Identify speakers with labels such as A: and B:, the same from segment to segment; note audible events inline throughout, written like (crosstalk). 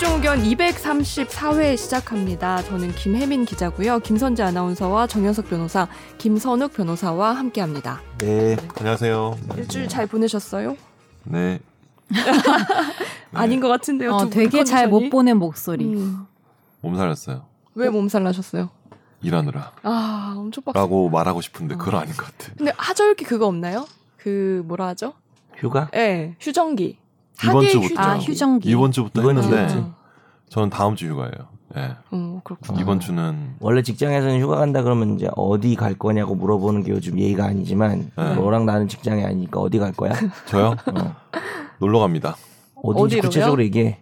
A: 경연 234회 시작합니다. 저는 김혜민 기자고요. 김선재 아나운서와 정현석 변호사, 김선욱 변호사와 함께합니다.
B: 네. 안녕하세요.
A: 일주일 잘 보내셨어요?
B: 네.
A: 아닌 것 같은데요.
C: 어,
A: 두 분
C: 되게 잘 못
A: 컨디션이?
C: 보낸 목소리.
A: 음,
B: 몸살났어요.
A: 왜 몸살 나셨어요?
B: 일하느라.
A: 아, 엄청 빡세.
B: 라고 말하고 싶은데 그건 아닌 것 같아.
A: 근데 하절기 그거 없나요? 그 뭐라 하죠?
D: 휴가?
A: 예, 휴정기.
B: 이번
A: 하계
B: 주부터.
C: 아,
A: 휴정기.
C: 휴정기.
B: 이번 주부터
D: 이번
B: 했는데
D: 주부터.
A: 어,
B: 저는 다음 주 휴가예요. 예.
A: 어, 그렇구나.
B: 이번 주는
D: 원래 직장에서는 휴가 간다 그러면 이제 어디 갈 거냐고 물어보는 게 요즘 예의가 아니지만
B: 네.
D: 너랑 나는 직장이 아니니까 어디 갈 거야?
B: 저요
D: 어.
B: 놀러 갑니다.
D: 어디인지
A: 어디로요?
D: 구체적으로 얘기해.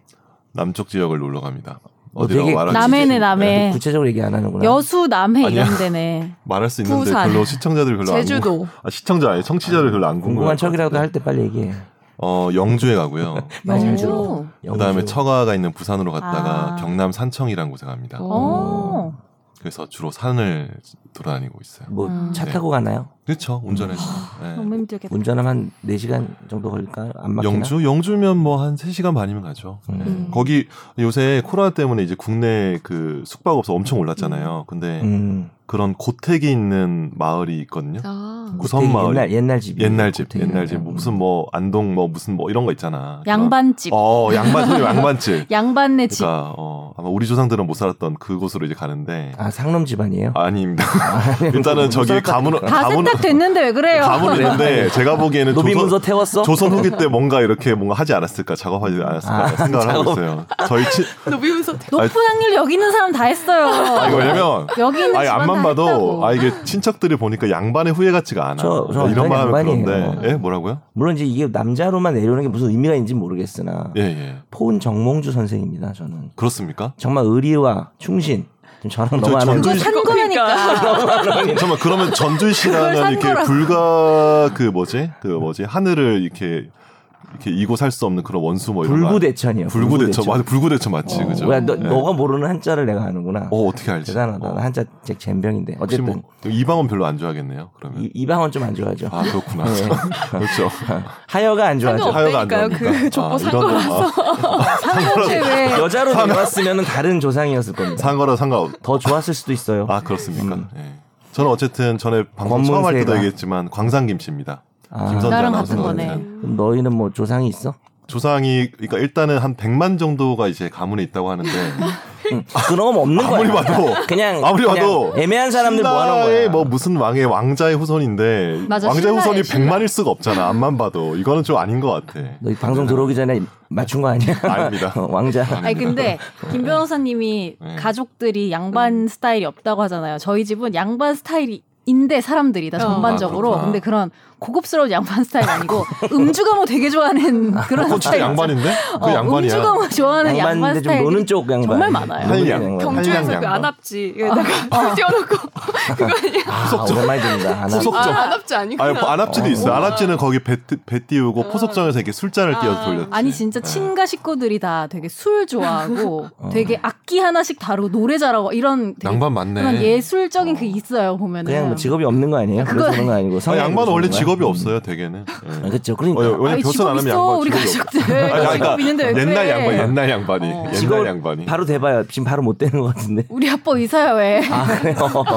B: 남쪽 지역을 놀러 갑니다.
D: 어,
B: 어디라고
D: 되게
B: 말할 수
C: 남해네,
B: 있지?
A: 예.
C: 남해.
D: 구체적으로 얘기 안 하는구나.
C: 여수 남해
B: 아니야.
C: 이런 데네.
B: 말할 수 있는데
A: 부산.
B: 별로 시청자들 별로 안 궁금-
A: 제주도.
B: 아, 시청자 아니 청취자를 별로 안 궁금해.
D: 궁금한 척이라도 할 때 빨리 얘기해.
B: 어 영주에 가고요.
D: 말 잘
A: 오.
D: 들어.
B: 그다음에
D: 영주.
B: 처가가 있는 부산으로 갔다가
C: 아.
B: 경남 산청이란 곳에 갑니다.
A: 어.
C: 어.
B: 그래서 주로 산을 돌아다니고 있어요.
D: 뭐 차
B: 음.
D: 타고 가나요?
B: 그렇죠 운전해서. 예.
C: 너무 힘들겠다.
D: 운전하면 한 4시간 정도 걸릴까? 안 막히나?
B: 영주? 영주면 뭐 한 3시간 반이면 가죠. 예.
D: 음.
B: 거기 요새 코로나 때문에 이제 국내 그 숙박업소 엄청 올랐잖아요. 근데
D: 음.
B: 그런 고택이 있는 마을이 있거든요.
A: 아.
B: 구성
D: 되게
B: 마을.
D: 옛날 옛날 집.
B: 옛날 집, 옛날 집, 무슨 뭐 안동 뭐 무슨 뭐 이런 거 있잖아. 그런-
C: 양반집.
B: 어, 양반, 소위 양반집.
C: 양반네 집.
B: 그러니까 어, 아마 우리 조상들은 못 살았던 그곳으로 이제 가는데
D: 아 상놈 집안이에요?
B: 아닙니다. 일단은 저기 가문
C: 다
B: 가문
C: 세탁 됐는데 왜 그래요?
B: 가문 있는데 제가 보기에는 조선-
D: 노비문서 태웠어?
B: 조선 후기 때 뭔가 이렇게 뭔가 하지 않았을까 작업하지 않았을까
D: 아,
B: 생각을 하고
D: 작업.
B: 있어요. 저희 친
A: 노비운서
C: 높은
B: 아니-
C: 확률 여기 있는 사람 다
B: 아 이거
C: 했어요.
B: 왜냐면
C: 여기 있는
B: 아니
C: 집안
B: 앞만
C: 다
B: 봐도
C: 했다고.
B: 아 이게 친척들이 보니까 양반의 후예 같지가 않아.
D: 저- 저
B: 이런 말 하면
D: 양반이에요.
B: 그런데 예 뭐라고요?
D: 물론 이제 이게 남자로만 내려오는 게 무슨 의미가 있는지 모르겠으나
B: 예 예.
D: 포은 정몽주 선생입니다. 저는
B: 그렇습니까?
D: 정말 의리와 충신. 좀 저랑
B: 저
D: 너무 안
B: 전주-
D: 어울려.
C: 그거 산 거니까.
B: (laughs) 잠깐만 그러면 전주희
C: 그걸
B: 씨라는
C: 산
B: 이렇게
C: 거라고.
B: 불가 그 뭐지 그 뭐지 하늘을 이렇게 이렇게 이고 살 수 없는 그런 원수 뭐 이런 거 아니-
D: 불구대천이요.
B: 불구대처 맞아 불구대처 맞지 그죠?
D: 어, 야, 너,
B: 예.
D: 너가 모르는 한자를 내가 아는구나.
B: 어 어떻게 알지?
D: 대단하다.
B: 어.
D: 나 한자 잭 젬병인데
B: 혹시
D: 어쨌든
B: 뭐 이방원 별로 안 좋아하겠네요. 그러면
D: 이, 이방은 좀 안 좋아하죠.
B: 아 그렇구나.
D: 네.
B: (laughs) 그렇죠.
D: (laughs) 하여가 안 좋아하죠.
A: 상관없-
B: 하여가 안
A: 없다니까요.
B: 좋아합니다.
A: 그 족보
B: 아,
A: 산
B: 이런 거, 아,
C: 상관없이 왜
D: 여자로 내려왔으면 다른 조상이었을 겁니다.
B: 산 거라 상관없.
D: 더 좋았을 수도 있어요. 음.
B: 아 그렇습니까? 예. 저는 어쨌든 전에 방송
D: 권문세가-
B: 처음 할 때도 얘기했지만 광산 김씨입니다.
D: 아.
B: 김선재
C: 나랑
B: 아나운서
C: 같은 거네.
B: 같은.
D: 그럼 너희는 뭐 조상이 있어?
B: 조상이 그러니까 일단은 한 100만 정도가 이제 가문에 있다고 하는데
D: 응. 그런 건 없는 거야.
B: 아무리 봐도
D: 그냥
B: 아무리
D: 그냥
B: 봐도
D: 애매한 사람들 모아놓은
B: 신라의
D: 거야.
B: 뭐 무슨 왕의 왕자의 후손인데
C: 맞아,
B: 왕자의
C: 신라예요,
B: 후손이
C: 신라.
B: 100만일 수가 없잖아. 앞만 봐도 이거는 좀 아닌 것 같아.
D: 너희 방송 들어오기 전에 맞춘 거 아니야?
B: 아닙니다.
D: 어, (laughs) 왕자.
C: 아니 근데 김 변호사님이
B: 네.
C: 가족들이 양반 스타일이 없다고 하잖아요. 저희 집은 양반 스타일이 인데 사람들이 다
A: 어.
B: 아,
C: 전반적으로
B: 그렇구나.
C: 근데 그런 고급스러운 양반 스타일 아니고 음주가무 되게 좋아하는 그런
B: 그건 진짜
C: 스타일
B: 양반인데? 그
C: 어,
B: 양반이야.
C: 음주가무 좋아하는 양반
D: 양반인데 좀
C: 스타일
D: 노는 쪽 네. 양반.
C: 정말 많아요.
D: 노는
B: 한양.
D: 양반.
B: 경주- 한량 아.
A: 경주에서
B: 양반.
A: 그안 합지. 여기다가 (laughs) 띄워놓고 그거 아니야.
D: 아, 오랜만에 듣는다. 하나.
B: 후속정.
A: 아, 안 합지 아니구나.
B: 아니, 뭐 안압지도
D: 어.
B: 있어. 요 안압지는 거기 배, 띄- 배 띄우고 포석정에서 이렇게 술잔을 띄워서 돌렸지.
C: 아니 진짜 친가 식구들이 다 되게 술 좋아하고 되게 악기 하나씩 다루고 노래 잘하고 이런 되게
B: 양반
C: 그런
B: 맞네.
C: 예술적인 그게 있어요 보면은
D: 그냥 뭐 직업이 없는 거 아니에요? 그래서 그런 거 아니고.
B: 아,
D: 성향이
B: 양반은
D: 그런
B: 원래
D: 거야?
B: 직업이
D: 음.
B: 없어요, 대개는. 예.
D: 아, 그렇죠. 그러니까
B: 어, 원래
C: 아니,
B: 교선 안
C: 직업
B: 하면
C: 있어,
B: 양반
C: 우리
B: 직업이 없어.
C: 가족들
D: 그
B: 아니, 그러니까 아니,
C: 직업 있는데 왜
B: 옛날
C: 그래?
B: 양반, 옛날 양반이,
C: 어.
B: 옛날 양반이.
D: 바로 돼봐요. 지금 바로 못 되는 거 같은데.
C: 우리 아빠 의사야 왜?
D: 아 그래요.
B: (laughs)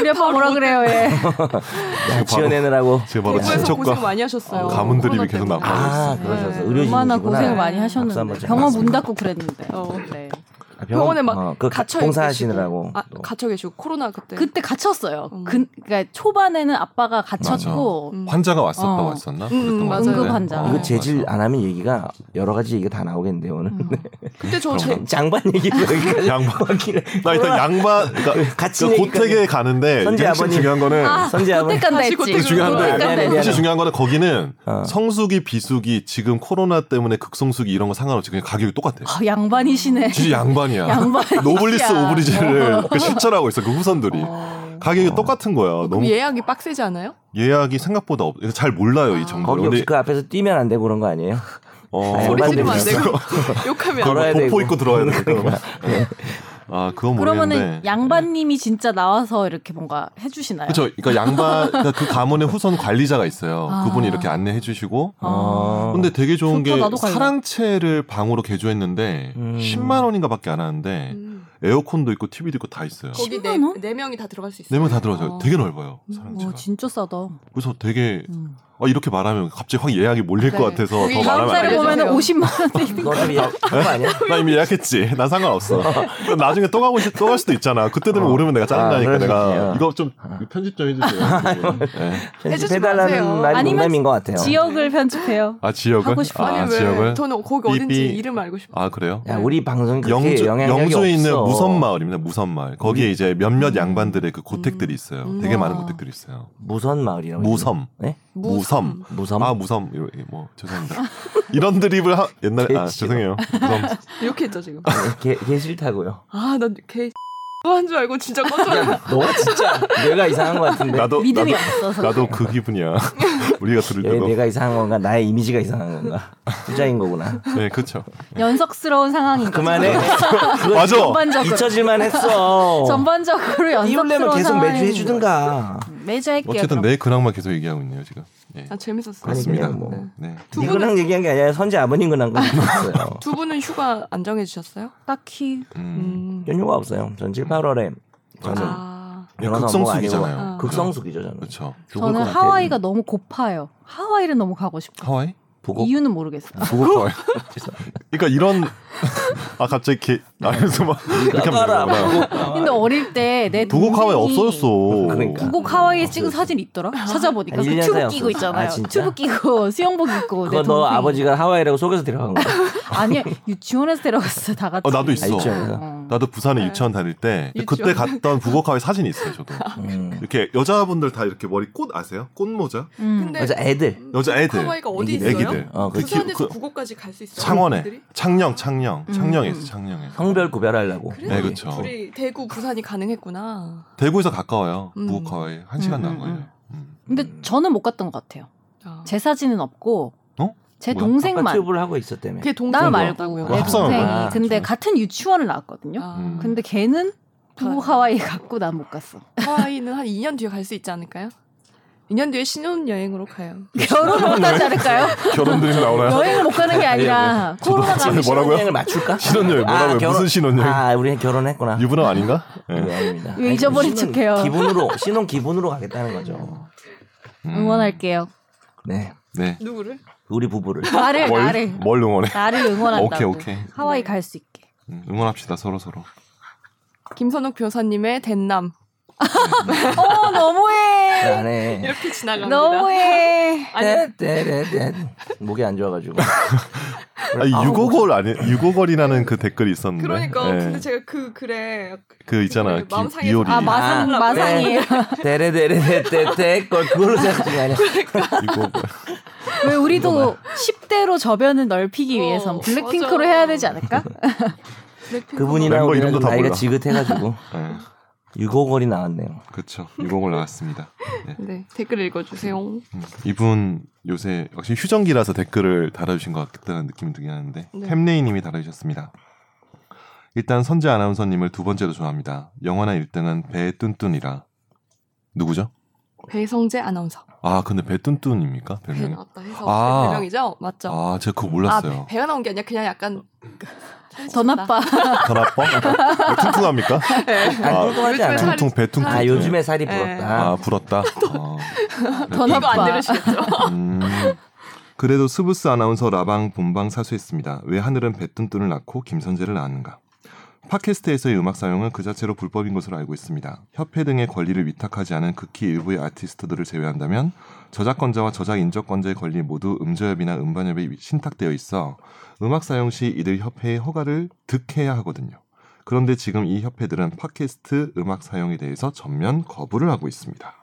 C: 우리 아빠 뭐라 그래요 왜?
D: (laughs) 지어내느라고.
B: 제가 바로
A: 공부에서 고생
B: 친척과
A: 많이 하셨어요.
B: 가문들이
A: 코로나
B: 계속
A: 때문에.
B: 나가고
D: 아
B: 있어요.
D: 그러셔서
A: 네.
D: 의료진이구나.
C: 얼마나 고생을 많이
D: 박수 한번
C: 하셨는데
D: 쳐요.
C: 병원 문 닫고 그랬는데
A: 어.
C: 네.
D: 아, 병원-
A: 병원에 막
D: 어, 그
A: 갇혀
D: 봉사하시느라고.
A: 계시고. 아,
D: 또.
A: 갇혀 계시고 코로나 그때.
C: 그때 갇혔어요.
A: 음.
C: 그, 그러니까 초반에는 아빠가 갇혔고
A: 맞아.
B: 환자가 왔었다
C: 어.
B: 왔었나?
A: 음,
B: 그랬던 것
A: 맞아요.
B: 같은데.
C: 응급 환자.
B: 어,
D: 이거 재질
B: 맞아.
D: 안 하면 얘기가 여러 가지 얘기가 다 나오겠는데 오늘.
C: 음.
A: 그때 저 제,
D: 장반 얘기로 여기까지.
B: 양반.
D: 하기를.
B: 나 일단 양반, 그러니까
D: 아, 그 같이
B: 그
D: 얘기까지.
B: 고택에 가는데
D: 선지
B: 이게 핵심
D: 아버님.
B: 중요한 거는
C: 아,
D: 선재 아버님.
C: 그때까지
A: 다시
C: 했지.
A: 그때
B: 중요한데.
C: 그때까지
D: 미안해,
C: 했지.
B: 사실 중요한 거는 거기는
D: 어.
B: 성수기, 비수기, 지금 코로나 때문에 극성수기 이런 거 상관없이 그냥 가격이 똑같아.
C: 아,
D: 음,
C: 양반이시네.
B: 진짜 양반이야.
C: 양반이야.
B: 노블리스 오브리제를 그 실천하고 있어. 그 후손들이 가격이 똑같은 거야.
A: 그럼
B: 너무
A: 예약이 빡세지
B: (laughs)
A: 않아요?
B: 예약이 생각보다 없. 그래서 잘 몰라요 이 정보를.
D: 거기
B: 근데
D: 혹시 그 앞에서 뛰면 안 되고 그런 거 아니에요?
B: 어,
D: 소리
A: 소리
D: 양반들이
A: 지르면 안 되고
B: 있어요.
A: 욕하면 안
B: 그걸 뭐
D: 걸어야
B: 도포
D: 되고.
B: 입고 들어야 되고. 아 그건
C: (laughs) 그러면은
B: 모르겠는데.
C: 양반님이 진짜 나와서 이렇게 뭔가 해주시나요?
B: 그렇죠. 그러니까 양반 그러니까 그 가문의 후손 관리자가 있어요.
C: 아.
B: 그분이 이렇게 안내해 주시고.
C: 아.
B: 근데 되게 좋은
C: 좋다,
B: 게
C: 나도 갈래.
B: 사랑채를 방으로 개조했는데
D: 음.
B: 10만 원인가밖에 안 하는데
A: 음.
B: 에어컨도 있고 TV도 있고 다 있어요.
A: 거기
C: 10만 원?
A: 네네 명이 다 들어갈 수
B: 네
A: 있어요.
B: 명 다 들어가요.
C: 어.
B: 되게 넓어요.
A: 음.
B: 사랑채가.
C: 와 진짜 싸다.
D: 어,
B: 그래서 되게
C: 음.
B: 아, 이렇게 말하면 갑자기 확 예약이 몰릴
A: 네.
B: 것 같아서
A: 우리
B: 더 말하면 안
C: 다음 달에
B: 되죠.
C: 보면 은
A: 알려주세요.
C: 50만 원
D: 너
B: 그
D: 어차피 약한 아니야?
B: 나 이미 예약했지. 난
D: (laughs)
B: 상관없어. 나중에 또 가고 싶, 또갈 수도 있잖아. 그때 되면
D: 어.
B: 오르면 내가 짜증나니까
D: 아,
B: 내가
D: 그러시군요.
B: 이거 좀
D: 아.
B: 편집 좀 해주세요. 네.
A: 해주지 마세요.
D: 해달라는 말이
C: 아니면
D: 농담인 것 같아요.
C: 지역을 편집해요.
B: 아 지역을?
C: 하고 싶어요.
B: 아
A: 아니 왜?
B: 지역을?
A: 저는 거기 어딘지
B: 삐삐.
A: 이름 알고 싶어요.
B: 아 그래요?
D: 야, 우리 방송 그렇게
B: 영주,
D: 영향력이
B: 영주에 있는
D: 없어. 음.
B: 무선 마을입니다. 무선 마을. 거기에 이제 몇몇 양반들의 그 고택들이 있어요.
A: 음.
B: 되게 많은
C: 우와.
B: 고택들이 있어요.
D: 무선 마을이라고.
B: 무섬.
D: 네?
B: 무섬.
D: 무섬.
B: 아 무섬. 이러- 뭐 죄송합니다. (laughs) 이런 드립을 하, 옛날에 아
D: 개싫어.
B: 죄송해요. 무섬.
D: 네.
A: 이렇게 했죠
B: (laughs)
A: 지금.
D: 개, 개 싫다고.
A: 아난걔 한줄 알고 진짜 꺼져.
D: 너 진짜 내가 이상한 것 같은데.
B: 나도
C: 믿음이
B: 나도
C: 없어서.
B: 나도 그 기분이야. (laughs) 우리가 들을
D: 얘,
B: 때도.
D: 내가 이상한 건가? 나의 이미지가 이상한 건가? 투자인 거구나.
B: 네 그렇죠.
C: 연속스러운 상황인 거죠.
D: (laughs) 아, 그만해.
B: 맞아.
C: 전반적으로
D: 잊혀질만 했어.
C: 전반적으로
D: 띄우려면
C: 연속스러운
D: 계속
C: 상황인
D: 매주 해주든가.
C: 거죠. 매주 할게요.
B: 어쨌든
C: 그럼.
B: 내 근황만 계속 얘기하고 있네요 지금. 예.
A: 아 재밌었어요.
D: 아니,
B: 그렇습니다.
D: 그냥 뭐.
B: 네.
A: 두
D: 네
A: 분은
D: 근황 얘기한 게 아니라 선지 아버님 근황 거였어요.
A: 두 분은 휴가 안정해 주셨어요?
C: 딱히
A: 음.
B: 음.
D: 연휴가 없어요. 전 7, 8월에 저는
A: 아
B: 야,
D: 변호사 업무가
B: 극성숙이잖아요.
A: 아니고. 아.
D: 극성숙이죠 저는.
B: 그렇죠.
D: 죽을 것
C: 저는
D: 같아요.
C: 하와이가 너무 고파요. 하와이를 너무 가고 싶어.
B: 하와이?
D: 보고
C: 이유는
B: 아,
C: 모르겠어요.
D: (laughs)
B: 보고 그러니까 이런 (laughs) 아 갑자기 개... 나면서 막 이렇게
D: 알아.
B: 하면 되는구나.
C: 근데 어릴 때내
B: (laughs) 부곡 하와이 없어졌어.
D: 그러니까.
C: 부곡 하와이에 찍은 사진 있더라. 찾아보니까
D: 아,
C: 그
D: 일년 사이
C: 튜브
D: 없었어.
C: 끼고 있잖아요.
D: 아, 진짜?
C: 튜브 끼고 (laughs) 수영복 입고
D: 그거
C: 내
D: 너
C: 동생이.
D: 아버지가 하와이라고 속여서 데려간 거야.
B: (laughs)
C: 아니야 유치원에서 데려갔어 다 같이.
B: 어, 나도 있어.
D: 아, 유치원에서.
C: 어.
B: 나도 부산에
A: 네.
B: 유치원 다닐 때
A: 유치원.
B: 그때 갔던 부곡 하와이 사진이 있어요. 저도
D: 음.
B: 이렇게 여자분들 다 이렇게 머리 꽃 아세요? 꽃 모자?
C: 음.
A: 근데
D: 그래서 애들
B: 여자 애들,
A: 하와이가 어디
D: 애기들.
A: 있어요?
B: 애기들.
D: 어, 그
B: 기-
A: 부산에서 구곡까지 갈 수 있어요?
B: 창원에
A: 분들이?
B: 창녕 창녕
C: 음.
B: 창녕에 있어 창녕에.
D: 성별 구별하려고.
A: 그래요?
B: 네, 그쵸.
A: 우리 대구 부산이 가능했구나.
B: 대구에서 가까워요.
A: 음.
B: 부곡 하와이 한 시간
C: 음,
B: 남
C: 음,
B: 걸려.
C: 음.
B: 요 음.
C: 근데 저는 못 갔던 것 같아요.
A: 아.
C: 제 사진은 없고
B: 어?
C: 제
B: 뭐야?
D: 아빠
C: 동생만
D: 튜브를 하고 있었다며.
A: 걔 동생
C: 나
A: 같다고요.
C: 말고 내
B: 합성한
C: 동생이
D: 거야.
C: 근데
D: 아,
C: 같은 유치원을 나왔거든요.
A: 아.
B: 음.
C: 근데 걔는 부부 하와이 갔고 난 못 갔어.
A: 하와이는 한 2년 뒤에 갈 수 있지 않을까요? 2년 뒤에 신혼여행으로 가요.
C: 결혼을 못 하지 않을까요?
B: 결혼 드림 나오나요?
C: 여행을 못 가는 게
D: 예,
C: 아니라 코로나가
B: 지금 뭐라고요?
D: 신혼여행을 맞출까? 아,
B: 신혼여행 뭐라고요?
D: 결혼-
B: 무슨 신혼여행?
D: 아, 우리 결혼했구나.
A: (laughs)
B: 유부남 아닌가? 예.
D: 네, 아닙니다.
C: 왜 잊어버린
D: 신혼
C: 척해요?
D: 기본으로
C: (laughs)
D: 신혼 기본으로 가겠다는 거죠.
B: 음.
C: 응원할게요.
D: 네,
B: 네.
A: 누구를?
D: 우리
C: (laughs)
D: 부부를.
A: 네,
C: 나를
B: 뭘,
C: 나를
B: 뭘 응원해?
C: 나를 응원한다.
B: 오케이 오케이.
C: 하와이 갈 수 있게.
B: 음, 응원합시다 서로 서로.
A: 김선욱 변호사님의 댄남
C: 어 너무해.
D: 안에
A: 이렇게 지나갑니다.
C: 너무해. 네.
D: 네, 떼떼떼떼 목이 안 좋아가지고.
B: 아, 유고걸 아니 유고걸이라는 그 댓글이 있었는데.
A: 뭐. 그러니까
B: 예.
A: 근데 제가 그 글에
B: 그 있잖아.
A: 그 마음 상해서-
B: 기, 요리
C: 아 마상
D: 네.
A: 아,
C: 마상이에요.
D: 데레데레데떼떼 걸 네, 그걸로 생각 중이
B: (laughs)
D: 아니야.
B: (laughs) 유고걸.
C: 왜 우리도 10대로 저변을 넓히기
A: 어,
C: 위해선 블랙핑크로
A: 맞아.
C: 해야
A: (laughs)
C: 되지 않을까?
D: 그분이나
B: 멤버
D: 우리랑
B: 이름도
D: 좀
B: 다
D: 나이가
B: 몰라.
D: 지긋해가지고
B: 예.
D: 유고걸이 나왔네요.
B: 그렇죠. 유고걸 나왔습니다. 네.
A: 네 댓글 읽어주세요.
B: 음, 이분 요새 역시 휴전기라서 댓글을 달아주신 것 같다는 느낌이 들긴 하는데
A: 네.
B: 템레이님이 달아주셨습니다. 일단 선재 아나운서님을 두 번째로 좋아합니다. 영원한 1등은 배뚠뚠이라 누구죠?
A: 배성재 아나운서
B: 아 근데 배뚠뚠입니까
A: 배 어,
B: 별명이?
A: 나왔다 해서
B: 음.
A: 그
B: 아.
A: 별명이죠 맞죠?
B: 아 제가 그거
A: 아
B: 몰랐어요.
A: 배가 나온 게 아니라 그냥 약간
C: 더 나빠.
B: 더 나빠?
D: (laughs)
B: 왜 퉁퉁합니까?
A: 네.
D: 아, 뚱뚱하지
A: 요즘에
D: 않아.
A: 살-
B: 퉁퉁 배퉁퉁.
D: 아 요즘에 살이
A: 네.
D: 불었다.
B: 아 불었다. 어.
A: (laughs) 이거
C: 더 나빠.
A: 안 들으시겠죠?
B: 음. 그래도 스브스 아나운서 라방 본방 사수했습니다. 왜 하늘은 배뚠뚠을 낳고 김선재를 낳았는가? 팟캐스트에서의 음악 사용은 그 자체로 불법인 것으로 알고 있습니다. 협회 등의 권리를 위탁하지 않은 극히 일부의 아티스트들을 제외한다면 저작권자와 저작 인적권자의 권리 모두 음저협이나 음반협에 신탁되어 있어 음악 사용 시 이들 협회의 허가를 득해야 하거든요. 그런데 지금 이 협회들은 팟캐스트 음악 사용에 대해서 전면 거부를 하고 있습니다.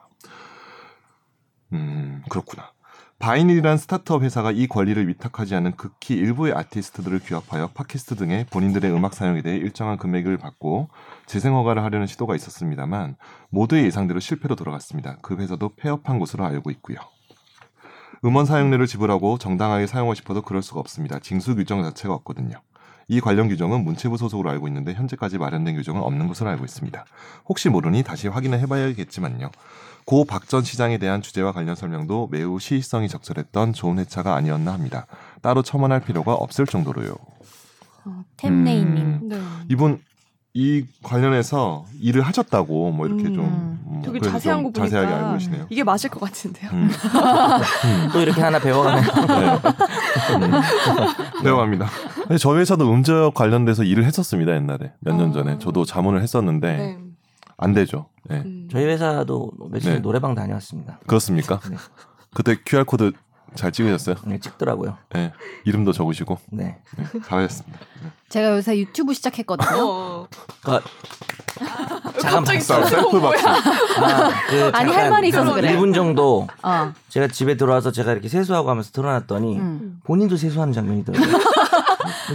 B: 음, 그렇구나. 바이닐이란 스타트업 회사가 이 권리를 위탁하지 않은 극히 일부의 아티스트들을 규합하여 팟캐스트 등의 본인들의 음악 사용에 대해 일정한 금액을 받고 재생 허가를 하려는 시도가 있었습니다만 모두의 예상대로 실패로 돌아갔습니다. 그 회사도 폐업한 것으로 알고 있고요. 음원 사용료를 지불하고 정당하게 사용하고 싶어도 그럴 수가 없습니다. 징수 규정 자체가 없거든요. 이 관련 규정은 문체부 소속으로 알고 있는데 현재까지 마련된 규정은 없는 것으로 알고 있습니다. 혹시 모르니 다시 확인을 해봐야겠지만요. 고 박 전 시장에 대한 주제와 관련 설명도 매우 시의성이 적절했던 좋은 회차가 아니었나 합니다. 따로 첨언할 필요가 없을 정도로요.
E: 템레이님.
B: 음.
A: 네.
B: 이분 이 관련해서 일을 하셨다고 뭐 이렇게 좀
C: 음.
B: 음,
A: 되게
B: 그래서
A: 자세한
B: 좀
A: 거 보니까
B: 자세하게 알고 계시네요.
A: 이게 맞을 것 같은데요.
B: 음. 음.
D: 또 이렇게 하나 배워가네요.
C: (laughs)
B: 배워갑니다. 저희 회사도 음주역 관련돼서 일을 했었습니다 옛날에 몇 년
A: 아.
B: 전에 저도 자문을 했었는데
A: 네.
B: 안 되죠. 예.
A: 음.
D: 저희 회사도 며칠
B: 네.
D: 전 노래방 다녀왔습니다.
B: 그렇습니까?
D: 네.
B: 그때 QR 코드 잘 찍으셨어요?
D: 네, 찍더라고요.
B: 예. 이름도 적으시고
D: 네.
B: 네. 잘하셨습니다.
C: 제가 요새 유튜브 시작했거든요.
A: 어.
D: 그러니까 아, 잠깐만.
B: 셀- 셀프 박수.
D: 아, 그
C: 아니,
D: 잠깐
C: 할 말이 있어서 그래요.
D: 1분 정도
C: 아,
D: 제가 집에 들어와서 제가 이렇게 세수하고 하면서 드러났더니
C: 음.
D: 본인도
C: (laughs)
D: 세수하는 장면이더라고요.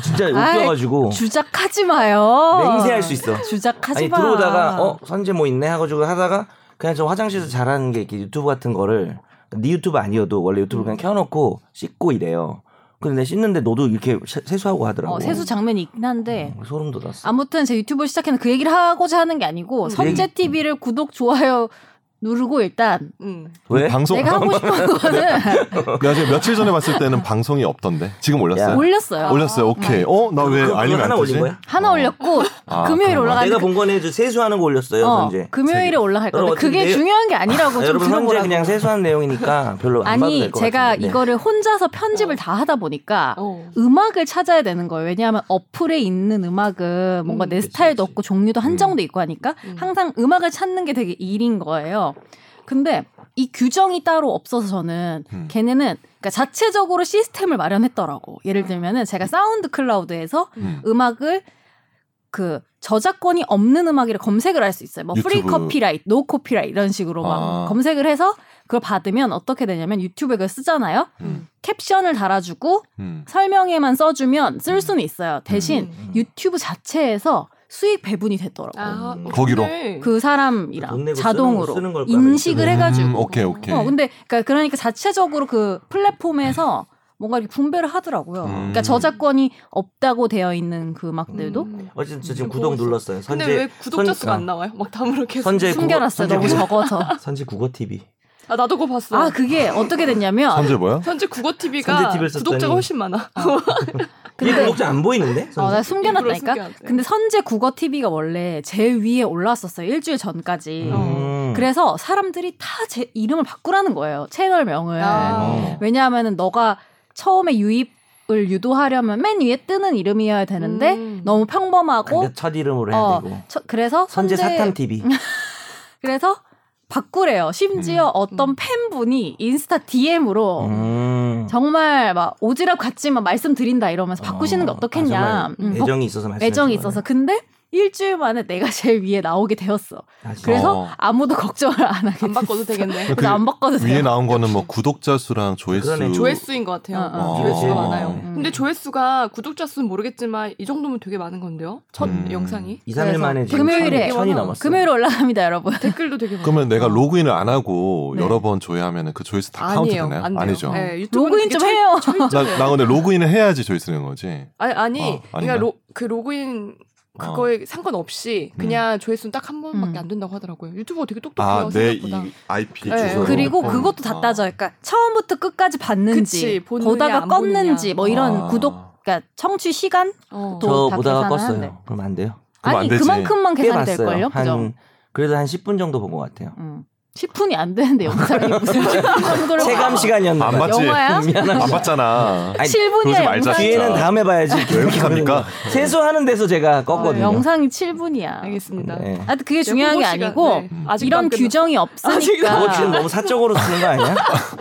D: 진짜 웃겨가지고
C: 주작하지 마요.
D: 어. 맹세할 수 있어.
C: 주작하지
D: 아니
C: 마.
D: 들어오다가 어 선재 뭐 있네 하고 저거 하다가 그냥 저 화장실에서 잘하는 게 이렇게 유튜브 같은 거를 네 유튜브 아니어도 원래 유튜브 그냥 켜놓고 씻고 이래요. 근데 씻는데 너도 이렇게 세- 세수하고 하더라고. 음,
C: 어, 세수 장면이 있긴 한데
D: 소름 돋았어.
C: 아무튼 제 유튜브를 시작했는데 그 얘기를 하고자 하는 게 아니고
D: 음,
C: 선재 TV를 구독 좋아요 누르고 일단
A: 음.
B: (laughs)
D: 왜?
B: 방송
C: 내가 하고
D: (laughs)
C: 싶은 거는
B: 내가 지금 며칠 전에 봤을 때는 방송이 없던데 지금 올랐어요.
D: 야.
C: 올렸어요.
B: 올렸어요. 오케이. 어, 나 왜
D: 그거
B: 알림
D: 하나
B: 안 뜨지?
D: 올린 거야?
C: 하나 올렸고
B: 아,
C: 금요일에
B: 그런가?
C: 올라가는데
D: 내가 본 거는 저 세수하는 거 올렸어요,
C: 어,
D: 네, 선재.
C: 금요일에 올라갈
D: 여러분,
C: 건데 그게
D: 어쨌든 내-
C: 중요한 게 아니라고
D: 아,
C: 좀
D: 여러분 선재
C: 들어보라고.
D: 그냥 세수한 내용이니까 별로 안 봐도
C: 아니
D: 될것
C: 제가
D: 같은데. 네. 어.
C: 이거를 혼자서 편집을 다 하다 보니까
A: 어.
C: 음악을 찾아야 되는 거예요. 왜냐하면 어플에 있는 음악은 뭔가
A: 음,
C: 내
D: 그치,
C: 스타일도
D: 그치.
C: 없고 종류도 한정돼 있고 하니까
A: 음.
C: 항상 음악을 찾는 게 되게 일인 거예요. 근데 이 규정이 따로 없어서 저는
B: 음.
C: 걔네는 그러니까 자체적으로 시스템을 마련했더라고. 예를 들면은 제가 사운드 클라우드에서
B: 음.
C: 음악을 그 저작권이 없는 음악이라 검색을 할 수 있어요. 뭐 프리
B: 유튜브.
C: 커피라이트, 노 커피라이트 이런 식으로 막
B: 아.
C: 검색을 해서 그걸 받으면 어떻게 되냐면 유튜브에 그걸 쓰잖아요.
B: 음.
C: 캡션을 달아주고
B: 음.
C: 설명에만 써주면 쓸 수는 있어요. 대신
D: 네.
A: 음.
C: 유튜브 자체에서 수익 배분이 됐더라고요.
A: 아,
D: 음.
B: 거기로.
A: 오늘
C: 그
D: 돈
C: 사람이랑
D: 내고 쓰는
C: 자동으로
D: 거- 쓰는 걸까,
C: 인식을
D: 유튜브는?
B: 음,
C: 해가지고.
B: 오케이, 오케이.
C: 어, 근데 그러니까, 그러니까 자체적으로 그 플랫폼에서 뭔가 이렇게 분배를 하더라고요.
B: 음.
C: 그러니까 저작권이 없다고 되어 있는 그 음악들도
A: 음.
D: 어쨌든 저
A: 음,
D: 지금
A: 보고
D: 구독
A: 있어.
D: 눌렀어요.
A: 근데
D: 선재-
A: 왜 구독자
D: 선-
A: 수가
D: 어.
A: 안 나와요? 막 다음으로 계속.
D: 선제 구-
C: 숨겨놨어요.
D: 선제
C: 너무
D: 구- (laughs)
C: 적어서.
D: 선지 국어 TV.
A: (laughs) 아 나도 그거 봤어.
C: 아 그게 어떻게 됐냐면
A: (laughs)
B: 선제 뭐야?
A: 현재 국어 TV가
D: 선제 TV 를 썼더니.
A: 구독자가 훨씬
C: (laughs)
A: 많아.
D: 이
C: 근데
D: 구독자 안 보이는데?
C: 어, 나
D: 선재?
C: 숨겨놨다니까.
A: 일부러 숨겨놨대.
C: 근데 선제 국어 TV가 원래 제 위에 올라왔었어요. 일주일 전까지.
D: 음.
C: 그래서 사람들이 다 제 이름을 바꾸라는 거예요. 채널명을.
D: 어.
A: 아.
C: 왜냐하면은 너가 처음에 유입을 유도하려면 맨 위에 뜨는 이름이어야 되는데
A: 음.
C: 너무 평범하고
D: 근데 그 첫 이름으로 해야
C: 어,
D: 되고.
C: 처- 그래서
D: 선제 사탐 TV.
C: 그래서 바꾸래요. 심지어 어떤
A: 음.
C: 팬분이 인스타 DM으로
D: 음.
C: 정말 막 오지랖 같지만 말씀드린다 이러면서 바꾸시는 게
D: 어,
C: 어떻겠냐.
D: 아, 정말
C: 음,
D: 애정이 있어서 말씀.
C: 애정이 있어서. 근데 일주일 만에 내가 제일 위에 나오게 되었어. 그래서
B: 어.
C: 아무도 걱정을 안 하게
A: 안 바꿔도
B: (laughs)
D: 아,
A: 되겠네.
C: 그래서 안 바꿔도
B: 위에
C: 돼요.
B: 나온 거는 뭐 구독자 수랑
D: 그러네,
B: 조회수.
A: 조회수인 것 같아요.
C: 어,
B: 어.
A: 조회수가
B: 어.
A: 많아요.
C: 음.
A: 근데 조회수가 구독자 수는 모르겠지만 이 정도면 되게 많은 건데요. 첫
B: 음.
A: 영상이
D: 2, 3일
C: 그래서
D: 만에 지금
C: 금요일에
D: 천이, 천이 넘었어.
C: 금요일 올라갑니다, 여러분.
A: 댓글도 되게 많아요.
B: 그러면 내가 로그인을 안 하고
C: 네.
B: 여러 번 조회하면 그 조회수 다 카운트
A: 아니에요.
B: 되나요?
A: 안 돼요.
B: 아니죠.
A: 네, 유튜브는
C: 로그인
A: 되게
C: 좀
A: 철- (laughs)
C: 해요.
B: 나,
A: 철저해요.
B: 나 근데 로그인을 해야지 조회수는 거지.
A: 아니, 아니
B: 어, 아닌가요? 아.
A: 그러니까 로, 그 로그인 그거에
B: 음.
A: 상관없이 그냥 조회수는 딱 한 번밖에 안 된다고 하더라고요. 유튜브가 되게
B: 아,
A: 똑똑해요.
B: 네,
A: 생각보다.
B: IP
A: 네,
D: 어,
B: 주소로.
C: 그리고
B: 음.
C: 그것도 다 따져요. 그러니까 처음부터 끝까지 봤는지,
A: 그치, 보느냐,
C: 보다가
A: 안 보느냐.
C: 껐는지, 뭐 이런
B: 아.
C: 구독, 그러니까 청취 시간
A: 어.
D: 저
C: 다
D: 보다가
C: 계산하는데.
D: 껐어요. 그럼 안 돼요.
B: 그럼
C: 아니
B: 안 되지.
C: 그만큼만
D: 꽤
C: 계산될
D: 봤어요.
C: 걸요. 그죠?
D: 한 그래도 한 10분 정도 본 것 같아요.
C: 음. 10분이 안 되는데
D: (laughs)
C: 영상이 무슨 10분 정도를
D: 체감 시간이었나
B: 안
D: 봐요.
B: 봤지.
C: 영화야?
D: 미안합니다.
B: 안 봤잖아.
D: 아니,
C: 7분이야
B: 그러지 말자,
C: 영상이.
B: 진짜.
D: 뒤에는 다음에 봐야지.
B: 왜 이렇게 합니까?
D: 세수하는 데서 제가 껐거든요.
C: 영상이 7분이야.
A: 알겠습니다.
D: 네.
C: 아, 그게 중요한 게
A: 홍보 시간,
C: 아니고
A: 네.
B: 음.
A: 아직도
C: 이런
A: 안 끝났-
C: 규정이 아.
D: 그거 지금
C: 없으니까
D: 너무 사적으로 쓰는 거 아니야?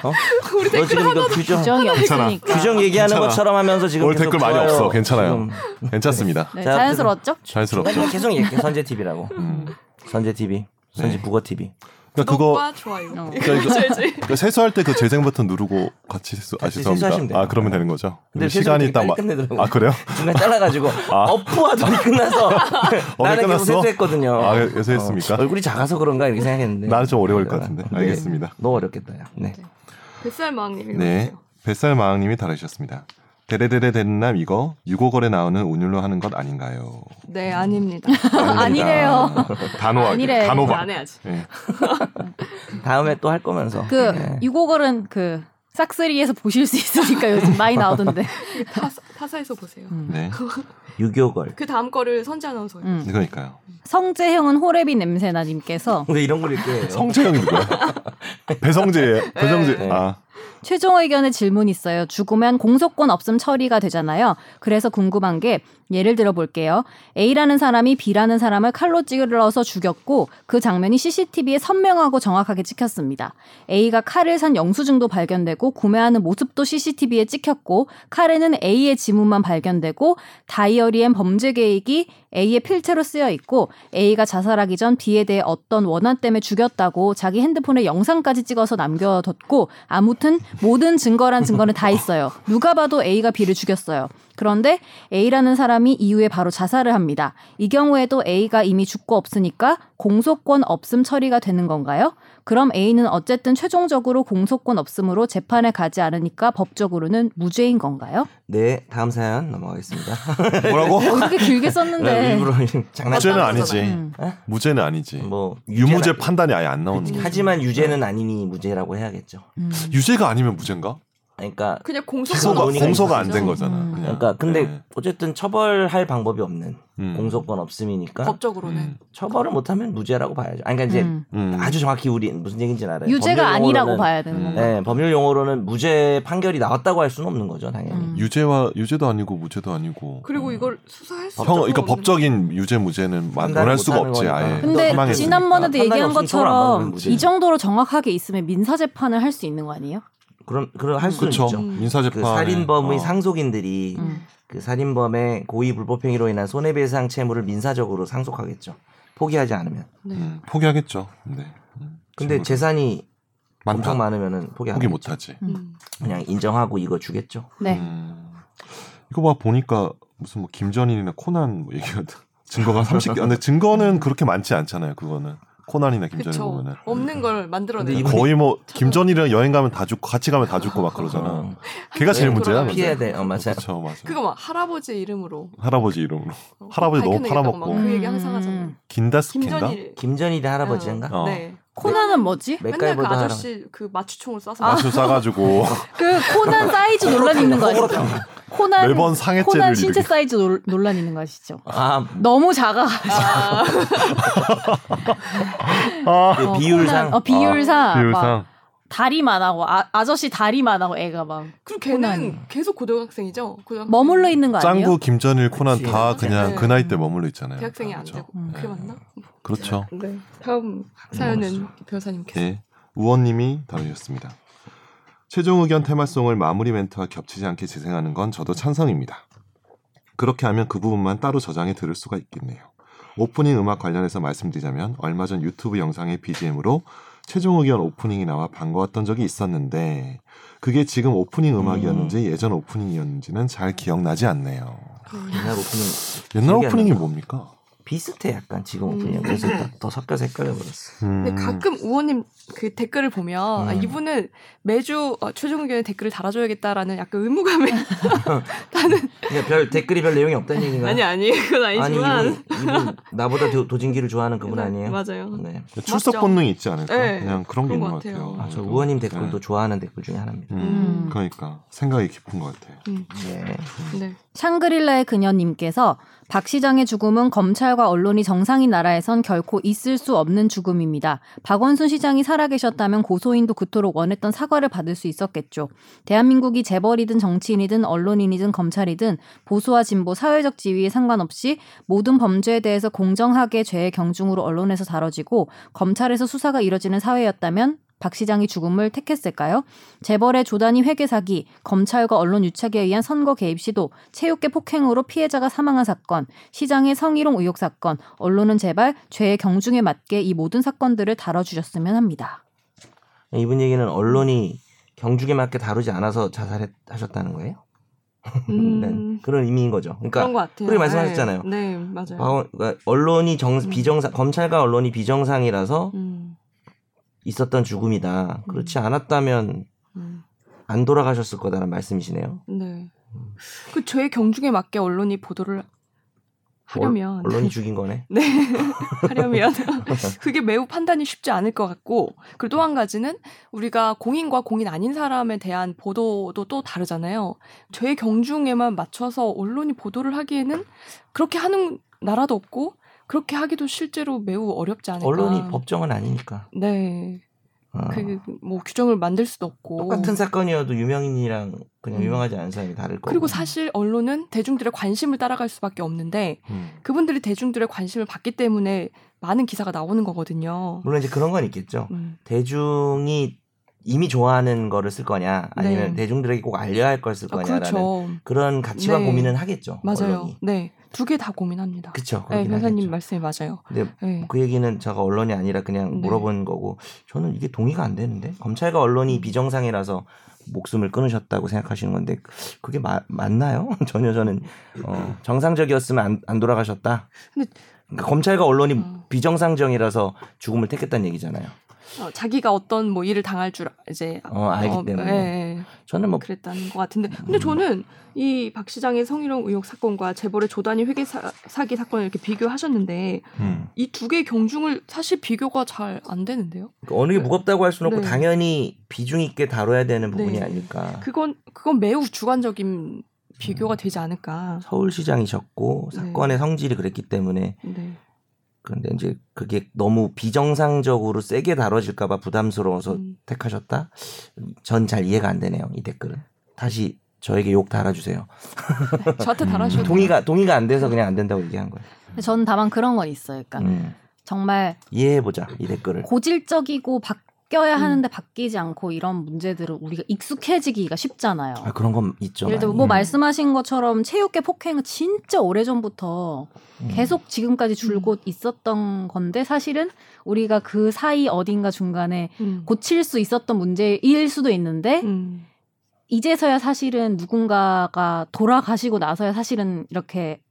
D: 어?
A: 우리
D: 너
A: 댓글
D: 지금 이거 규정
C: 규정이
B: 괜찮아.
C: 없으니까
D: 규정 얘기하는
B: 괜찮아.
D: 것처럼 하면서 지금
B: 오늘
D: 계속
B: 댓글 많이
D: 좋아요.
B: 없어. 괜찮아요.
D: 지금.
B: 괜찮습니다.
C: 네,
D: 자,
C: 자연스러웠죠?
D: 나
B: 자연스럽죠.
D: 지금 뭐 계속 얘기해. 선제 TV라고.
B: 음.
D: 선제 TV. 선제
B: 네.
D: 국어 TV.
B: 그러니까 그거
A: 구독과 좋아요.
C: 어.
B: 그러니까 이거- 그러니까 세수할 때 그 재생 버튼 누르고 같이 세수 아
D: 같이 세수하시면
B: 죄송합니다.
D: 돼요. 네,
B: 아 그러면 되는 거죠.
D: 근데
B: 시간이
D: 세수를
B: 딱
D: 되게
B: 마...
D: 빨리 끝내더라고요.
B: 아 그래요? 아.
D: 중간에 잘라가지고
B: (laughs)
D: 어프하더니 끝나서 나는
B: 끝났어?
D: 계속 세수했거든요.
B: 아, 그래서 했습니까?
D: 어, 얼굴이 작아서 그런가 이렇게 생각했는데 네.
B: 나는 좀 어려울 것 같은데. 알겠습니다. (laughs)
D: 너무 어렵겠다. 야. 네.
A: (laughs) 뱃살망님이
B: 네. 뱃살 마왕님이 다루셨습니다. 데레데레 데남 이거 유고걸에 나오는 운율로 하는 것 아닌가요?
A: 네, 아닙니다.
B: 아닙니다.
C: 아니래요.
B: 단호하게.
C: 아니래.
B: 단호박.
A: 해야지.
B: 예.
D: 다음에 또 할 거면서.
C: 그
D: 네.
C: 유고걸은 그 싹쓸이에서 보실 수 있으니까 요즘 많이
B: (laughs)
C: 나오던데.
A: 그 타사에서 보세요.
C: 음.
B: 네.
D: 유교걸.
A: 그 다음 거를 선지 아나운서.
C: 음.
B: 그러니까요.
C: 성재형은 호레비 냄새나님께서
D: 근데 이런 걸 이렇게 해요.
B: 성재형이 누구야? 배성재예요. 배성재.
D: 네.
B: 아.
C: 최종 의견에 질문 있어요. 죽으면 공소권 없음 처리가 되잖아요. 그래서 궁금한 게 예를 들어 볼게요. A라는 사람이 B라는 사람을 칼로 찔러서 죽였고 그 장면이 CCTV에 선명하고 정확하게 찍혔습니다. A가 칼을 산 영수증도 발견되고 구매하는 모습도 CCTV에 찍혔고 칼에는 A의 지문만 발견되고 다이어리엔 범죄 계획이 A의 필체로 쓰여 있고 A가 자살하기 전 B에 대해 어떤 원한 때문에 죽였다고 자기 핸드폰에 영상까지 찍어서 남겨뒀고 아무튼 모든 증거란 증거는 다 있어요. 누가 봐도 A가 B를 죽였어요. 그런데 A라는 사람이 이후에 바로 자살을 합니다. 이 경우에도 A가 이미 죽고 없으니까 공소권 없음 처리가 되는 건가요? 그럼 A는 어쨌든 최종적으로 공소권 없음으로 재판에 가지 않으니까 법적으로는 무죄인 건가요?
D: 네, 다음 사연 넘어가겠습니다.
B: 뭐라고?
C: 어, 그렇게 길게
D: 네,
C: 썼는데.
D: (laughs) 일부러 장난.
B: 무죄는 아니지.
C: 음.
B: 무죄는 아니지.
D: 뭐
B: 유무죄
D: 유죄는
B: 판단이 아예 안 나오는
D: 아니-
B: 거지.
D: 하지만 유죄는 아니니 무죄라고 해야겠죠.
C: 음.
B: 유죄가 아니면 무죄인가?
D: 그러니까
A: 그냥
B: 기소가
A: 공소가
D: 논의가
B: 공소가 안
D: 있었죠.
B: 된 거잖아.
C: 음.
B: 그냥.
D: 그러니까 근데
B: 네.
D: 어쨌든 처벌할 방법이 없는
B: 음.
D: 공소권 없음이니까
A: 법적으로는
B: 음.
D: 처벌을 못하면 무죄라고 봐야죠. 아니, 그러니까 이제
C: 음.
B: 음.
D: 아주 정확히 우리 무슨 얘기인지는 알아요.
C: 유죄가
D: 법률
C: 아니라고
D: 용어로는-
C: 봐야 되는 건가?
D: 네, 법률 용어로는 무죄 판결이 나왔다고 할 수는 없는 거죠, 당연히.
C: 음.
B: 유죄와 유죄도 아니고 무죄도 아니고.
A: 그리고
B: 음.
A: 이걸 수사할 수
B: 형, 그러니까
A: 없는
B: 법적인 유죄 무죄는 마-
D: 판단을
B: 논할 수가
D: 못하는
B: 없지
D: 거니까.
B: 아예.
D: 또
C: 근데
D: 사망했으니까.
C: 지난번에도
D: 판단이
C: 얘기한
D: 없으면 처벌 안 받으면
C: 것처럼
D: 무죄지.
C: 이 정도로 정확하게 있으면 민사 재판을 할 수 있는 거 아니에요?
D: 그런 그런 할 수는
B: 그렇죠.
D: 있죠.
A: 음.
B: 민사재판
D: 그 살인범의
B: 어.
D: 상속인들이
C: 음.
D: 그 살인범의 고의 불법행위로 인한 손해배상 채무를 민사적으로 상속하겠죠. 포기하지 않으면.
A: 네.
B: 음, 포기하겠죠. 네. 음,
D: 근데
B: 친구들.
D: 재산이
B: 많다.
D: 엄청 많으면은 포기 안
B: 포기
D: 하겠죠.
B: 못하지.
A: 음.
D: 그냥 인정하고 이거 주겠죠.
C: 네.
B: 음. 이거 봐 보니까 무슨 뭐 김전인이나 코난 뭐 얘기하다 증거가 (laughs) 30개. 아, 근데 증거는 그렇게 많지 않잖아요. 그거는 코난이나 김전인
A: 그쵸.
B: 보면은
A: 없는 걸 만들어내는
D: 근데 이분이-
B: 거의 뭐 김전이랑 여행 가면 다 죽고 같이 가면 다 죽고 막 그러잖아.
D: 어,
B: 걔가 그렇죠. 제일
D: 네,
B: 문제야.
A: 그러면
D: 피해야 돼. 어, 맞아요.
B: 그렇죠, 맞아.
A: 그거 막 할아버지 이름으로
B: 할아버지 이름으로
A: 어,
B: 할아버지 너무
A: 밝혀내겠다고
B: 팔아먹고.
A: 막그 얘기 항상 하잖아요.
C: 음.
B: 긴다스킨가?
A: 김전일
D: 김전일의 할아버지인가? 네.
B: 어.
A: 네.
C: 코난은 뭐지?
A: 맨날 그
D: 맥가이버도 할아버지.
A: 아저씨 그 마취총을 쏴서
B: 마술 싸가지고
C: 그 코난
D: (laughs)
C: 사이즈 논란 있는 거 아시죠? 코난
B: 매번 상해죄를
C: 코난
B: 일으키-
C: 신체 사이즈 논- 논란 있는 거 아시죠?
D: 아,
A: 어,
C: 너무 작아.
A: 아,
B: 아,
D: 그
C: 어,
D: 비율상
C: 코난, 어, 비율상, 막
B: 비율상
C: 다리만 하고 아, 아저씨 다리만 하고 애가 막
A: 그럼 걔는
C: 코난이.
A: 계속 고등학생이죠? 고등학생.
C: 머물러 있는 거 아니에요?
B: 짱구 김전일 코난
D: 그치.
B: 다 그냥
A: 네.
B: 그 나이 때 머물러 있잖아요.
A: 대학생이 안
B: 그렇죠.
A: 되고
C: 음.
A: 그게 맞나?
B: 그렇죠.
A: 네. 다음 사연은
D: 넘어가시죠.
A: 변호사님께서.
B: 예. 우원님이 다루셨습니다. 최종 의견 테마송을 마무리 멘트와 겹치지 않게 재생하는 건 저도 찬성입니다. 그렇게 하면 그 부분만 따로 저장해 들을 수가 있겠네요. 오프닝 음악 관련해서 말씀드리자면 얼마 전 유튜브 영상의 BGM으로 최종 의견 오프닝이 나와 반가웠던 적이 있었는데 그게 지금 오프닝 음악이었는지 예전 오프닝이었는지는 잘 기억나지 않네요.
A: 음.
B: 음.
D: 옛날 오프닝
B: 옛날
D: 기억이 안
B: 오프닝이
D: 난다.
B: 뭡니까?
D: 비슷해 약간 지금
A: 음.
D: 오프닝 그래서 더- 더 섞여서 헷갈려 버렸어.
B: 음,
A: 근데 가끔 우원님 그 댓글을 보면 아,
D: 음.
A: 이분은 매주 어, 최종 의견에 댓글을 달아줘야겠다라는 약간 의무감에 나는
D: 그러니까 별 댓글이 별 내용이 없다는
A: (laughs)
D: 얘기가
A: 아니 아니 그건
D: 아니
A: 아니지만
D: 이분, 이분 나보다 도, 도진기를 좋아하는 그분 아니에요?
A: 맞아요.
D: 네.
B: 출석
A: 맞죠?
B: 본능이 있지 않을까?
A: 네,
B: 그냥 그런 게
A: 그런 것
B: 있는 것 같아요.
A: 같아요.
D: 아, 저 우원님
B: 네.
D: 댓글도 좋아하는 댓글 중에 하나입니다.
B: 음.
C: 음.
B: 그러니까 생각이 깊은 것 같아요.
D: 네.
A: 네.
C: 샹그릴라의 그녀님께서 박 시장의 죽음은 검찰과 언론이 정상인 나라에선 결코 있을 수 없는 죽음입니다. 박원순 시장이 살아계셨다면 고소인도 그토록 원했던 사과를 받을 수 있었겠죠. 대한민국이 재벌이든 정치인이든 언론인이든 검찰이든 보수와 진보, 사회적 지위에 상관없이 모든 범죄에 대해서 공정하게 죄의 경중으로 언론에서 다뤄지고 검찰에서 수사가 이뤄지는 사회였다면 박 시장이 죽음을 택했을까요? 재벌의 조단위 회계 사기, 검찰과 언론 유착에 의한 선거 개입 시도, 체육계 폭행으로 피해자가 사망한 사건, 시장의 성희롱 의혹 사건, 언론은 제발 죄의 경중에 맞게 이 모든 사건들을 다뤄주셨으면 합니다.
D: 이분 얘기는 언론이 경주에 맞게 다루지 않아서 자살하셨다는 거예요?
A: 음,
D: 네. 그런 의미인 거죠.
A: 그런
D: 그러니까
A: 것 같아요.
D: 우리 말씀하셨잖아요.
A: 네, 네, 맞아요.
D: 박원- 그러니까 언론이 정, 비정상 검찰과 언론이 비정상이라서
A: 음,
D: 있었던 죽음이다. 그렇지 않았다면
A: 음,
D: 안 돌아가셨을 거다라는 말씀이시네요.
A: 네.
D: 음.
A: 그 죄의 경중에 맞게 언론이 보도를 하려면
D: 언론이 죽인 거네.
A: 아, 네
D: (laughs)
A: 하려면 (laughs) 그게 매우 판단이 쉽지 않을 것 같고 그리고 또 한 가지는 우리가 공인과 공인 아닌 사람에 대한 보도도 또 다르잖아요 죄의 경중에만 맞춰서 언론이 보도를 하기에는 그렇게 하는 나라도 없고 그렇게 하기도 실제로 매우 어렵지 않을까
D: 언론이 법정은 아니니까.
A: 네,
D: 어.
A: 그러니까. 그 뭐 규정을 만들 수도 없고
D: 똑같은 사건이어도 유명인이랑 그냥
A: 음.
D: 유명하지 않은 사람이 다를 거고.
A: 그리고 사실 언론은 대중들의 관심을 따라갈 수밖에 없는데
B: 음.
A: 그분들이 대중들의 관심을 받기 때문에 많은 기사가 나오는 거거든요.
D: 물론 이제 그런 건 있겠죠.
A: 음.
D: 대중이 이미 좋아하는 거를 쓸 거냐, 아니면
A: 네.
D: 대중들에게 꼭 알려야 할 걸 쓸
A: 아,
D: 거냐라는
A: 그렇죠.
D: 그런 가치관
A: 네.
D: 고민은 하겠죠.
A: 맞아요.
D: 언론이.
A: 네, 두 개 다 고민합니다.
D: 그렇죠.
A: 네, 변사님
D: 하겠죠.
A: 말씀이 맞아요.
D: 근데
A: 네.
D: 그 얘기는 제가 언론이 아니라 그냥
A: 네.
D: 물어본 거고 저는 이게 동의가 안 되는데 검찰과
A: 음.
D: 언론이 비정상이라서 목숨을 끊으셨다고 생각하시는 건데 그게 마- 맞나요? (laughs) 전혀 저는 어, 정상적이었으면 안, 안 돌아가셨다.
A: 근데-
D: 그러니까 검찰과 언론이
A: 음.
D: 비정상적이라서 죽음을 택했다는 얘기잖아요.
A: 어, 자기가 어떤 뭐 일을 당할 줄 이제
D: 어, 알기
A: 어,
D: 때문에 음.
A: 예, 예.
D: 저는 뭐
A: 그랬다는 것 같은데 근데 저는 이 박 시장의 성희롱 의혹 사건과 재벌의 조단위 회계 사- 사기 사건을 이렇게 비교하셨는데
B: 음.
A: 이 두 개의 경중을 사실 비교가 잘 안 되는데요.
D: 그러니까 어느 게 무겁다고 할 수는 없고
A: 네.
D: 당연히 비중 있게 다뤄야 되는 부분이
A: 네.
D: 아닐까.
A: 그건 그건 매우 주관적인
D: 음.
A: 비교가 되지 않을까.
D: 서울시장이셨고
A: 네.
D: 사건의 성질이 그랬기 때문에
A: 네.
D: 그런데 이제 그게 너무 비정상적으로 세게 다뤄질까봐 부담스러워서
A: 음.
D: 택하셨다? 전 잘 이해가 안 되네요, 이 댓글은. 다시 저에게 욕 달아주세요.
A: 저한테
B: 음,
A: 달아주셔도
D: 동의가, 동의가 안 돼서 그냥 안 된다고 얘기한 거예요.
C: 저는 다만 그런 건 있어요. 그러니까
D: 음, 네.
C: 정말
D: 이해해보자, 이 댓글을.
C: 고질적이고 바뀌어야
A: 음.
C: 하는데 바뀌지 않고 이런 문제들을 우리가 익숙해지기가 쉽잖아요.
D: 아, 그런 건 있죠.
C: 예를 들어
D: 많이.
C: 뭐 말씀하신 것처럼 체육계 폭행은 진짜 오래전부터
D: 음.
C: 계속 지금까지 줄곧 있었던 건데 사실은 우리가 그 사이 어딘가 중간에
A: 음.
C: 고칠 수 있었던 문제일 수도 있는데
A: 음.
C: 이제서야 사실은 누군가가 돌아가시고 나서야 사실은 이렇게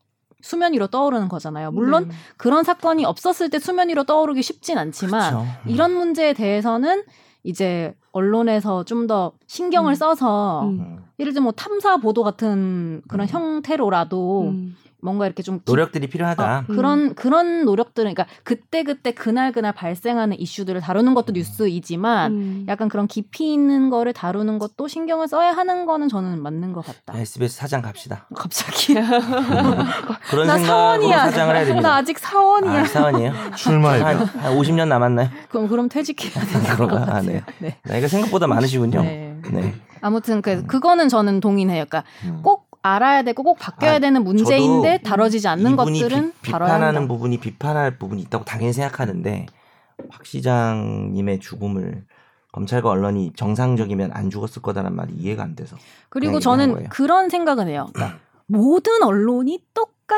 C: 수면 위로 떠오르는 거잖아요. 물론
A: 네.
C: 그런 사건이 없었을 때 수면 위로 떠오르기 쉽진 않지만
D: 그렇죠.
C: 이런 문제에 대해서는 이제 언론에서 좀 더 신경을
A: 음.
C: 써서
A: 음.
D: 음.
C: 예를 들면 뭐 탐사 보도 같은 그런
D: 음.
C: 형태로라도
A: 음.
C: 뭔가 이렇게 좀 깊-
D: 노력들이
C: 어,
D: 필요하다.
A: 음.
C: 그런 그런 노력들은 그러니까 그때 그때 그날 그날 발생하는 이슈들을 다루는
D: 음.
C: 것도 뉴스이지만
A: 음.
C: 약간 그런 깊이 있는 거를 다루는 것도 신경을 써야 하는 거는 저는 맞는 것 같다.
D: SBS 사장 갑시다.
C: 갑자기
D: 그런
C: (laughs) 나
D: 생각으로
C: 사원이야.
D: 사장을 해야 됩니다.
C: 나 아직 사원이야.
D: 아, 사원이에요?
B: 음. 출마에
D: 한, 한 50년 남았나요?
C: 그럼 그럼 퇴직해야 될것
D: (laughs) 그런가? 아,
C: 같아요.
D: 네.
C: 네.
D: 나이가 생각보다 많으시군요. 네.
C: 네. 아무튼 그
D: 음.
C: 그거는 저는 동의해요. 그러니까
B: 음.
C: 꼭 알아야 되고 꼭 바뀌어야
D: 아,
C: 되는 문제인데 다뤄지지 않는
D: 이분이
C: 것들은
D: 비,
C: 다뤄야 한다.
D: 비판하는 부분이 비판할 부분이 있다고 당연히 생각하는데 박 시장님의 죽음을 검찰과 언론이 정상적이면 안 죽었을 거다라는 말이 이해가 안 돼서
C: 그리고
D: 그냥 얘기하는 거예요.
C: 저는 그런 생각은 해요. 그러니까 모든 언론이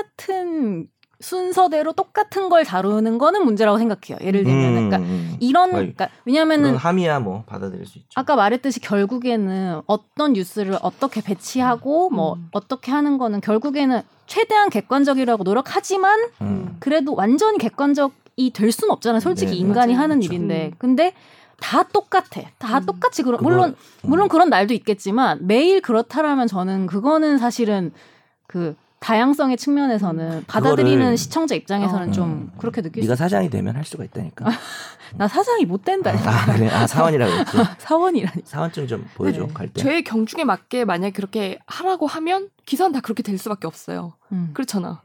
C: 똑같은 순서대로 똑같은 걸 다루는 거는 문제라고 생각해요. 예를 들면,
D: 음,
C: 그러니까
D: 음.
C: 이런,
D: 거의
C: 그러니까
D: 그런
C: 왜냐면은
D: 함의야 뭐 받아들일 수 있죠.
C: 아까 말했듯이 결국에는 어떤 뉴스를 어떻게 배치하고 뭐
A: 음.
C: 어떻게 하는 거는 결국에는 최대한 객관적이라고 노력하지만
D: 음.
C: 그래도 완전히 객관적이 될 수는 없잖아요. 솔직히
D: 네,
C: 인간이
A: 맞아요.
C: 하는
A: 그렇죠.
C: 일인데,
A: 음.
C: 근데 다 똑같아. 다
A: 음.
C: 똑같이 그런
D: 그거-
C: 물론
D: 음.
C: 물론 그런 날도 있겠지만 매일 그렇다라면 저는 그거는 사실은 그 다양성의 측면에서는 받아들이는
D: 음, 그거를- 음.
C: 시청자 입장에서는
A: 어.
C: 좀 그렇게 느낄
D: 네가 사장이 되면 할 수가 있다니까.
A: 아,
C: 수나 사상이 못
A: 네.
C: 된다.
D: 아 그래 아
A: (laughs)
D: 사원이라고 했지.
C: (laughs) 사원이라니.
D: 사원증 좀 보여줘
C: 네.
D: 갈 때.
A: 죄의 경중에 맞게 만약에 그렇게 하라고 하면 기사는 다 그렇게 될 수밖에 없어요.
C: 음.
A: 그렇잖아.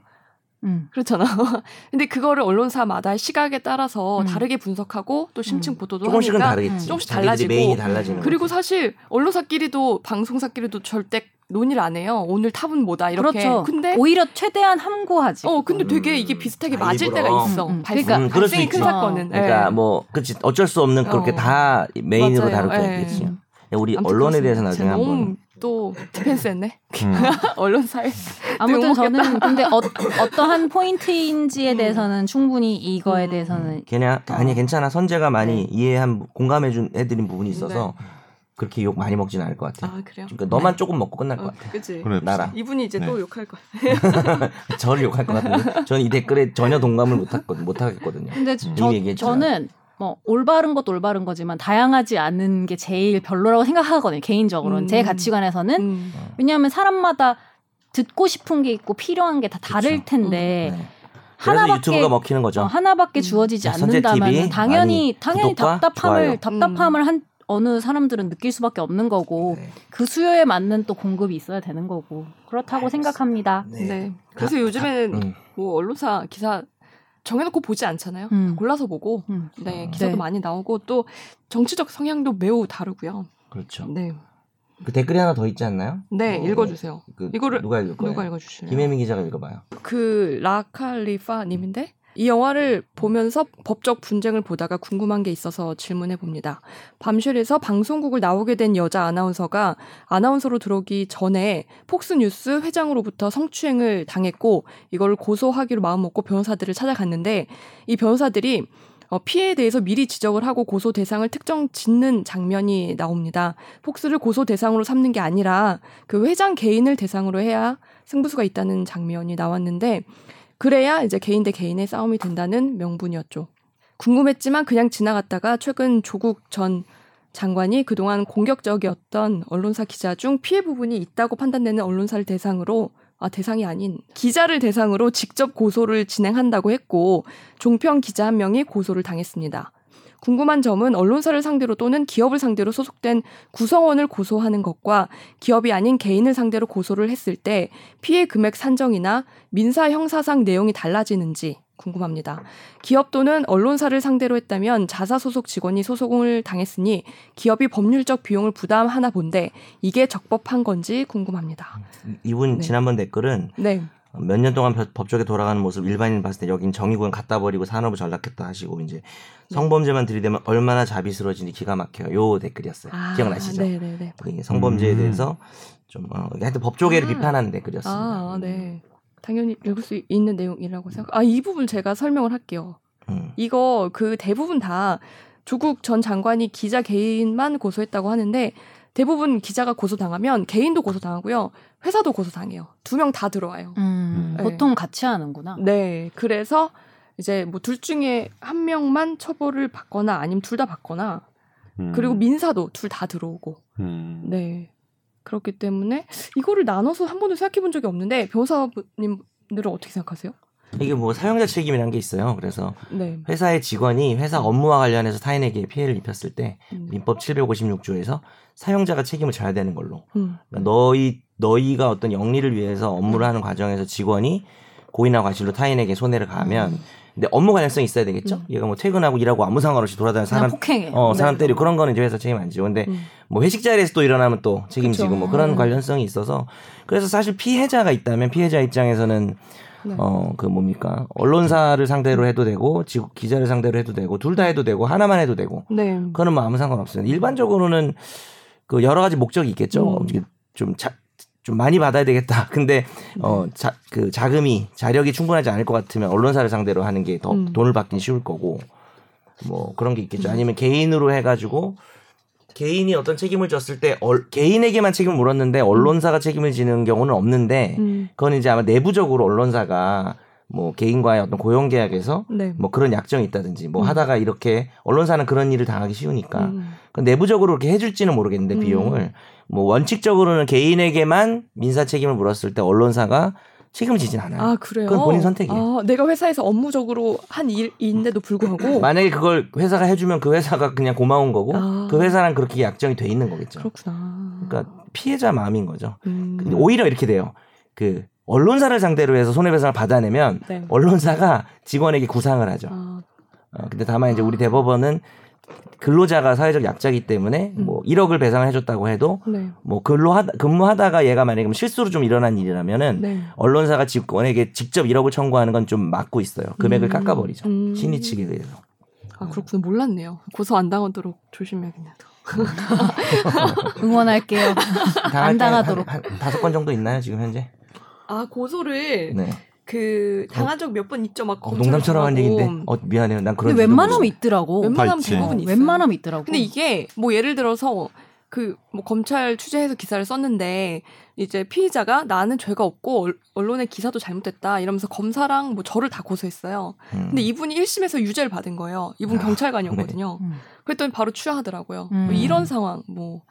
C: 음.
A: 그렇잖아. (laughs) 근데 그거를 언론사마다 시각에 따라서
C: 음.
A: 다르게 분석하고 또 심층
C: 음.
A: 보도도
D: 조금씩은
A: 하니까
D: 다르겠지.
A: 조금씩
D: 자기들이
A: 달라지고.
D: 메인이 달라지는.
A: 그리고
D: 거지.
A: 사실 언론사끼리도 방송사끼리도 절대 논의를 안 해요. 오늘 탑은 뭐다 이렇게.
C: 그렇죠.
A: 근데
C: 오히려 최대한 함구하지.
A: 어 근데 되게
D: 음.
A: 이게 비슷하게
D: 아,
A: 맞을
D: 일부러.
A: 때가 있어.
C: 음, 음.
A: 발생,
D: 그러니까- 음, 그럴 수
A: 발생이 큰
D: 있지.
A: 사건은.
D: 그러니까
A: 예.
D: 뭐 그치 어쩔 수 없는 그렇게
A: 어.
D: 다 메인으로
A: 맞아요.
D: 다룰 거
C: 음.
A: 예.
D: 있겠지. 우리
A: 아무튼
D: 언론에 대해서
A: 그렇습니다.
D: 나중에
A: 제가
D: 한번
A: 너무 또 디펜스했네.
B: 음.
A: 언론사에.
C: 아무튼
A: 욕먹겠다. (laughs)
C: 저는 근데 어, 떠한 포인트인지에
A: 음.
C: 대해서는 충분히 이거에
A: 음.
C: 대해서는
D: 걔냐 아니 괜찮아 선재가 많이
C: 네.
D: 이해한 공감해준 해드린 부분이 있어서 그렇게 욕 많이 먹진 않을 것 같아.
A: 아 그래요?
D: 그러니까 너만 조금 먹고 끝날 것
A: 어,
D: 같아.
A: 그치.
B: 그래,
D: 나라.
A: 이분이 이제
B: 네.
A: 또 욕할 거야.
D: 저를 욕할 것 같은데 저는 이 댓글에 전혀 동감을 못하거든 못하겠거든요.
C: 근데
D: 음.
C: 저,
D: 이미 얘기했지만.
C: 저는 뭐 올바른 것도 올바른 거지만 다양하지 않은 게 제일 별로라고 생각하거든요. 개인적으로는 제
A: 음.
C: 가치관에서는
A: 음.
C: 왜냐하면 사람마다 듣고 싶은 게 있고 필요한 게 다 다를
D: 그쵸.
C: 텐데
D: 네. 그래서
C: 하나밖에
D: 유튜브가 먹히는 거죠.
C: 어, 하나밖에 주어지지
D: 음. 선제 TV
C: 않는다면 당연히
D: 많이
C: 당연히
D: 구독과
C: 답답함을
D: 좋아요.
C: 답답함을 한 어느 사람들은 느낄 수밖에 없는 거고
D: 네.
C: 그 수요에 맞는 또 공급이 있어야 되는 거고 그렇다고
D: 알겠습니다.
C: 생각합니다.
A: 네.
D: 네.
A: 그래서 요즘에는
D: 음.
A: 뭐 언론사 기사 정해놓고 보지 않잖아요.
C: 음.
A: 다 골라서 보고
C: 음.
A: 네
D: 음.
A: 기사도
C: 네.
A: 많이 나오고 또 정치적 성향도 매우 다르고요.
D: 그렇죠.
A: 네,
D: 그 댓글이 하나 더 있지 않나요?
A: 네
D: 어,
A: 읽어주세요.
D: 그
A: 이거를
D: 누가 읽을 거예요?
A: 누가 읽어주시나요?
D: 김혜민 기자가 읽어봐요.
A: 그 라칼리파님인데 이 영화를 보면서 법적 분쟁을 보다가 궁금한 게 있어서 질문해 봅니다. 밤쉘에서 방송국을 나오게 된 여자 아나운서가 아나운서로 들어오기 전에 폭스뉴스 회장으로부터 성추행을 당했고 이걸 고소하기로 마음먹고 변호사들을 찾아갔는데 이 변호사들이 어, 피해에 대해서 미리 지적을 하고 고소 대상을 특정 짓는 장면이 나옵니다. 폭스를 고소 대상으로 삼는 게 아니라 그 회장 개인을 대상으로 해야 승부수가 있다는 장면이 나왔는데 그래야 이제 개인 대 개인의 싸움이 된다는 명분이었죠. 궁금했지만 그냥 지나갔다가 최근 조국 전 장관이 그동안 공격적이었던 언론사 기자 중 피해 부분이 있다고 판단되는 언론사를 대상으로 아 대상이 아닌 기자를 대상으로 직접 고소를 진행한다고 했고 종편 기자 한 명이 고소를 당했습니다. 궁금한 점은 언론사를 상대로 또는 기업을 상대로 소속된 구성원을 고소하는 것과 기업이 아닌 개인을 상대로 고소를 했을 때 피해 금액 산정이나 민사 형사상 내용이 달라지는지 궁금합니다. 기업 또는 언론사를 상대로 했다면 자사 소속 직원이 소송을 당했으니 기업이 법률적 비용을 부담하나 본데 이게 적법한 건지 궁금합니다.
D: 이- 이분
A: 네.
D: 지난번 댓글은
A: 네.
D: 몇 년 동안 벼- 법조계 돌아가는 모습 일반인 봤을 때 여긴 정의군 갖다 버리고 산업을 전락했다 하시고
A: 네.
D: 이제 성범죄만 들이대면 얼마나 자비스러워지니 기가 막혀요. 요 댓글이었어요. 아, 기억나시죠?
A: 네, 네, 네.
D: 그 성범죄에
B: 음.
D: 대해서 좀 어, 하여튼 법조계를
A: 아.
D: 비판하는 댓글이었습니다.
A: 아,
D: 음.
A: 네. 당연히 읽을 수 있는 내용이라고 생각. 아, 이 부분 제가 설명을 할게요.
D: 음.
A: 이거 그 대부분 다 조국 전 장관이 기자 개인만 고소했다고 하는데 대부분 기자가 고소당하면 개인도 고소당하고요. 회사도 고소당해요. 두 명 다 들어와요.
C: 음,
A: 네.
C: 보통 같이 하는구나.
A: 네. 그래서 이제 뭐 둘 중에 한 명만 처벌을 받거나 아니면 둘 다 받거나
B: 음.
A: 그리고 민사도 둘 다 들어오고.
B: 음.
A: 네. 그렇기 때문에 이거를 나눠서 한 번도 생각해 본 적이 없는데 변호사님들은 어떻게 생각하세요?
D: 이게 뭐 사용자 책임이라는 게 있어요. 그래서
A: 네.
D: 회사의 직원이 회사 업무와 관련해서 타인에게 피해를 입혔을 때
A: 음.
D: 민법 756조에서 사용자가 책임을 져야 되는 걸로
A: 음.
D: 그러니까 너희 너희가 어떤 영리를 위해서 업무를 하는 과정에서 직원이 고의나 과실로 타인에게 손해를 가하면 근데 업무 관련성이 있어야 되겠죠.
A: 음.
D: 얘가 뭐 퇴근하고 일하고 아무 상관없이 돌아다니는
C: 그냥
D: 사람
C: 폭행해.
D: 어 사람
A: 네.
D: 때리고 그런 거는 이제 회사 책임 안 지고 근데
A: 음.
D: 뭐 회식 자리에서 또 일어나면 또 책임지고
A: 그쵸.
D: 뭐 그런
A: 음.
D: 관련성이 있어서 그래서 사실 피해자가 있다면 피해자 입장에서는
A: 네.
D: 어 그 뭡니까 언론사를 상대로 해도 되고 지 기자를 상대로 해도 되고 둘 다 해도 되고 하나만 해도 되고
A: 네.
D: 그거는 뭐 아무 상관 없어요. 일반적으로는 그 여러 가지 목적이 있겠죠.
A: 음.
D: 이게 좀 자, 좀 많이 받아야 되겠다. (laughs) 근데
A: 음.
D: 어, 자, 그 자금이 자력이 충분하지 않을 것 같으면 언론사를 상대로 하는 게 더
A: 음.
D: 돈을 받긴 쉬울 거고 뭐 그런 게 있겠죠. 아니면 개인으로 해가지고 개인이 어떤 책임을 졌을 때 얼- 개인에게만 책임을 물었는데 언론사가 책임을 지는 경우는 없는데
A: 음.
D: 그건 이제 아마 내부적으로 언론사가 뭐 개인과의 어떤 고용 계약에서
A: 네.
D: 뭐 그런 약정이 있다든지 뭐
A: 음.
D: 하다가 이렇게 언론사는 그런 일을 당하기 쉬우니까
A: 음.
D: 그 내부적으로 이렇게 해줄지는 모르겠는데
A: 음.
D: 비용을 뭐 원칙적으로는 개인에게만 민사 책임을 물었을 때 언론사가 책임을 지진 않아요.
A: 아 그래요?
D: 네. 그건 본인 선택이에요.
A: 아, 내가 회사에서 업무적으로 한 일인데도
D: (laughs)
A: 불구하고
D: 만약에 그걸 회사가 해주면 그 회사가 그냥 고마운 거고
A: 아.
D: 그 회사랑 그렇게 약정이 돼 있는 거겠죠. 그
A: 그렇구나.
D: 러니까 피해자 마음인 거죠.
A: 음.
D: 근데 오히려 이렇게 돼요. 그 언론사를 상대로 해서 손해배상을 받아내면
A: 네.
D: 언론사가 직원에게 구상을 하죠.
A: 아,
D: 어, 근데 다만 이제 우리 대법원은 근로자가 사회적 약자이기 때문에
A: 음.
D: 뭐 1억을 배상을 해줬다고 해도
A: 네.
D: 뭐 근로하 근무하다가 얘가 만약에 그럼 실수로 좀 일어난 일이라면은
A: 네.
D: 언론사가 직원에게 직접 1억을 청구하는 건 좀 막고 있어요. 금액을
A: 음.
D: 깎아버리죠.
A: 음.
D: 신의 측에 의해서.
A: 아 그렇구나 몰랐네요. 고소 안 당하도록 조심해야겠네요.
C: 응원할게요.
D: 당할 때
C: 당하도록.
D: 한, 한 다섯 건 정도 있나요 지금 현재?
A: 아 고소를
D: 네.
A: 그 당한 적 몇 번 있죠 막
D: 어,
A: 고소를
D: 농담처럼 한
A: 당하고.
D: 얘기인데. 어 미안해요. 난 (laughs)
C: 근데
D: 그런. 줄도
C: 웬만하면
D: 모르고.
C: 있더라고.
A: 웬만하면
B: 있지.
A: 대부분
C: 어,
A: 있어요.
C: 웬만하면 있더라고.
A: 근데 이게 뭐 예를 들어서 그 뭐 검찰 취재해서 기사를 썼는데 이제 피의자가 나는 죄가 없고 얼- 언론의 기사도 잘못됐다 이러면서 검사랑 뭐 저를 다 고소했어요.
D: 음.
A: 근데 이분이 1심에서 유죄를 받은 거예요. 이분
D: 아,
A: 경찰관이었거든요.
C: 네. 음.
A: 그랬더니 바로 취하하더라고요.
C: 음.
A: 뭐 이런 상황 뭐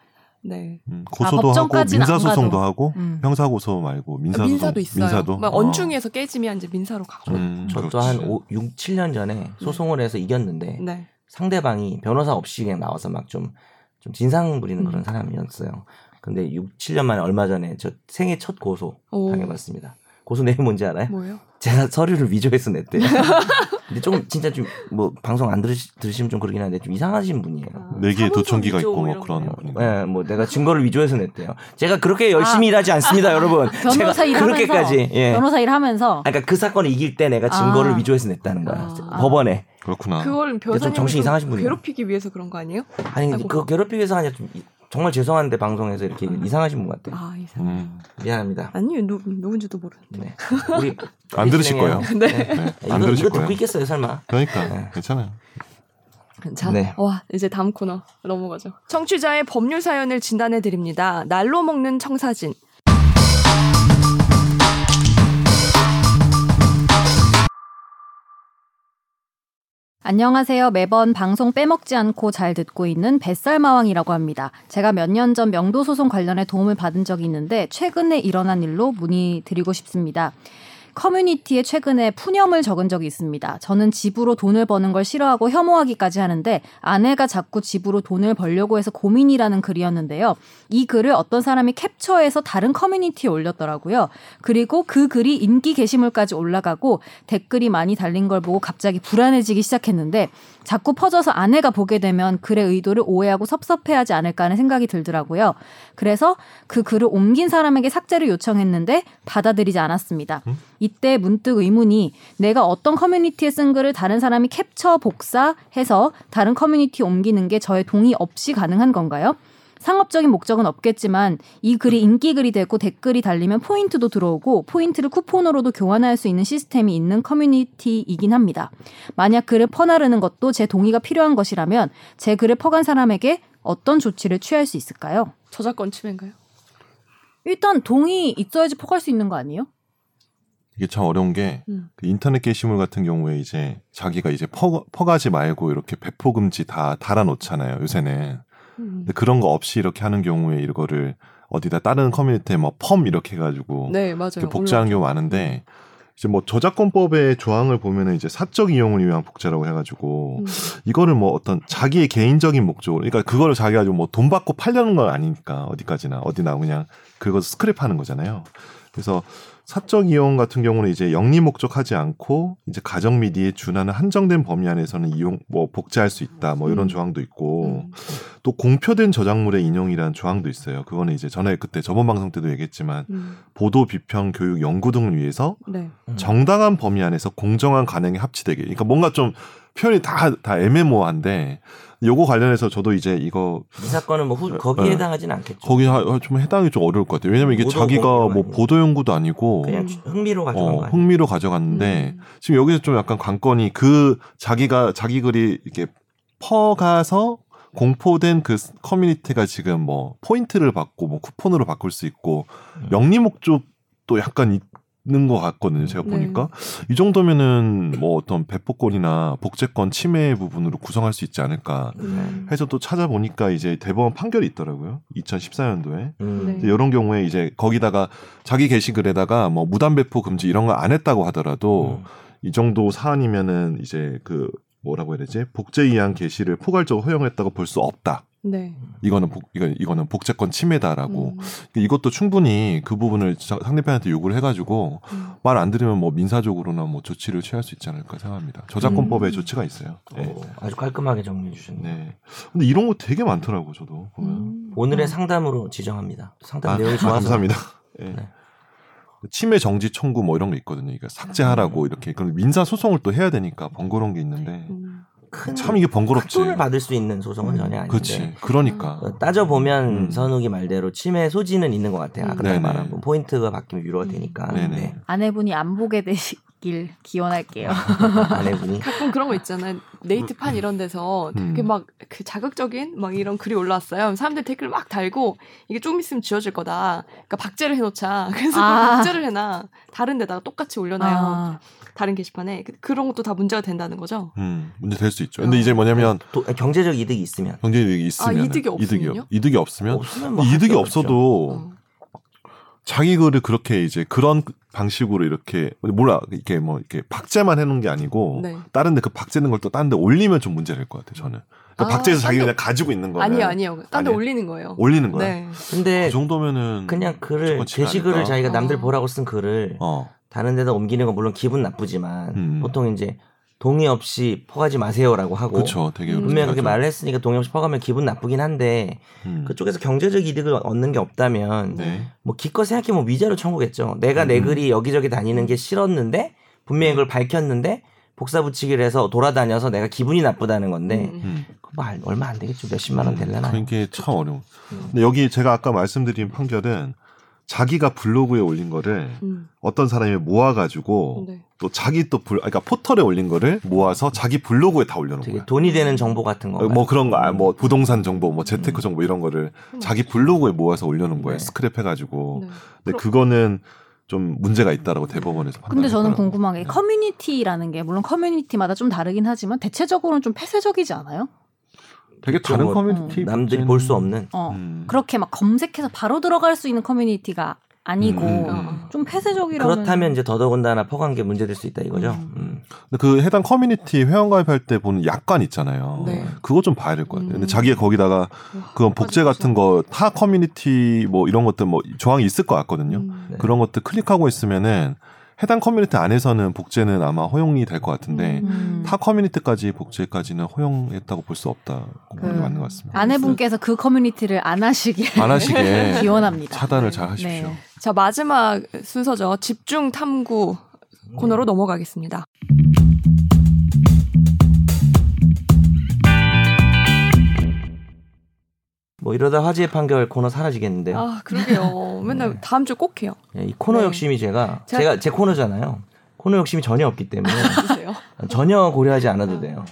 A: 네.
B: 음, 고소도 하고
C: 법정까지는
B: 민사 소송도
C: 안
B: 하고
C: 음.
B: 형사 고소 말고 민사 소송
A: 아, 민사도 있어요.
B: 민사도?
A: 막
B: 어.
A: 언중에서 깨지면 이제 민사로 가고.
B: 음,
D: 저도
B: 그렇지.
D: 한 5, 6, 7년 전에 소송을 해서 이겼는데
A: 네.
D: 상대방이 변호사 없이 그냥 나와서 막 좀 좀 진상 부리는
A: 음.
D: 그런 사람이었어요. 근데 6, 7년 만에 얼마 전에 저 생애 첫 고소
A: 오.
D: 당해봤습니다. 고소 내용이 뭔지 알아요?
B: 네.
A: 뭐예요?
D: 제가 서류를 위조해서
C: (laughs)
D: 냈대요. 근데 좀 진짜 좀 뭐 방송 안 들으시, 들으시면 좀 그러긴 한데 좀 이상하신 분이에요.
A: 아,
B: 내기에
A: 사무소
B: 네 도청기가
A: 위조
B: 있고 뭐
A: 이런
B: 그런
A: 거예요?
B: 분이.
D: 예, 뭐 내가 증거를 위조해서 냈대요. 제가 그렇게 열심히 일하지 않습니다, 여러분.
C: 아. (laughs) 변호사
D: 제가
C: 일하면서
D: 그렇게까지. 예.
C: 변호사 일하면서
D: 아, 그러니까 그 사건을 이길 때 내가 증거를
C: 아.
D: 위조해서 냈다는 거야.
A: 아.
D: 법원에.
B: 그렇구나.
A: 그걸 변호사님
D: 정신 이상하신 분이에요.
A: 괴롭히기 위해서 그런 거 아니에요?
D: 아니 근데
A: 아이고.
D: 그 괴롭히기 위해서 아니라 좀 이- 정말 죄송한데 방송에서 이렇게 이상하신 분 같아요.
A: 아 이상.
B: 음,
D: 미안합니다.
A: 아니요 누, 누군지도 모르는데. (laughs)
D: 네. 우리
B: 안 들으실 거예요.
A: 네.
B: 네,
D: (laughs) 이거,
B: 안 들으실
D: 이거 듣고
B: 거예요.
D: 있겠어요, 설마?
B: 그러니까
D: 네.
B: 괜찮아요.
A: 자,
D: 네.
A: 와 이제 다음 코너 넘어가죠. 청취자의 법률 사연을 진단해 드립니다. 날로 먹는 청사진.
C: 안녕하세요. 매번 방송 빼먹지 않고 잘 듣고 있는 뱃살마왕이라고 합니다. 제가 몇 년 전 명도소송 관련해 도움을 받은 적이 있는데 최근에 일어난 일로 문의드리고 싶습니다. 커뮤니티에 최근에 푸념을 적은 적이 있습니다. 저는 집으로 돈을 버는 걸 싫어하고 혐오하기까지 하는데 아내가 자꾸 집으로 돈을 벌려고 해서 고민이라는 글이었는데요. 이 글을 어떤 사람이 캡처해서 다른 커뮤니티에 올렸더라고요. 그리고 그 글이 인기 게시물까지 올라가고 댓글이 많이 달린 걸 보고 갑자기 불안해지기 시작했는데 자꾸 퍼져서 아내가 보게 되면 글의 의도를 오해하고 섭섭해하지 않을까 하는 생각이 들더라고요. 그래서 그 글을 옮긴 사람에게 삭제를 요청했는데 받아들이지 않았습니다. 이때 문득 의문이 내가 어떤 커뮤니티에 쓴 글을 다른 사람이 캡처 복사해서 다른 커뮤니티에 옮기는 게 저의 동의 없이 가능한 건가요? 상업적인 목적은 없겠지만 이 글이 인기 글이 되고 댓글이 달리면 포인트도 들어오고 포인트를 쿠폰으로도 교환할 수 있는 시스템이 있는 커뮤니티이긴 합니다. 만약 글을 퍼나르는 것도 제 동의가 필요한 것이라면 제 글을 퍼간 사람에게 어떤 조치를 취할 수 있을까요?
A: 저작권 침해인가요?
C: 일단 동의 있어야지 퍼갈 수 있는 거 아니에요?
B: 이게 참 어려운 게
A: 음.
B: 그 인터넷 게시물 같은 경우에 이제 자기가 이제 퍼, 퍼가지 말고 이렇게 배포 금지 다 달아놓잖아요 요새는
A: 음.
B: 근데 그런 거 없이 이렇게 하는 경우에 이거를 어디다 다른 커뮤니티에 뭐펌 이렇게 해가지고
A: 네 맞아요.
B: 이렇게 그 복제하는 경우 많은데 이제 뭐 저작권법의 조항을 보면은 이제 사적 이용을 위한 복제라고 해가지고
A: 음.
B: 이거를 뭐 어떤 자기의 개인적인 목적으로 그러니까 그거를 자기가 좀 뭐 돈 받고 팔려는 건 아니니까 어디까지나 어디나 그냥 그거 스크랩하는 거잖아요. 그래서 사적 이용 같은 경우는 이제 영리 목적하지 않고 이제 가정 미디에 준하는 한정된 범위 안에서는 이용 뭐 복제할 수 있다 뭐 이런
A: 음.
B: 조항도 있고
A: 음.
B: 또 공표된 저작물의 인용이라는 조항도 있어요. 그거는 이제 전에 그때 저번 방송 때도 얘기했지만
A: 음.
B: 보도 비평 교육 연구 등을 위해서
A: 네.
D: 음.
B: 정당한 범위 안에서 공정한 가능이 합치되게. 그러니까 뭔가 좀 표현이 다 다 애매모호한데 요거 관련해서 저도 이제 이거
D: 이 사건은 뭐 후, 거기에
B: 네.
D: 해당하진 않겠죠.
B: 거기 하- 좀 해당이 좀 어려울 것 같아요. 왜냐면 이게
D: 보도
B: 자기가
D: 공표가
B: 뭐
D: 아니고.
B: 보도 연구도 아니고
D: 그냥 흥미로 가져간
B: 어,
D: 거 아니에요?
B: 흥미로 가져갔는데
A: 음.
B: 지금 여기서 좀 약간 관건이 그 자기가 자기 글이 이렇게 퍼가서 공포된 그 스- 커뮤니티가 지금 뭐 포인트를 받고 뭐 쿠폰으로 바꿀 수 있고
D: 음.
B: 영리 목적도 약간 있는 것 같거든요. 제가
A: 네.
B: 보니까 이 정도면은 뭐 어떤 배포권이나 복제권 침해 부분으로 구성할 수 있지 않을까
D: 네.
A: 음.
B: 해서 또 찾아보니까 이제 대법원 판결이 있더라고요. 2014년도에
D: 음.
A: 네.
B: 이제 이런 경우에 이제 거기다가 자기 게시글에다가 뭐 무단 배포 금지 이런 걸 안 했다고 하더라도
D: 음.
B: 이 정도 사안이면은 이제 그 뭐라고 해야 되지 복제 이한 게시를 포괄적으로 허용했다고 볼 수 없다.
A: 네.
B: 이거는 복, 이건 이거는 복제권 침해다라고
A: 음.
B: 이것도 충분히 그 부분을 자- 상대편한테 요구를 해가지고
A: 음.
B: 말 안 들으면 뭐 민사적으로나 뭐 조치를 취할 수 있지 않을까 생각합니다. 저작권법에
A: 음.
B: 조치가 있어요. 네.
D: 오, 아주 깔끔하게 정리해 주셨네요.
B: 네. 근데 이런 거 되게 많더라고 저도 보면.
A: 음.
D: 오늘의 상담으로 지정합니다. 상담
B: 아,
D: 네, 내용이 좋아서 (laughs)
B: 감사합니다. 예.
D: 네.
B: 침해 정지 청구 뭐 이런 거 있거든요. 그러니까 삭제하라고 이렇게 그럼 민사 소송을 또 해야 되니까 번거로운 게 있는데
A: 음.
D: 큰,
B: 참 이게
D: 큰
B: 번거롭지.
D: 돈을 그 받을 수 있는 소송은 전혀 아닌데 어,
B: 그렇지. 그러니까
D: 따져 보면
B: 음.
D: 선욱이 말대로 침해 소지는 있는 것 같아요. 아까
B: 네네.
D: 말한 건 포인트가 바뀌면 위로가 되니까.
B: 네네.
D: 네.
C: 아내분이 안 보게 되시 있길
A: 아,
C: 기원할게요.
A: (laughs)
D: 아내분이
A: 가끔 그런 거 있잖아요.
D: 음.
A: 네이트판 이런 데서 되게
B: 음.
A: 막 그 자극적인 막 이런 글이 올라왔어요. 그럼 사람들 댓글 막 달고 이게 조금 있으면 지워질 거다. 그러니까 박제를 해놓자. (laughs) 그래서
C: 아.
A: 박제를 해놔. 다른 데다가 똑같이 올려놔요.
C: 아,
A: 다른 게시판에 그- 그런 것도 다 문제가 된다는 거죠.
B: 음, 문제 될 수 있죠.
D: 어.
B: 근데 이제 뭐냐면
D: 도- 경제적 이득이 있으면
B: 경제 이득이 있으면
A: 이득이 없으면요?
B: 이득이 없으면
D: 없으면 뭐
B: 이득이
D: 할 필요가 없죠.
B: 없어도
A: 어.
B: 자기 글을 그렇게 이제 그런 방식으로 이렇게 몰라 이렇게 뭐 이렇게 박제만 해놓은 게 아니고
A: 네.
B: 다른데 그 박제는 걸 또 다른 데 올리면 좀 문제될 것 같아요. 저는 그러니까
A: 아,
B: 박제해서 자기
A: 딴
B: 그냥 가지고 있는 거는
A: 아니요, 아니요. 딴 데
B: 네. 아니에요.
A: 올리는 거예요.
B: 올리는 거야.
A: 네.
D: 근데
B: 그 정도면은
D: 그냥 글을
B: 무조건 지가
D: 게시글을
B: 아닐까?
D: 자기가 남들
A: 어.
D: 보라고 쓴 글을
B: 어
D: 다른 데다 옮기는 건 물론 기분 나쁘지만
B: 음.
D: 보통 이제 동의 없이 퍼가지 마세요라고 하고
B: 그렇죠. 되게
A: 음.
D: 분명히 그렇게
B: 그렇죠.
D: 말을 했으니까 동의 없이 퍼가면 기분 나쁘긴 한데
B: 음.
D: 그쪽에서 경제적 이득을 얻는 게 없다면
B: 네.
D: 뭐 기껏 생각해보면 위자료 청구겠죠. 내가 내
B: 음.
D: 글이 여기저기 다니는 게 싫었는데 분명히 그걸 밝혔는데 복사 붙이기를 해서 돌아다녀서 내가 기분이 나쁘다는 건데
A: 음.
B: 음.
D: 그거 뭐 알- 얼마 안 되겠죠. 몇십만 원 될려나.
B: 그게 그러니까 참 어려운.
D: 음.
B: 근데 여기 제가 아까 말씀드린 판결은 자기가 블로그에 올린 거를
A: 음.
B: 어떤 사람이 모아가지고
A: 네.
B: 또 자기 또 불, 그러니까 포털에 올린 거를 모아서 자기 블로그에 다 올려놓은
D: 되게
B: 거야.
D: 돈이 음. 되는 정보 같은 거.
B: 어, 뭐 그런 거, 아, 뭐 부동산 정보, 뭐 재테크 정보 이런 거를 자기 블로그에 모아서 올려놓은 거예요.
D: 음. 네.
B: 스크랩해가지고.
A: 네.
B: 근데 그거는 좀 문제가 있다라고 대법원에서 판단.
C: 근데 저는 궁금한 게 커뮤니티라는 게 물론 커뮤니티마다 좀 다르긴 하지만 대체적으로는 좀 폐쇄적이지 않아요?
B: 되게 다른
D: 뭐
B: 커뮤니티
D: 남들이 볼 수 없는.
C: 어.
B: 음.
C: 그렇게 막 검색해서 바로 들어갈 수 있는 커뮤니티가 아니고
B: 음,
A: 어,
B: 음.
A: 어.
C: 좀 폐쇄적이라면
D: 그렇다면 이제 더더군다나 퍼간 게 문제될 수 있다 이거죠. 음.
B: 근데 그 해당 커뮤니티 회원 가입할 때 보는 약관 있잖아요.
A: 네.
B: 그거 좀 봐야 될 것 같아요. 근데
A: 음.
B: 자기가 거기다가 그런 복제 같은 거 타 커뮤니티 뭐 이런 것들 뭐 조항이 있을 것 같거든요.
A: 음.
D: 네.
B: 그런 것들 클릭하고 있으면은 해당 커뮤니티 안에서는 복제는 아마 허용이 될 것 같은데
C: 음.
B: 타 커뮤니티까지 복제까지는 허용했다고 볼 수 없다고 보는 게
C: 그
B: 맞는 것
A: (laughs)
B: 같습니다.
C: 아내분께서 그 커뮤니티를 안 하시길
B: 안 하시게
C: 기원합니다.
B: 아, 네. 차단을 잘 하십시오.
C: 네.
A: 자 마지막 순서죠. 집중 탐구
D: 음.
A: 코너로 넘어가겠습니다.
D: 뭐 이러다 화재 판결 코너 사라지겠는데요.
A: 아
D: (laughs)
A: 그러게요.
D: 네.
A: 맨날 다음 주 꼭 해요.
D: 예, 이 코너
A: 네.
D: 욕심이 제가
A: 제가-
D: 제가 제 코너잖아요. 코너 욕심이 전혀 없기 때문에
A: (laughs) 주세요. 네,
D: 전혀 고려하지 않아도 돼요.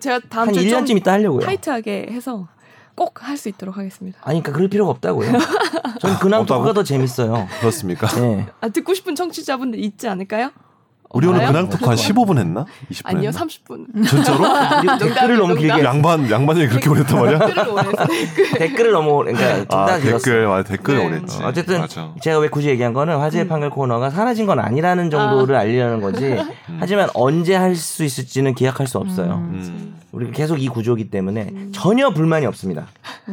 A: 제가 다음
D: 한
A: 주에 좀
D: 1년쯤 있다 하려고요.
A: 타이트하게 해서 꼭 할 수 있도록 하겠습니다.
D: 아니, 그러니까 그럴 필요가 없다고요. 전 그나마
B: 없다고?
D: 토크가
B: (laughs)
D: 더 재밌어요.
B: 그렇습니까?
D: 네.
A: 아, 듣고 싶은 청취자분들 있지 않을까요?
B: 우리 오늘
A: 없나요?
B: 근황 특한 15분 했나? 20분
A: 아니요
B: 했나?
A: 30분. (laughs)
B: 진짜로?
D: 그리고 댓글을 너무
A: 농담.
D: 길게
B: 양반 양반이 그렇게 오래 했단 말이야?
A: 댓글을 오해해서 (laughs) 댓글.
D: 댓글을 너무 그러니까
B: 아,
D: 다 길었어요.
B: 댓글 맞아 댓글
A: 네.
B: 오래 했지.
D: 어, 어쨌든
B: 맞아. 음.
D: 제가 왜 굳이 얘기한 거는
C: 음.
D: 화재 판결 코너가 사라진 건 아니라는 정도를
C: (laughs)
D: 알리려는 거지. 하지만 언제 할 수 있을지는 기약할 수 없어요.
B: 음,
D: 우리가 계속 이 구조이기 때문에
C: 음.
D: 전혀 불만이 없습니다.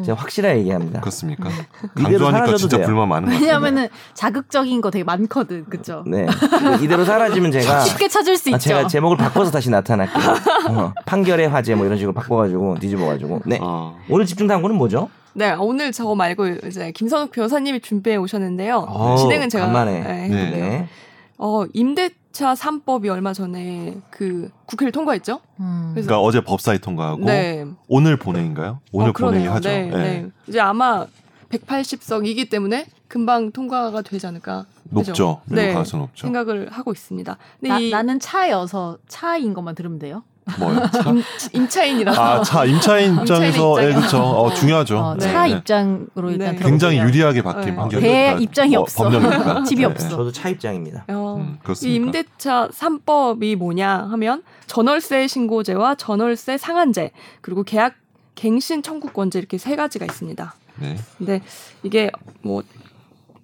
D: 제가 확실하게 얘기합니다.
B: 그렇습니까?
D: 이대로
B: 강조하니까
D: 사라져도
B: 진짜
D: 돼요.
B: 불만 많은 것 같아요.
C: (laughs) 왜냐하면은 자극적인 거 되게 많거든, 그죠? (laughs)
D: 네. 이대로 사라지면 제가
C: 쉽게 찾을 수
D: 아,
C: 있죠.
D: 제가 제목을 바꿔서 다시 나타날게요.
C: (laughs)
D: 어, 판결의 화제 뭐 이런 식으로 바꿔가지고 뒤집어가지고. 네.
B: 어.
D: 오늘 집중 탐구는 뭐죠?
A: 네 오늘 저 말고 이제 김선욱 변호사님이 준비해 오셨는데요.
D: 어,
A: 진행은 제가
D: 간만에.
A: 네,
B: 네.
A: 해볼게요. 어 임대차 3법이 얼마 전에 그 국회를 통과했죠?
C: 음.
A: 그래서-
B: 그러니까 어제 법사위 통과하고
A: 네.
B: 오늘 본회인가요? 오늘
A: 어,
B: 본회의
A: 그러네요.
B: 하죠.
A: 네,
B: 예.
A: 네. 이제 아마 180석이기 때문에 금방 통과가 되지 않을까
B: 그렇죠. 높죠.
A: 네.
B: 네. 가능성 높죠.
A: 생각을 하고 있습니다. 근데
C: 나,
A: 이
C: 나는 차여서 차인 것만 들으면 돼요.
B: 뭐요? 차?
A: (laughs) 임차인이라서
B: 아, 차 임차인 입장에서
A: 임차인의
B: 예, 그렇죠. 어, 중요하죠.
C: 어,
B: 네.
C: 차
B: 네.
C: 입장으로 일단
A: 네.
C: 들어.
B: 굉장히 유리하게 바뀐
A: 네.
B: 판결.
C: 배에 입장이 없어.
B: 법령이니까.
C: 집이
B: 네.
C: 없어.
D: 저도 차 입장입니다.
A: 어,
B: 음,
A: 이
B: 그렇습니까?
A: 임대차 3법이 뭐냐 하면 전월세 신고제와 전월세 상한제 그리고 계약 갱신 청구권제 이렇게 세 가지가 있습니다.
B: 네.
A: 근데 이게 뭐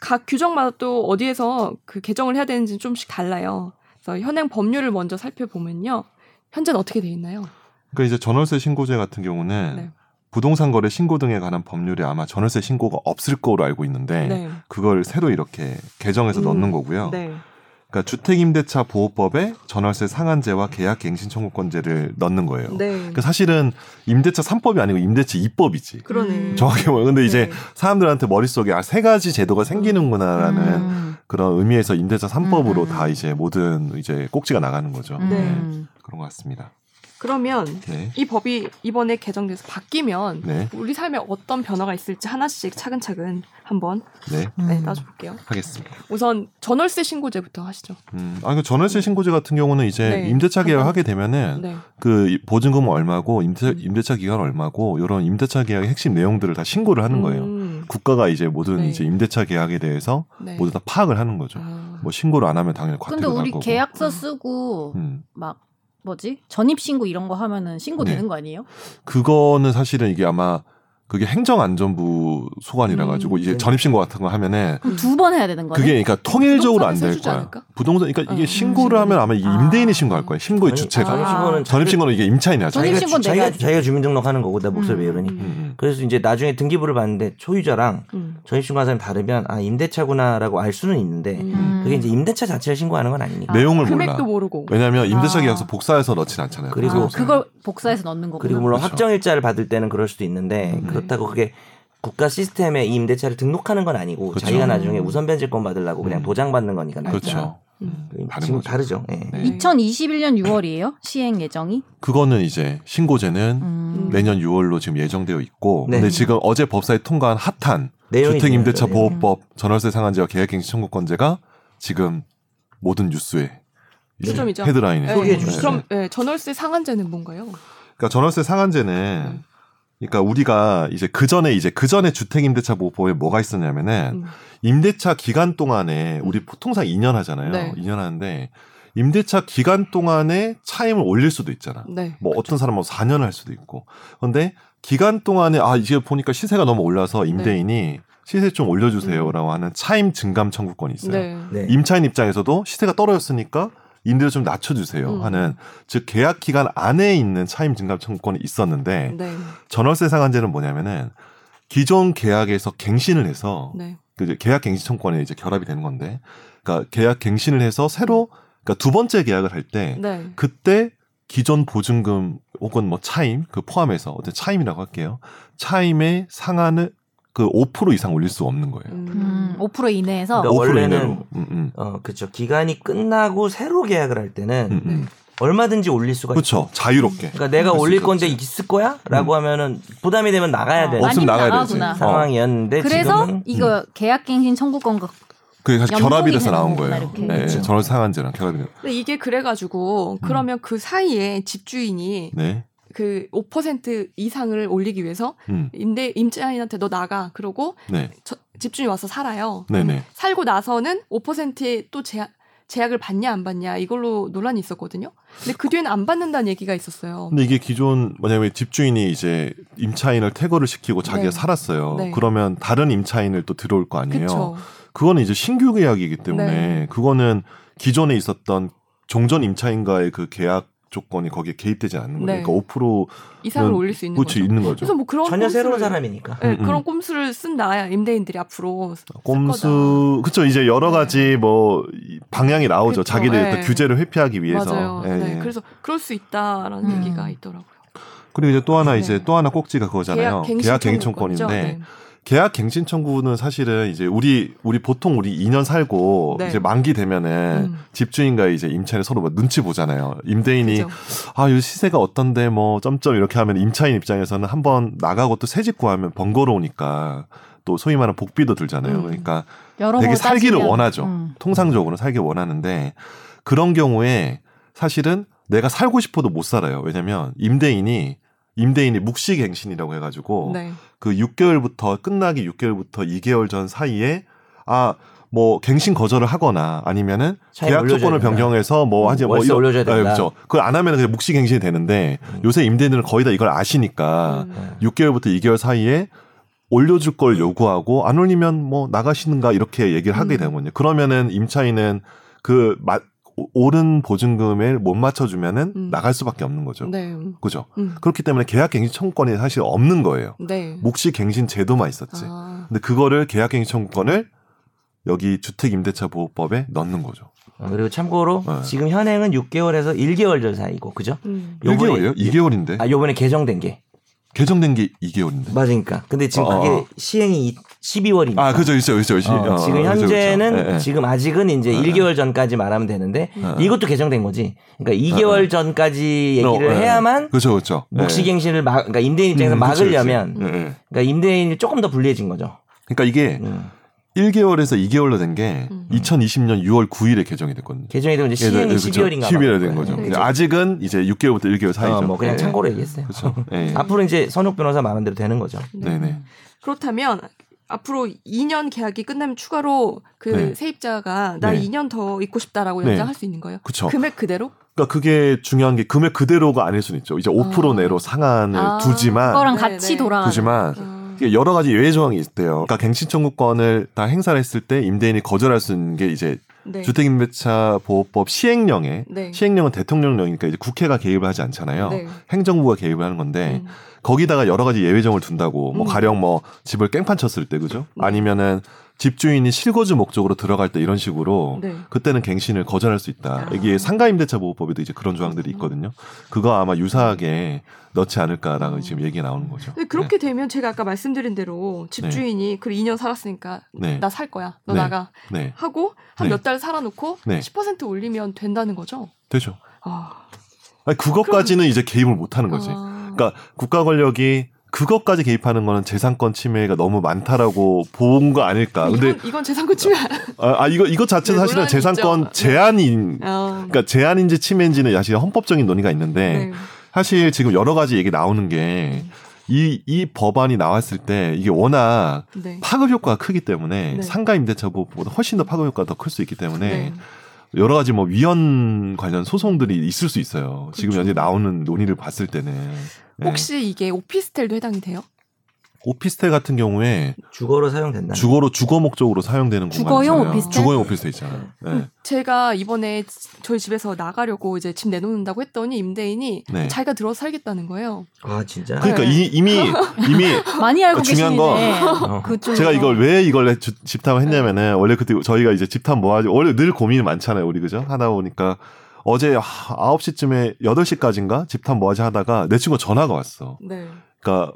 A: 각 규정마다 또 어디에서 그 개정을 해야 되는지 는 좀씩 달라요. 그래서 현행 법률을 먼저 살펴보면요. 현재는 어떻게 돼 있나요?
B: 그러니까 이제 전월세 신고제 같은 경우는
A: 네.
B: 부동산 거래 신고 등에 관한 법률에 아마 전월세 신고가 없을 거로 알고 있는데
A: 네.
B: 그걸 새로 이렇게 개정해서
A: 음,
B: 넣는 거고요.
A: 네.
B: 그러니까 주택임대차 보호법에 전월세 상한제와 계약 갱신 청구권제를 넣는 거예요.
A: 네.
B: 그러니까 사실은 임대차 3법이 아니고 임대차 2법이지.
C: 음.
A: 그러네.
B: 정확히 보면 근데 이제
A: 네.
B: 사람들한테 머릿속에 아, 세 가지 제도가 생기는구나라는
C: 음.
B: 그런 의미에서 임대차 3법으로
C: 음.
B: 다 이제 모든 이제 꼭지가 나가는 거죠.
C: 음.
A: 네.
B: 그런 것 같습니다.
A: 그러면
B: 네.
A: 이 법이 이번에 개정돼서 바뀌면
B: 네.
A: 우리 삶에 어떤 변화가 있을지 하나씩 차근차근 한번
B: 네.
A: 네,
C: 음.
A: 따져볼게요.
B: 하겠습니다.
A: 우선 전월세 신고제부터 하시죠.
B: 음, 아, 그 전월세 신고제 같은 경우는 이제
A: 네.
B: 임대차 계약하게 되면은
A: 네.
B: 그 이- 보증금 얼마고 임대차, 임대차 기간 얼마고 이런 임대차 계약의 핵심 내용들을 다 신고를 하는 거예요.
A: 음,
B: 국가가 이제 모든
A: 네.
B: 이제 임대차 계약에 대해서
A: 네.
B: 모두 다 파악을 하는 거죠.
A: 아,
B: 뭐 신고를 안 하면 당연히 과태료
C: 근데
B: 날
C: 우리
B: 거고.
C: 계약서
A: 음.
C: 쓰고
B: 음.
C: 막 뭐지 전입 신고 이런 거 하면은 신고
B: 네.
C: 되는 거 아니에요?
B: 그거는 사실은 이게 아마 그게 행정안전부 소관이라 가지고
A: 음,
B: 이제
D: 네.
B: 전입신고 같은 거 하면은
C: 그럼 두 번 해야 되는 거네.
B: 그게 그러니까 통일적으로 안
A: 부동산에서
B: 될
A: 해주지
B: 거야.
A: 않을까?
B: 부동산 그러니까 이게
A: 어,
B: 신고를 하면 아마 이
C: 아.
B: 임대인이 신고할 거야. 신고의 주체가.
C: 아.
D: 전입신고는
B: 뭐 전입신고는 이게 임차인이야. 자기가
D: 자기가,
C: 전입신고는
D: 주- 자기가,
C: 내가-
D: 자기가 주민등록하는 거고 내 목소리 왜
A: 음,
D: 이러니.
A: 음,
B: 음,
D: 그래서 이제 나중에 등기부를 봤는데 소유자랑
A: 음,
D: 전입신고한 사람이 다르면 아 임대차구나라고 알 수는 있는데
A: 음.
D: 그게 이제 임대차 자체를 신고하는 건
B: 음.
D: 아니니까.
B: 네. 내용을 몰라. 네.
A: 금액도 모르고.
B: 왜냐하면 임대차
C: 아.
B: 계약서 복사해서 넣진 않잖아요.
D: 뭐. 그리고-
C: 아,
B: 부동산에.
C: 그걸 복사해서 넣는 거구나.
D: 그리고 물론
B: 그렇죠.
D: 확정일자를 받을 때는 그럴 수도 있는데
B: 음.
D: 그렇다고 그게 국가 시스템에 이 임대차를 등록하는 건 아니고
B: 그렇죠.
D: 자기가 나중에 우선 변제권 받으려고
B: 음.
D: 그냥 도장 받는 거니까 날짜.
B: 그렇죠. 음, 다른
D: 지금
B: 거죠.
D: 다르죠. 예.
A: 음.
B: 네.
C: 2021년 6월이에요 시행 예정이.
B: 그거는 이제 신고제는
C: 음.
B: 내년 6월로 지금 예정되어 있고
D: 네.
B: 근데 지금 어제 법사위 통과한 핫한
D: 내용이 네.
B: 주택 임대차
D: 중요하죠.
B: 보호법 전월세 상한제와 계약갱신 청구권제가 지금 모든 뉴스에 이제
A: 초점이죠.
B: 헤드라인에
A: 네.
D: 소개해
B: 네.
D: 주시죠.
A: 그럼 네, 전월세 상한제는 뭔가요?
B: 그러니까 전월세 상한제는 그러니까 우리가 이제 그 전에 이제 그 전에 주택 임대차 보호법에 뭐가 있었냐면은
A: 음.
B: 임대차 기간 동안에 우리 통상 2년 하잖아요.
A: 네.
B: 2년 하는데 임대차 기간 동안에 차임을 올릴 수도 있잖아.
A: 네.
B: 뭐 어떤 사람은 4년을 할 수도 있고. 근데 기간 동안에 아 이제 보니까 시세가 너무 올라서
A: 네.
B: 임대인이 시세 좀 올려주세요라고 하는 차임 증감 청구권이 있어요.
A: 음. 네.
D: 네.
B: 임차인 입장에서도 시세가 떨어졌으니까 임대료 좀 낮춰주세요
A: 음.
B: 하는 즉 계약 기간 안에 있는 차임 증감 청구권이 있었는데
A: 네.
B: 전월세 상한제는 뭐냐면은 기존 계약에서 갱신을 해서
A: 네.
B: 그 이제 계약 갱신 청구권에 이제 결합이 되는 건데 그러니까 계약 갱신을 해서 새로 그러니까 두 번째 계약을 할 때
A: 네.
B: 그때 기존 보증금 혹은 뭐 차임 그 포함해서 어떤 차임이라고 할게요. 차임의 상한을 그 5% 이상 올릴 수 없는 거예요.
C: 음,
A: 음.
C: 5% 이내에서
D: 그러니까
B: 5%
D: 원래는-
B: 이내로. 음, 음.
D: 어, 그렇죠. 기간이 끝나고 새로 계약을 할 때는
B: 음, 음.
D: 얼마든지 올릴 수가 있죠.
B: 그렇죠. 자유롭게.
D: 그러니까 내가
B: 할수
D: 올릴
B: 있죠. 음.
D: 건데 있을 거야라고 하면은 부담이 되면 나가야
C: 어,
D: 되는
B: 없으면
C: 아니면
B: 나가야 되지.
C: 나가구나.
B: 어.
D: 상황이었는데
C: 그래서
D: 지금은
B: 음.
C: 이거 계약갱신 청구권 거-
B: 그게 사실
C: 연동이
B: 결합이 돼서
C: 되는
B: 나온
C: 거구나,
B: 거예요.
C: 이렇게.
B: 네,
D: 그렇죠.
B: 전월 상한제랑 결합이 돼요.
A: 근데 이게 그래가지고
B: 음.
A: 그러면 그 사이에 집주인이
B: 네.
A: 그 5% 이상을 올리기 위해서
B: 음.
A: 임대 임차인한테 너 나가 그러고
B: 네.
A: 저- 집주인이 와서 살아요.
B: 네, 네.
A: 살고 나서는 5%에 또 제약 제약을 받냐 안 받냐 이걸로 논란이 있었거든요. 근데 그 뒤에는 안 받는다는 얘기가 있었어요.
B: 근데 이게 기존 뭐냐면 집주인이 이제 임차인을 퇴거를 시키고
A: 네.
B: 자기가 살았어요.
A: 네.
B: 그러면 다른 임차인을 또 들어올 거 아니에요.
A: 그렇죠.
B: 그거는 이제 신규 계약이기
A: 네.
B: 때문에 그거는 기존에 있었던 종전 임차인과의 그 계약 조건이 거기에 개입되지 않는 거니까
A: 네.
B: 5%
A: 이상을 올릴 수 있는 거죠.
B: 그렇죠 있는 거죠.
A: 그래서 뭐 그런
D: 전혀 새로운
A: 꼼수를-
D: 사람이니까.
A: 네,
B: 음, 음.
A: 그런 꼼수를 쓴다 임대인들이 앞으로 쓸
B: 꼼수 그쵸 이제 여러
A: 네.
B: 가지 뭐 이- 방향이 나오죠.
A: 그쵸,
B: 자기들
A: 네.
B: 일단 규제를 회피하기
A: 거다.
B: 위해서.
A: 맞아요.
B: 예,
A: 네,
B: 예.
A: 그래서 그럴 수 있다라는
C: 음.
A: 얘기가 있더라고요.
B: 그리고 이제 또 하나 이제
A: 네.
B: 또 하나 꼭지가 그거잖아요. 계약 갱신청구권인데
A: 청구권이죠. 네.
B: 계약 갱신 청구는 사실은 이제 우리 우리 보통 우리 2년 살고
A: 네.
B: 이제 만기 되면은
A: 음.
B: 집주인과 이제 임차인 서로 막 눈치 보잖아요. 임대인이
A: 그죠.
B: 아, 요 시세가 어떤데 뭐 점점 이렇게 하면 임차인 입장에서는 한번 나가고 또 새 집 구하면 번거로우니까 또 소위 말하는 복비도 들잖아요.
A: 음.
B: 그러니까
C: 여러
B: 되게
C: 거
B: 살기를
C: 따지면-
B: 원하죠.
C: 음.
B: 통상적으로 살기 원하는데 그런 경우에 사실은 내가 살고 싶어도 못 살아요. 왜냐면 임대인이 임대인이 묵시갱신이라고 해가지고
A: 네.
B: 그 6개월부터 끝나기 6개월부터 2개월 전 사이에 아, 뭐 갱신 거절을 하거나 아니면은
D: 차에
B: 계약
D: 올려줘야
B: 조건을
D: 된다.
B: 변경해서 뭐
D: 음,
B: 하지 뭐
D: 월세 올려줘야 된다.
B: 그렇죠. 그걸 안 하면 그냥 묵시 갱신이 되는데
D: 음.
B: 요새 임대인들은 거의 다 이걸 아시니까
A: 음.
D: 네.
B: 6개월부터 2개월 사이에 올려줄 걸 요구하고 안 올리면 뭐 나가시는가 이렇게 얘기를 하게
A: 음.
B: 되거든요. 그러면은 임차인은 그 마- 오- 오른 보증금에 못 맞춰주면은
A: 음.
B: 나갈 수밖에 없는 거죠.
A: 네. 음.
B: 그죠.
A: 음.
B: 그렇기 때문에 계약 갱신 청구권이 사실 없는 거예요.
A: 네.
B: 묵시 갱신 제도만 있었지.
A: 아,
B: 근데 그거를 계약갱신청구권을 여기 주택임대차보호법에 넣는 거죠.
D: 어, 그리고 참고로
B: 네.
D: 지금 현행은 6개월에서 1개월 전 사이고 그죠?
A: 음.
B: 일
D: 요번에-
B: 1개월이에요? 2개월인데
D: 아 요번에 개정된 게
B: 개정된 게 2개월인데.
D: 맞으니까. 근데 지금
B: 어, 어, 어.
D: 그게 시행이 12월입니다.
B: 아, 그죠, 그죠, 그죠. 그죠. 어,
D: 지금
B: 그죠, 그죠.
D: 현재는
B: 예, 예.
D: 지금 아직은 이제
B: 예.
D: 1개월 전까지 말하면 되는데
B: 예.
D: 이것도 개정된 거지. 그러니까 2개월 전까지 얘기를
B: 어, 예.
D: 해야만
B: 그죠, 그죠.
D: 묵시갱신을 막 그러니까 임대인 입장에서
B: 음, 그죠, 그죠.
D: 막으려면
B: 예, 예.
D: 그러니까 임대인이 조금 더 불리해진 거죠.
B: 그러니까 이게
D: 음.
B: 1개월에서 2개월로 된 게
A: 음.
B: 2020년 6월 9일에 개정이 됐거든요.
D: 개정이 되면
B: 예, 네,
D: 이제 시행이 12월인가 봐.
B: 12월에 된 거죠.
D: 네.
B: 근데 아직은 이제 6개월부터 1개월 사이죠.
D: 어, 뭐
B: 예,
D: 그냥
B: 예.
D: 참고로 얘기했어요.
B: 그렇죠. 예, 예.
D: 앞으로 이제 선욱 변호사 말한 대로 되는 거죠.
B: 네,
D: 음.
B: 네.
A: 그렇다면 앞으로 2년 계약이 끝나면 추가로 그
B: 네.
A: 세입자가 나
B: 네.
A: 2년 더 있고 싶다라고
B: 네.
A: 연장할 수 있는 거예요?
B: 그렇죠.
A: 금액 그대로?
B: 그러니까 그게 중요한 게 금액 그대로가 아닐 수는 있죠. 이제 5%
A: 아.
B: 내로 상한을
A: 아,
B: 네, 두지만
C: 그거랑
A: 네,
C: 같이
A: 네.
C: 돌아가는
B: 두지만
A: 아,
B: 이게 여러 가지 예외 조항이 있대요. 그러니까 갱신 청구권을 다 행사를 했을 때 임대인이 거절할 수 있는 게 이제
A: 네.
B: 주택임대차 보호법 시행령에
A: 네.
B: 시행령은 대통령령이니까 이제 국회가 개입을 하지 않잖아요.
A: 네.
B: 행정부가 개입을 하는 건데
A: 음.
B: 거기다가 여러 가지 예외정을 둔다고 뭐
A: 음. 네.
B: 가령 뭐 집을 깽판 쳤을 때 그죠? 아니면은 집주인이 실거주 목적으로 들어갈 때 이런 식으로
A: 네.
B: 그때는 갱신을 거절할 수 있다.
A: 아. 음.
B: 이게 상가임대차 보호법에도 이제 그런 조항들이 있거든요. 그거 아마 유사하게 넣지 않을까라는
A: 음.
B: 지금 얘기 나오는 거죠.
A: 근데 그렇게 되면 제가 아까 말씀드린 대로 집주인이 그래 2년 살았으니까
B: 네.
A: 나 살 거야. 너
B: 네.
A: 나가.
B: 네, 네.
A: 하고 한
B: 네.
A: 몇 달 살아놓고
B: 네.
A: 10% 올리면 된다는 거죠.
B: 되죠.
A: 아,
B: 아니, 그것까지는 이제 개입을 못 하는 거지.
A: 아.
B: 그러니까 국가 권력이 그것까지 개입하는 거는 재산권 침해가 너무 많다라고 본 거 아닐까. 근데
A: 이건, 이건 재산권 침해.
B: 아, 아, 이거 이거 자체 는
A: 네,
B: 사실은
A: 논란이
B: 재산권
A: 있죠.
B: 제한인
A: 아,
B: 그러니까 제한인지 침해인지는 사실 헌법적인 논의가 있는데
A: 네. 음.
B: 사실 지금 여러 가지 얘기 나오는 게 이, 이 법안이 나왔을 때 이게 워낙
A: 네.
B: 파급 효과가 크기 때문에
A: 네.
B: 상가 임대차 보호보다 훨씬 더 파급 효과가 더 클 수 있기 때문에
A: 네.
B: 여러 가지 뭐 위헌 관련 소송들이 있을 수 있어요. 지금
A: 그렇죠.
B: 현재 나오는 논의를 봤을 때는. 네.
A: 혹시 이게 오피스텔도 해당이 돼요?
B: 오피스텔 같은 경우에
D: 주거로 사용된다.
B: 주거로 주거 목적으로 사용되는
C: 네. 주거용
B: 공간이잖아요.
C: 오피스텔? 음.
B: 주거용 오피스텔 있잖아요. 네.
A: 제가 이번에 저희 집에서 나가려고 이제 집 내놓는다고 했더니 임대인이
B: 네.
A: 자기가 들어서 살겠다는 거예요.
D: 아 진짜.
B: 그러니까
A: 네.
B: 이, 이미
C: (laughs)
B: 이미
C: 많이 알고
B: 중요한 건
C: 계시네.
D: 어.
C: 그쪽
B: 제가 이걸 왜 이걸 주- 집탐을
C: 네.
B: 했냐면은 원래 그때 저희가 이제 집탐 뭐 하지 원래 늘 고민이 많잖아요 우리 그죠 하다 보니까 어제 9시쯤에 8시까지인가 집탐 뭐 하지 하다가 내 친구 가 전화가 왔어
A: 네.
B: 그러니까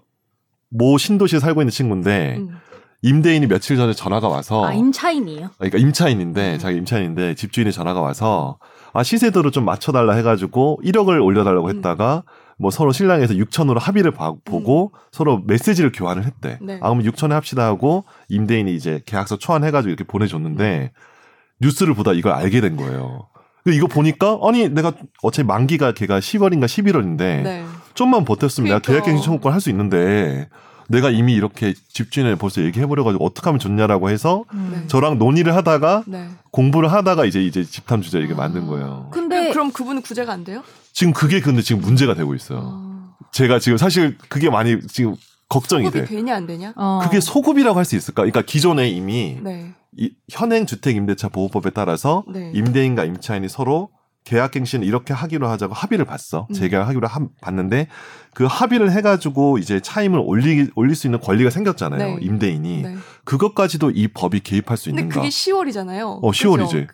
B: 모 신도시에 살고 있는 친구인데
A: 음.
B: 임대인이 며칠 전에 전화가 와서
C: 아 임차인이에요.
B: 그러니까 임차인인데
A: 음.
B: 자기 임차인인데 집주인이 전화가 와서 아 시세대로 좀 맞춰달라 해가지고 1억을 올려달라고
A: 음.
B: 했다가 뭐 서로 신랑에서 6천으로 합의를 봐- 보고 서로 메시지를 교환을 했대.
A: 네.
B: 아 그럼 6천에 합시다 하고 임대인이 이제 계약서 초안해가지고 이렇게 보내줬는데
A: 음.
B: 뉴스를 보다 이걸 알게 된 거예요. 근데 이거 보니까 아니 내가 어차피 만기가 걔가 10월인가 11월인데
A: 네.
B: 좀만 버텼으면 내가
A: 그러니까.
B: 계약갱신 청구권 할 수 있는데 내가 이미 이렇게 집주인에 벌써 얘기해버려가지고 어떻게 하면 좋냐라고 해서
C: 음.
A: 네.
B: 저랑 논의를 하다가
A: 네.
B: 공부를 하다가 이제 이제 집탐 주제 이게 만든
A: 아.
B: 거예요.
C: 근데
A: 그럼 그분은 구제가 안 돼요?
B: 지금 그게 근데 지금 문제가 되고 있어요.
A: 아,
B: 제가 지금 사실 그게 많이 지금 걱정이
A: 소급이
B: 돼.
A: 되냐 아, 안 되냐?
C: 어.
B: 그게 소급이라고 할 수 있을까? 그러니까 기존에 이미
A: 네.
B: 이 현행 주택 임대차 보호법에 따라서
A: 네.
B: 임대인과 임차인이 서로 계약갱신 이렇게 하기로 하자고 합의를 봤어.
A: 음.
B: 재계약하기로 함- 봤는데 그 합의를 해가지고 이제 차임을 올리, 올릴 수 있는 권리가 생겼잖아요.
A: 네.
B: 임대인이
A: 네.
B: 그것까지도 이 법이 개입할 수
A: 근데
B: 있는가?
A: 그게 10월이잖아요. 그렇죠?
B: 어, 10월이지,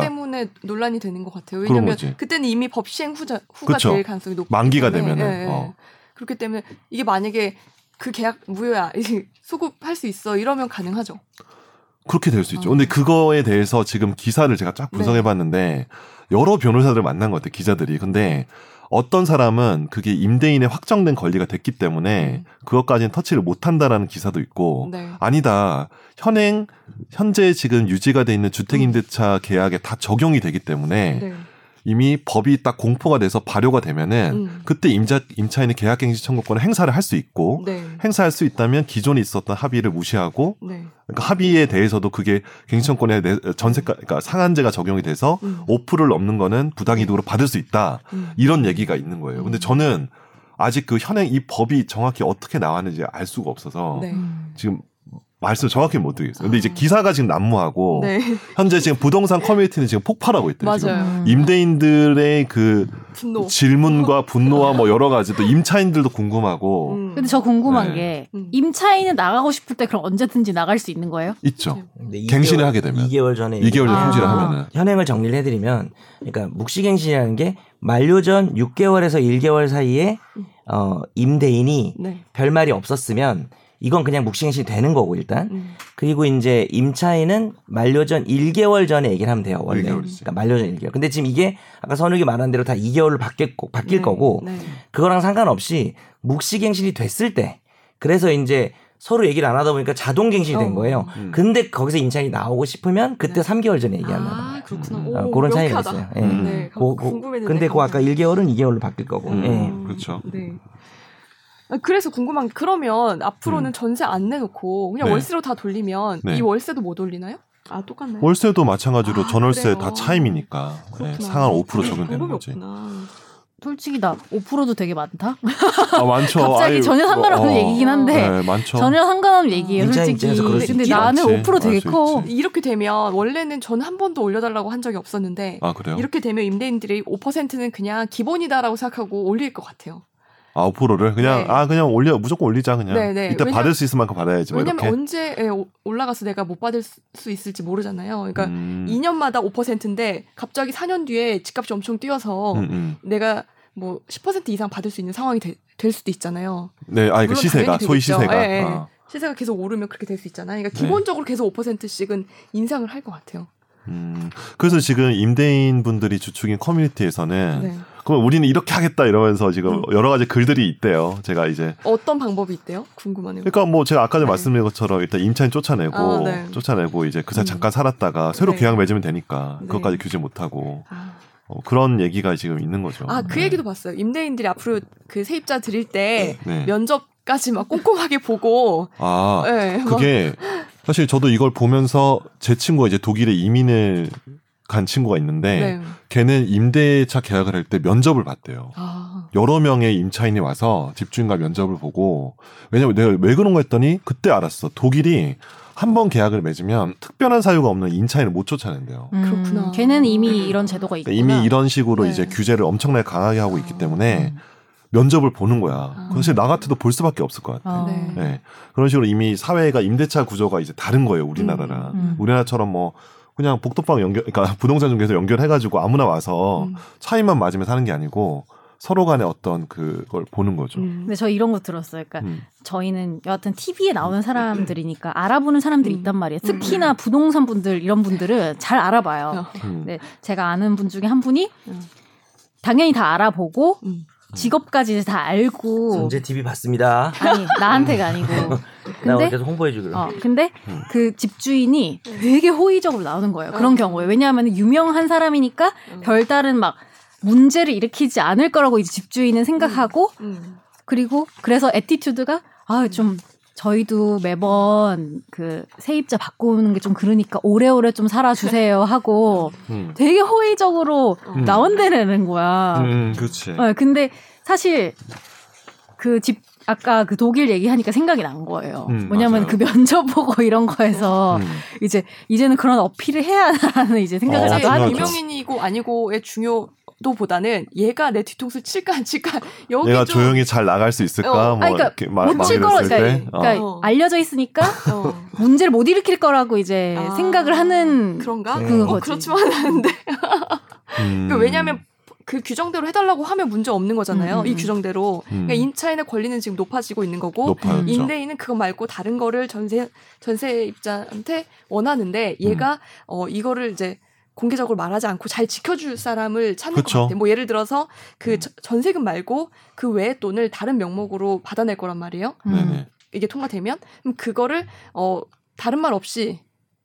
A: 그렇기 때문에 논란이 되는 것 같아요.
B: 그런
A: 왜냐면
B: 거지.
A: 그때는 이미 법 시행 후자, 후가
B: 그쵸.
A: 될 가능성이 높기
B: 만기가
A: 때문에. 네,
B: 되면은, 어.
A: 그렇기 때문에 이게 만약에 그 계약 무효야 (laughs) 이제 소급할 수 있어 이러면 가능하죠.
B: 그렇게 될 수 있죠.
A: 어.
B: 근데 그거에 대해서 지금 기사를 제가 쫙
A: 네.
B: 분석해 봤는데 여러 변호사들을 만난 것 같아요. 기자들이. 근데 어떤 사람은 그게 임대인의 확정된 권리가 됐기
A: 음.
B: 때문에 그것까지는 터치를 못 한다라는 기사도 있고
A: 네.
B: 아니다. 현행 현재 지금 유지가 돼 있는 주택 임대차 계약에 다 적용이 되기 때문에
A: 네.
B: 이미 법이 딱 공포가 돼서 발효가 되면은
A: 음.
B: 그때 임자 임차인이 계약 갱신 청구권을 행사를 할 수 있고
D: 그
A: 네.
B: 행사할 수 있다면 기존에 있었던 합의를 무시하고
A: 네.
B: 그러니까 합의에 대해서도 그게 갱신권의 전세가 그러니까 상한제가 적용이 돼서
A: 음.
B: 5%를 넘는 거는 부당이득으로 받을 수 있다
A: 음.
B: 이런 얘기가 있는 거예요. 근데
A: 음.
B: 저는 아직 그 현행 이 법이 정확히 어떻게 나왔는지 알 수가 없어서
A: 네.
C: 음.
B: 지금 말씀 정확히 못 드리겠어요. 근데 이제
A: 아.
B: 기사가 지금
D: 어.
B: 난무하고
A: 네. (laughs)
B: 현재 지금 부동산 커뮤니티는 지금 폭발하고 있대요. 지금.
A: 맞아요.
C: 음.
B: 임대인들의 그
A: 분노. (laughs)
B: 질문과 분노와 뭐 여러 가지 또 임차인들도
D: 어.
B: 궁금하고
A: 음.
C: 근데 저 궁금한
B: 네.
C: 게
A: 음.
C: 임차인은 나가고 싶을 때 그럼 언제든지 나갈 수 있는 거예요?
B: 있죠.
D: 근데 이
B: 갱신을
D: 개월-
B: 하게 되면.
D: 이 개월 전에
B: 2개월
C: 아.
B: 품질을 하면은
D: 현행을 정리를 해드리면, 그러니까 묵시갱신이라는 게 만료 전 6개월에서 1개월 사이에
A: 음.
D: 어, 임대인이
A: 네.
D: 별 말이 없었으면 이건 그냥 묵시행실 되는 거고 일단
A: 음.
D: 그리고 이제 임차인은 만료 전 1개월 전에 얘기를 하면 돼요 원래
B: 1개월이지.
D: 그러니까 만료 전 1개월 근데 지금 이게 아까 선욱이 말한 대로 다 2개월로 바뀌고 바뀔
A: 네,
D: 거고
A: 네.
D: 그거랑 상관없이 묵시갱신이 됐을 때 그래서 이제 서로 얘기를 안 하다 보니까 자동갱신이 된
A: 어.
D: 거예요.
B: 음.
D: 근데 거기서 임차인이 나오고 싶으면
A: 네.
D: 그때 3개월 전에 얘기한다.
A: 아, 그렇구나.
B: 음.
A: 오,
D: 어, 그런 차이가
A: 명쾌하다.
D: 있어요.
B: 음.
D: 예.
A: 네,
D: 고- 고-
A: 궁금했는데.
D: 근데 그 아까 1개월은 2개월로 바뀔 거고.
B: 음.
D: 예.
A: 음,
B: 그렇죠.
A: 네. 아, 그래서 궁금한 게 그러면 앞으로는 전세 안 내놓고 그냥
B: 음. 네.
A: 월세로 다 돌리면
B: 네.
A: 이 월세도 못 올리나요? 아 똑같나요?
B: 월세도 마찬가지로
A: 아,
B: 전월세
A: 그래요?
B: 다 차임이니까
A: 그렇구나.
B: 네, 상한 5% 적용되는
A: 방법이
B: 거지.
A: 없구나.
C: 솔직히 나 5%도 되게 많다.
B: 아 많죠.
C: 갑자기
B: 아유,
C: 전혀 상관없는
B: 어, 어.
C: 얘기긴 한데
B: 네, 많죠.
C: 전혀 상관없는 얘기예요,
D: 인자
C: 솔직히.
D: 입장에서 그럴 수
C: 근데
D: 있지.
C: 나는
B: 그렇지.
C: 5% 되게
B: 알수
C: 커.
B: 있지.
A: 이렇게 되면 원래는 저는 한 번도 올려달라고 한 적이 없었는데
B: 아 그래요?
A: 이렇게 되면 임대인들이 5%는 그냥 기본이다라고 생각하고 올릴 것 같아요.
B: 아 5%를 그냥
A: 네.
B: 아 그냥 올려 무조건 올리자 그냥.
A: 네, 네.
B: 이따
A: 왜냐면-
B: 받을 수 있을 만큼 받아야지. 뭐
A: 왜냐면
B: 이렇게.
A: 언제 예, 오- 올라가서 내가 못 받을 수- 수 있을지 모르잖아요. 그러니까
B: 음.
A: 2년마다 5%인데 갑자기 4년 뒤에 집값이 엄청 뛰어서
B: 음, 음.
A: 내가 뭐 10% 이상 받을 수 있는 상황이 되- 될 수도 있잖아요.
B: 네, 아 이거
A: 물론
B: 시세가
A: 당연히
B: 소위
A: 되겠죠.
B: 시세가.
A: 예, 예.
B: 아.
A: 시세가 계속 오르면 그렇게 될 수 있잖아요. 그러니까
B: 네.
A: 기본적으로 계속 5%씩은 인상을 할 것 같아요.
B: 음. 그래서 지금 임대인 분들이 주축인 커뮤니티에서는
A: 네.
B: 그럼 우리는 이렇게 하겠다 이러면서 지금
A: 음.
B: 여러 가지 글들이 있대요. 제가 이제
A: 어떤 방법이 있대요? 궁금하네요.
B: 그러니까 뭐 제가 아까 전에
A: 네.
B: 말씀드린 것처럼 일단 임차인 쫓아내고
A: 아, 네.
B: 쫓아내고 이제 그사
A: 음.
B: 잠깐 살았다가 새로
A: 네.
B: 계약 맺으면 되니까
A: 네.
B: 그것까지 규제 못 하고
A: 아.
B: 어, 그런 얘기가 지금 있는 거죠.
A: 아, 그
B: 네.
A: 얘기도 봤어요. 임대인들이 앞으로 그 세입자 드릴 때
B: 네.
A: 면접까지 막 꼼꼼하게 보고,
B: 아
A: 예, 막
B: 그게 사실 저도 이걸 보면서 제 친구가 이제 독일에 이민을 간 친구가 있는데
A: 네.
B: 걔는 임대차 계약을 할 때 면접을 봤대요.
A: 아,
B: 여러 명의 임차인이 와서 집주인과 면접을 보고 왜냐면 내가 왜 그런가 했더니 그때 알았어. 독일이 한 번 계약을 맺으면 특별한 사유가 없는 임차인을 못 쫓아낸대요.
C: 음,
A: 그렇구나.
C: 걔는 이미 이런 제도가 있구나.
B: 그러니까 이미 이런 식으로
A: 네.
B: 이제 규제를 엄청나게 강하게 하고 있기
A: 아.
B: 때문에 면접을 보는 거야. 사실 나 같아도 볼 수밖에 없을 것 같아.
C: 어.
A: 네.
B: 네. 그런 식으로 이미 사회가 임대차 구조가 이제 다른 거예요, 우리나라랑.
C: 음.
B: 우리나라처럼 뭐 그냥 복덕방 연결, 그러니까 부동산 중개소 연결해가지고 아무나 와서
A: 음,
B: 차이만 맞으면 사는 게 아니고 서로 간에 어떤 그걸 보는 거죠.
A: 음.
C: 근데 저 이런 거 들었어요. 그러니까
B: 음.
C: 저희는 여하튼 TV에 나오는 사람들이니까 알아보는 사람들이
A: 음.
C: 있단 말이에요. 특히나 부동산 분들 이런 분들은 잘 알아봐요.
B: 음.
C: 네,
A: 어.
C: 제가 아는 분 중에 한 분이
A: 음.
C: 당연히 다 알아보고
A: 음.
C: 직업까지 다 알고
D: 선제 TV 봤습니다.
C: 아니 나한테가
B: (laughs)
C: 아니고
D: 나
C: 근데
D: 계속 홍보해 주기로.
B: 음.
C: 어 근데 그 집주인이 되게 호의적으로 나오는 거예요. 그런
A: 음.
C: 경우에 왜냐하면 유명한 사람이니까
A: 음.
C: 별다른 막 문제를 일으키지 않을 거라고 이제 집주인은 생각하고
A: 음.
C: 그리고 그래서 에티튜드가 아 좀 저희도 매번 그 세입자 바꾸는 게 좀 그러니까 오래오래 좀 살아주세요 하고
B: 음.
C: 되게 호의적으로
A: 어.
B: 음.
C: 나온다는 거야.
B: 음, 그렇지.
C: 네, 근데 사실 그 집 아까 그 독일 얘기하니까 생각이 난 거예요.
B: 음,
C: 왜냐면
B: 맞아요.
C: 그 면접 보고 (laughs) 이런
A: 어.
C: 거에서
B: 음.
C: 이제 이제는 그런 어필을 해야 하는 이제 생각을
B: 어,
C: 나도
A: 사실
B: 중요하죠.
C: 하니까.
A: 유명인이고 아니고의 중요도보다는 얘가 내 뒤통수 칠까 안 칠까 (laughs) 여기
B: 얘가
A: 좀
B: 조용히 잘 나갈 수 있을까?
A: 어,
B: 뭐
C: 아니, 그러니까
B: 이렇게 말
C: 못 칠 거로
B: 말했을
C: 그러니까,
B: 때. 어.
C: 그러니까
A: 어.
C: 알려져 있으니까 (laughs)
A: 어.
C: 문제를 못 일으킬 거라고 이제
A: 아,
C: 네, 생각을 하는
A: 그런가?
D: 네.
A: 어,
C: 그거지.
A: 그렇지만 (laughs) 않은데
B: 음.
A: 그 왜냐하면 그 규정대로 해달라고 하면 문제 없는 거잖아요.
C: 음, 음,
A: 이
C: 음.
A: 규정대로
B: 음.
A: 그러니까 임차인의 권리는 지금 높아지고 있는 거고
B: 높아요.
C: 음.
B: 그렇죠.
A: 임대인은 그거 말고 다른 거를 전세 전세입자한테 원하는데 얘가
B: 음.
A: 어 이거를 이제 공개적으로 말하지 않고 잘 지켜줄 사람을 찾는
B: 그쵸.
A: 것 같아. 뭐 예를 들어서 그
B: 그렇죠. 음.
A: 저- 전세금 말고 그 외의 돈을 다른 명목으로 받아낼 거란 말이에요.
C: 음.
B: 네네.
A: 이게 통과되면 그럼 그거를 어 다른 말 없이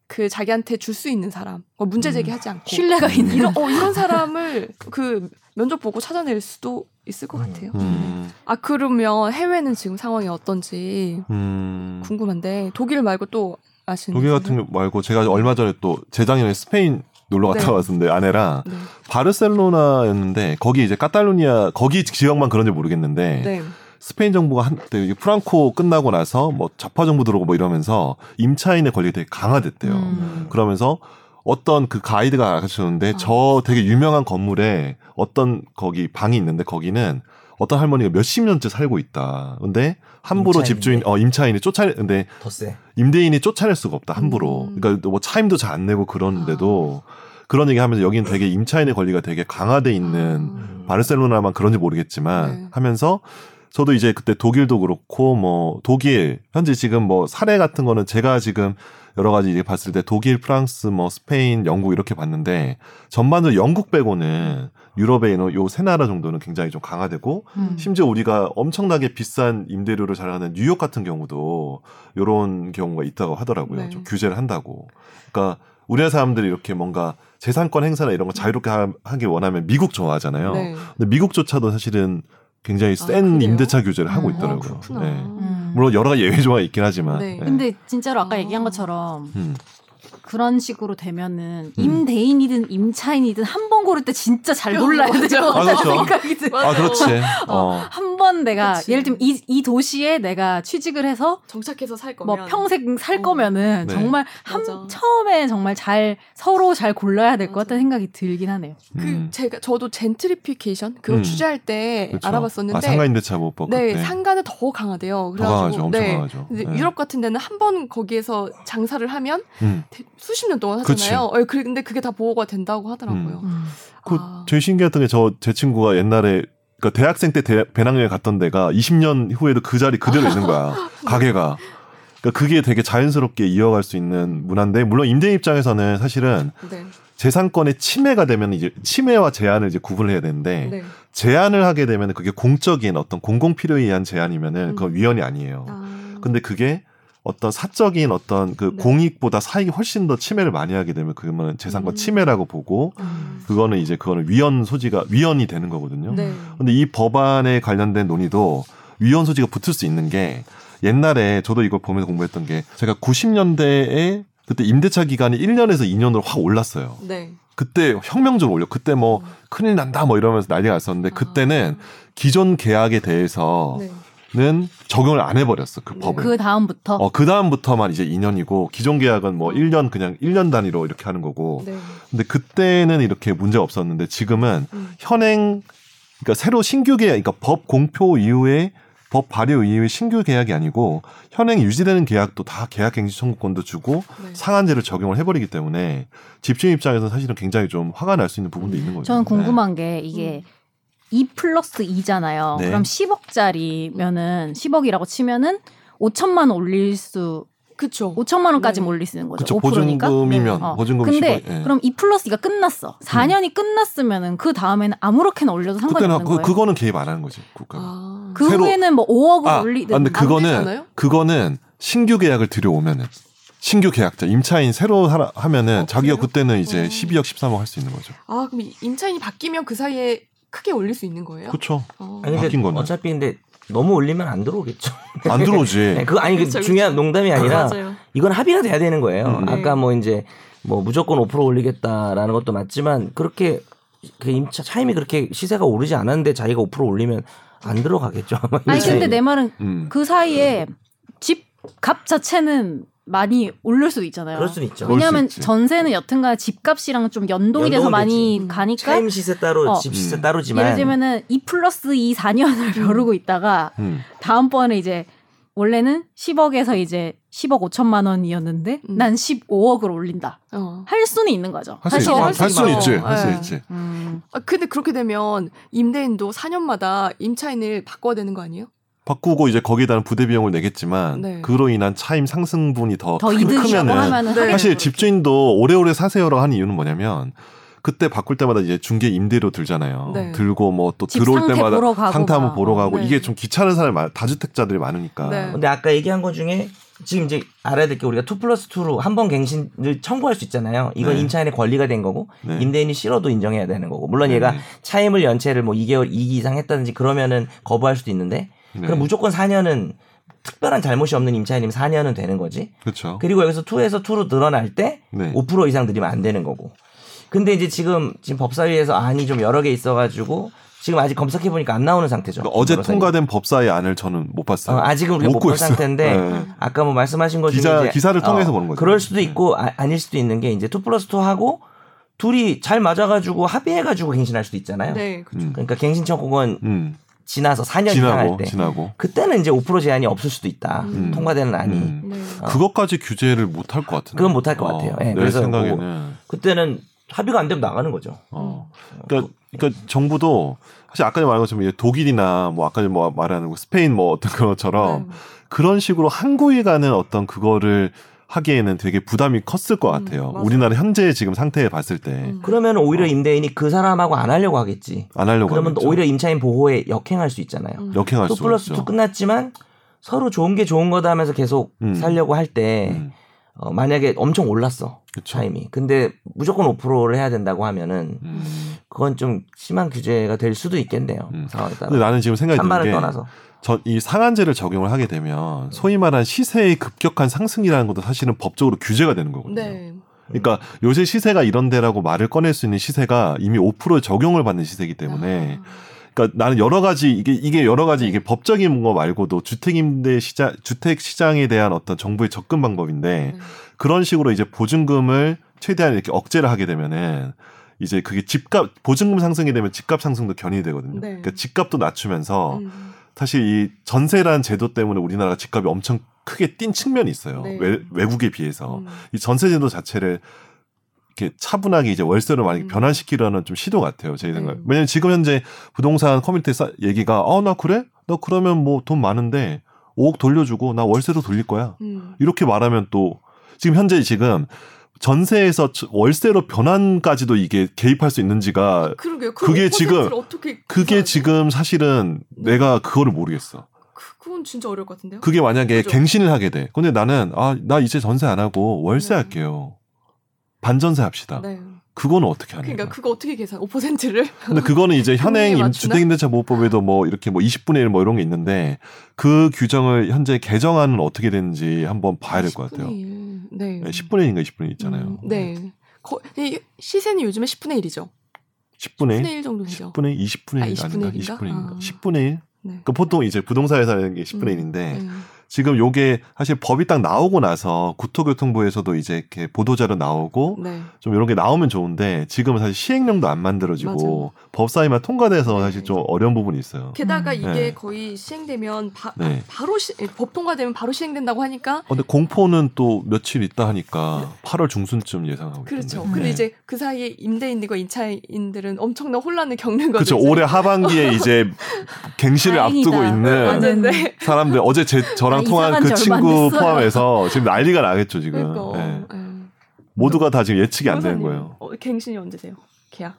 A: 그 자기한테 줄 수 있는 사람 어, 문제
B: 음.
A: 제기하지 않고
C: 신뢰가 있는
A: 이런 어 이런 사람을 그 면접 보고 찾아낼 수도 있을 것
D: 음.
A: 같아요.
B: 음.
A: 아 그러면 해외는 지금 상황이 어떤지
B: 음.
A: 궁금한데 독일 말고 또 아시는
B: 독일 같은 거 말고 제가 얼마 전에 또 재작년에 스페인 놀러 갔다
A: 네.
B: 왔었는데 아내랑
A: 네.
B: 바르셀로나였는데 거기 이제 카탈루니아 거기 지역만 그런지 모르겠는데
A: 네.
B: 스페인 정부가 한때 이게 프랑코 끝나고 나서 뭐 좌파 정부 들어오고 뭐 이러면서 임차인의 권리 가 되게 강화됐대요.
C: 음.
B: 그러면서 어떤 그 가이드가 가르쳐줬는데 저 되게 유명한 건물에 어떤 거기 방이 있는데 거기는 어떤 할머니가 몇십 년째 살고 있다. 근데 함부로
D: 임차인인데.
B: 집주인 어 임차인이 쫓아내 근데
D: 더 세.
B: 임대인이 쫓아낼 수가 없다 함부로.
A: 음.
B: 그러니까 뭐 차임도 잘 안 내고
D: 아.
B: 그러는데도 그런 얘기하면서 여기는 되게 임차인의 권리가 되게 강화돼 있는
D: 음.
A: 아,
B: 바르셀로나만 그런지 모르겠지만
A: 네.
B: 하면서 저도 이제 그때 독일도 그렇고 뭐 독일 현재 지금 뭐 사례 같은 거는 제가 지금 여러 가지 이제 봤을 때 독일, 프랑스, 뭐 스페인, 영국 이렇게 봤는데 전반적으로 영국 빼고는 유럽의 요세 나라 정도는 굉장히 좀 강화되고
A: 음.
B: 심지어 우리가 엄청나게 비싼 임대료를 잘하는 뉴욕 같은 경우도 요런 경우가 있다고 하더라고요.
A: 네.
B: 좀 규제를 한다고. 그러니까 우리나라 사람들이 이렇게 뭔가 재산권 행사나 이런 거 자유롭게 하- 하길 원하면 미국 좋아하잖아요.
A: 네.
B: 근데 미국조차도 사실은 굉장히 센
A: 아, 그래요?
B: 임대차 규제를 하고
C: 음,
A: 아,
B: 있더라고요.
A: 그렇구나.
B: 네.
C: 음.
B: 물론 여러 가지 예외 조항이 있긴 하지만.
A: 네.
B: 네.
C: 근데 진짜로 아까
A: 아.
C: 얘기한 것처럼
B: 음.
C: 그런 식으로 되면은
B: 음.
C: 임대인이든 임차인이든 한 번 고를 때 진짜 잘 놀라야
A: 맞아.
C: 돼요.
B: 아, 그렇죠.
C: (laughs) 생각이 들어.
B: 아 그렇지. 어.
C: 한 번 내가
A: 그치.
C: 예를 들면 이, 이 도시에 내가 취직을 해서
A: 정착해서 살 거면
C: 뭐 평생 살
A: 어.
C: 거면은
B: 네.
C: 정말 한
A: 맞아.
C: 처음에 정말 잘 서로 잘 골라야 될 것
A: 맞아.
C: 같다는 생각이 들긴 하네요.
A: 그
B: 음.
A: 제가 저도 젠트리피케이션 그거
B: 음.
A: 취재할 때
B: 그렇죠.
A: 알아봤었는데
B: 아, 상가 임대차 못 받고.
A: 네, 상가는 더 강하대요.
B: 더
A: 그래가지고
B: 강하죠. 엄청
A: 네.
B: 강하죠.
A: 근데
B: 네.
A: 유럽 같은 데는 한 번 거기에서 장사를 하면
B: 음.
A: 대- 수십 년 동안 하잖아요. 예, 그- 근데 그게 다 보호가 된다고 하더라고요.
B: 그
A: 아.
B: 제일 신기했던 게 저 제 친구가 옛날에 그러니까 대학생 때 대- 배낭여행 갔던 데가 20년 후에도 그 자리 그대로 있는
A: (laughs)
B: 거야 가게가. 그러니까 그게 되게 자연스럽게 이어갈 수 있는 문화인데 물론 임대인 입장에서는 사실은
A: 네.
B: 재산권의 침해가 되면 이제 침해와 제한을 이제 구분을 해야 되는데
A: 네.
B: 제한을 하게 되면 그게 공적인 어떤 공공 필요에 의한 제한이면은
A: 음.
B: 그건 위헌이 아니에요.
A: 아.
B: 근데 그게 어떤 사적인 어떤 그
A: 네.
B: 공익보다 사익이 훨씬 더 침해를 많이 하게 되면 그거는 재산권
A: 음.
B: 침해라고 보고
A: 아.
B: 그거는 이제 그거는 위헌 소지가 위헌이 되는 거거든요.
A: 네.
B: 근데 이 법안에 관련된 논의도 위헌 소지가 붙을 수 있는 게 옛날에 저도 이걸 보면서 공부했던 게 제가 90년대에 그때 임대차 기간이 1년에서 2년으로 확 올랐어요.
A: 네.
B: 그때 혁명적으로 올려. 그때
A: 음.
B: 뭐 큰일 난다 뭐 이러면서 난리가 났었는데 그때는 어, 기존 계약에
A: 아.
B: 대해서는
A: 네.
B: 적용을 안 해버렸어 그
A: 네.
B: 법을.
C: 그 다음부터
B: 어, 그 다음부터만 이제 2년이고, 기존 계약은 뭐
A: 음.
B: 1년 그냥 1년 단위로 이렇게 하는 거고,
A: 네.
B: 근데 그때는 이렇게 문제가 없었는데, 지금은
A: 음.
B: 현행, 그러니까 새로 신규 계약, 그러니까 법 공표 이후에 법 발효 이후에 신규 계약이 아니고, 현행 유지되는 계약도 다 계약갱신 청구권도 주고,
A: 네.
B: 상한제를 적용을 해버리기 때문에, 집주인 입장에서는 사실은 굉장히 좀 화가 날 수 있는 부분도 있는 거죠.
C: 저는 궁금한 게
A: 음.
C: 이게 2 플러스 2잖아요.
B: 네.
C: 그럼 10억짜리면은 10억이라고 치면은 5천만 원 올릴 수
A: 그쵸.
C: 5천만 원까지
A: 네.
C: 만 올릴 수 있는 거죠.
B: 그쵸,
C: 5%니까.
B: 보증금이면,
C: 네. 어.
B: 보증금
C: 근데
B: 10억, 예. 음.
C: 그럼 2 플러스 2가 끝났어. 4년이 끝났으면은 그 다음에는 아무렇게나 올려도 상관이
B: 그때는
C: 없는
B: 그,
C: 거예요.
B: 그거는 개입 안 하는 거지, 국가가.
A: 아.
C: 그
B: 새로-
C: 후에는 뭐 5억을
B: 아,
C: 올리든
B: 아, 근데
A: 안
B: 그거는
A: 되잖아요?
B: 그거는 신규 계약을 들여오면은 신규 계약자 임차인 새로 하라, 하면은
A: 어,
B: 자기가
A: 그래요?
B: 그때는 이제
C: 음.
A: 어.
B: 12억 13억 할 수 있는 거죠.
A: 아, 그럼 이- 임차인이 바뀌면 그 사이에 크게 올릴 수 있는 거예요?
B: 그렇죠.
A: 어.
D: 아니 근데
B: 바뀐 거는.
D: 어차피 근데 너무 올리면 안 들어오겠죠.
B: 안
D: (laughs) 네,
B: 들어오지.
D: 그 아니 그
A: 그렇죠,
D: 중요한 농담이 아니라
A: 맞아요.
D: 이건 합의가 돼야 되는 거예요.
B: 음.
D: 아까 뭐 이제 뭐 무조건 5% 올리겠다라는 것도 맞지만 그렇게 그 임차 차임이 그렇게 시세가 오르지 않았는데 자기가 5% 올리면 안 들어가겠죠. (laughs) 아마
C: 아니
D: 이제.
C: 근데 내 말은
B: 음.
C: 그 사이에 집 값 자체는 많이 올릴 수도 있잖아요.
D: 그럴 수는
B: 그럴
D: 있죠.
B: 수
C: 왜냐하면
B: 있지.
C: 전세는 여튼간 집값이랑 좀 연동이 돼서
D: 연동이
C: 많이
A: 되지.
C: 가니까
D: 차임 시세 따로
C: 어.
D: 집 시세
B: 음.
D: 따로지만
C: 예를 들면은 2 플러스 2 4년을 (laughs) 벼르고 있다가
B: 음.
C: 다음번에 이제 원래는 10억에서 이제 10억 5천만 원이었는데
A: 음.
C: 난 15억을 올린다.
A: 어.
C: 할 수는 있는 거죠.
B: 할수 있지.
A: 사실 할수
B: 할 수는 있지.
A: 있죠.
B: 할 수
A: 네.
B: 있지.
C: 음.
A: 아, 근데 그렇게 되면 임대인도 4년마다 임차인을 바꿔야 되는 거 아니에요?
B: 바꾸고 이제 거기에 따른 부대 비용을 내겠지만
A: 네.
B: 그로 인한 차임 상승분이 더,
C: 더
B: 크-
C: 이득이라고
B: 크면은
C: 하면은
A: 네.
B: 사실 집주인도 오래오래 사세요라고 하는 이유는 뭐냐면 그때 바꿀 때마다 이제 중개 임대료 들잖아요.
A: 네.
B: 들고 뭐 또
C: 집
B: 들어올
C: 상태
B: 때마다
C: 보러 가고
B: 상태 한번
C: 막.
B: 보러 가고
A: 네.
B: 이게 좀 귀찮은 사람이 많, 다주택자들이 많으니까
A: 네.
D: 근데 아까 얘기한 것 중에 지금 이제 알아야 될 게 우리가 2 플러스 2로 한 번 갱신을 청구할 수 있잖아요. 이건
B: 네.
D: 임차인의 권리가 된 거고
B: 네.
D: 임대인이 싫어도 인정해야 되는 거고 물론
B: 네.
D: 얘가 차임을 연체를 뭐 2개월 2기 이상 했다든지 그러면은 거부할 수도 있는데
B: 네.
D: 그럼 무조건 4년은 특별한 잘못이 없는 임차인이면 4년은 되는 거지.
B: 그렇죠.
D: 그리고 여기서 2에서 2로 늘어날 때
B: 네.
D: 5% 이상 드리면 안 되는 거고. 근데 이제 지금 지금 법사위에서 안이 좀 여러 개 있어가지고 지금 아직 검색해 보니까 안 나오는 상태죠.
B: 그러니까 어제
D: 변호사님.
B: 통과된 법사의 안을 저는 못
D: 어,
B: 봤어요.
D: 아직은 우리가
B: 못
D: 못 본
B: 구했어요.
D: 상태인데
C: 음.
B: 네.
D: 아까 뭐 말씀하신 것 중에
B: 기자-
D: 이제 어,
B: 기사를 통해서 보는 거죠.
D: 그럴 수도
B: 네.
D: 있고 아, 닐 수도 있는 게 이제 2 플러스 2 하고 둘이 잘 맞아가지고 합의해가지고 갱신할 수도 있잖아요.
A: 네. 그렇죠.
B: 음.
D: 그러니까 갱신 청구권
B: 음.
D: 지나서 4년 이상 할
B: 지나고
D: 때
B: 지나고
D: 그때는 이제 5% 제한이 없을 수도 있다.
A: 음.
D: 통과되는 안이.
B: 음.
A: 네.
D: 어.
B: 그것까지 규제를 못 할 것 같은데.
D: 그건 못할것
B: 어,
D: 같아요. 예,
B: 내
D: 그래서
B: 생각에는 음.
D: 그때는 합의가 안 되면 나가는 거죠.
A: 음.
D: 뭐.
B: 어. 그러니까 그러니까 정부도 사실 아까 말한 것처럼 이제 독일이나 뭐 아까 뭐 말하는 거 스페인 뭐 어떤
A: 네.
B: 것처럼 그런 식으로 항구에 가는 어떤 그거를 하기에는 되게 부담이 컸을 것
A: 음,
B: 같아요.
A: 맞아요.
B: 우리나라 현재 지금 상태에 봤을 때 안
A: 음.
D: 그러면
B: 어.
D: 오히려 임대인이 그 사람하고 안 하려고 하겠지.
B: 하려고
D: 그러면
B: 하겠죠.
D: 오히려 임차인 보호에 역행할 수 있잖아요.
A: 음.
B: 역행할
D: 투
B: 수
D: 플러스
B: 있죠.
D: 투 끝났지만 서로 좋은 게 좋은 거다 하면서 계속
B: 음.
D: 살려고 할 때
B: 음,
D: 어, 만약에 엄청 올랐어
B: 그쵸.
D: 차임이. 근데 무조건 5%를 해야 된다고 하면은
B: 음.
D: 그건 좀 심한 규제가 될 수도 있겠네요.
B: 음.
D: 상황에
B: 근데
D: 따라.
B: 나는 지금 생각이 드는
D: 찬반을
B: 게
D: 떠나서. 음.
B: 전 이 상한제를 적용을 하게 되면 소위 말한 시세의 급격한 상승이라는 것도 사실은 법적으로 규제가 되는 거거든요.
A: 네.
B: 그러니까 요새 시세가 이런데라고 말을 꺼낼 수 있는 시세가 이미 5% 적용을 받는 시세이기 때문에
A: 아.
B: 그러니까 나는 여러 가지 이게 이게 여러 가지 이게 법적인 거 말고도 주택 임대 시장 주택 시장에 대한 어떤 정부의 접근 방법인데
A: 네.
B: 그런 식으로 이제 보증금을 최대한 이렇게 억제를 하게 되면은 이제 그게 집값 보증금 상승이 되면 집값 상승도 견인이 되거든요.
A: 네.
B: 그러니까 집값도 낮추면서
A: 음.
B: 사실 이 전세라는 제도 때문에 우리나라가 집값이 엄청 크게 뛴 측면이 있어요.
A: 네.
B: 외, 외국에 비해서
A: 음.
B: 이 전세제도 자체를 이렇게 차분하게 이제 월세로 많이
A: 음.
B: 변환시키려는 좀 시도 같아요. 제
A: 네.
B: 생각. 왜냐면 지금 현재 부동산 커뮤니티 사- 얘기가 어 나 그래? 너 그러면 뭐 돈 많은데 5억 돌려주고 나 월세로 돌릴 거야.
A: 음.
B: 이렇게 말하면 또 지금 현재 지금 전세에서 저- 월세로 변환까지도 이게 개입할 수 있는지가
A: 그러게요.
B: 그게
A: 그게
B: 지금-
A: 지금 어떻게
B: 그게
A: 구분하지?
B: 지금 사실은 내가 그거를 모르겠어.
A: 그건 진짜 어려울 것 같은데요.
B: 그게 만약에
A: 그죠.
B: 갱신을 하게 돼. 근데 나는 아 나 이제 전세 안 하고 월세
A: 네.
B: 할게요. 반전세 합시다.
A: 네.
B: 그거는 어떻게 하는
A: 그러니까
B: 거야?
A: 그거 어떻게 계산? 5%를
B: 근데 그거는 이제 현행
A: 금리에
B: 임-
A: 맞추나?
B: 주택임대차 보호법에도 뭐 이렇게 뭐 20분의 1 뭐 이런 게 있는데 그 규정을 현재 개정안은 어떻게 되는지 한번 봐야 될 것 같아요.
A: 10분의 1. 네.
B: 네, 10분의 1인가 20분의 1 있잖아요.
A: 음, 네. 거, 이 시세는 요즘에 10분의 1이죠.
B: 10분의 1?
A: 10분의 1 정도 되죠.
B: 10분의 20분의 1
A: 아,
B: 아, 닌가
A: 20분의
B: 20분의 1인가?
A: 아.
B: 10분의 1?
A: 네.
B: 그 보통 이제 부동산에서 하는 게 10분의
A: 음,
B: 1인데
A: 음.
B: 지금 요게 사실 법이 딱 나오고 나서 국토교통부에서도 이제 이렇게 보도자료 나오고
A: 네.
B: 좀 이런 게 나오면 좋은데 지금은 사실 시행령도 안 만들어지고 법사위만 통과돼서
A: 네.
B: 사실 좀 어려운 부분이 있어요.
A: 게다가
C: 음.
A: 이게
B: 네.
A: 거의 시행되면 바,
B: 네.
A: 바로 시, 예, 법 통과되면 바로 시행된다고 하니까
B: 어, 근데 공포는 또 며칠 있다 하니까 8월 중순쯤 예상하고
A: 그렇죠.
B: 있던데.
A: 근데
B: 네.
A: 이제 그 사이에 임대인들과 임차인들은 엄청난 혼란을 겪는 거죠.
B: 그렇죠.
A: 이제.
B: 올해
A: (laughs)
B: 하반기에 이제 갱신을
C: 다행이다.
B: 앞두고
A: 아,
B: 있는
A: 네, 네.
B: 사람들 어제 제 저랑
C: 아,
B: 통한
C: 이사간
B: 그
C: 지 얼마 안
B: 친구
C: 됐어요.
B: 포함해서 지금 난리가 나겠죠 지금.
A: 그러니까.
B: 네.
A: 예.
B: 모두가 다 지금 예측이 안 되는
A: 변호사님,
B: 거예요.
A: 어, 갱신이 언제세요? 계약.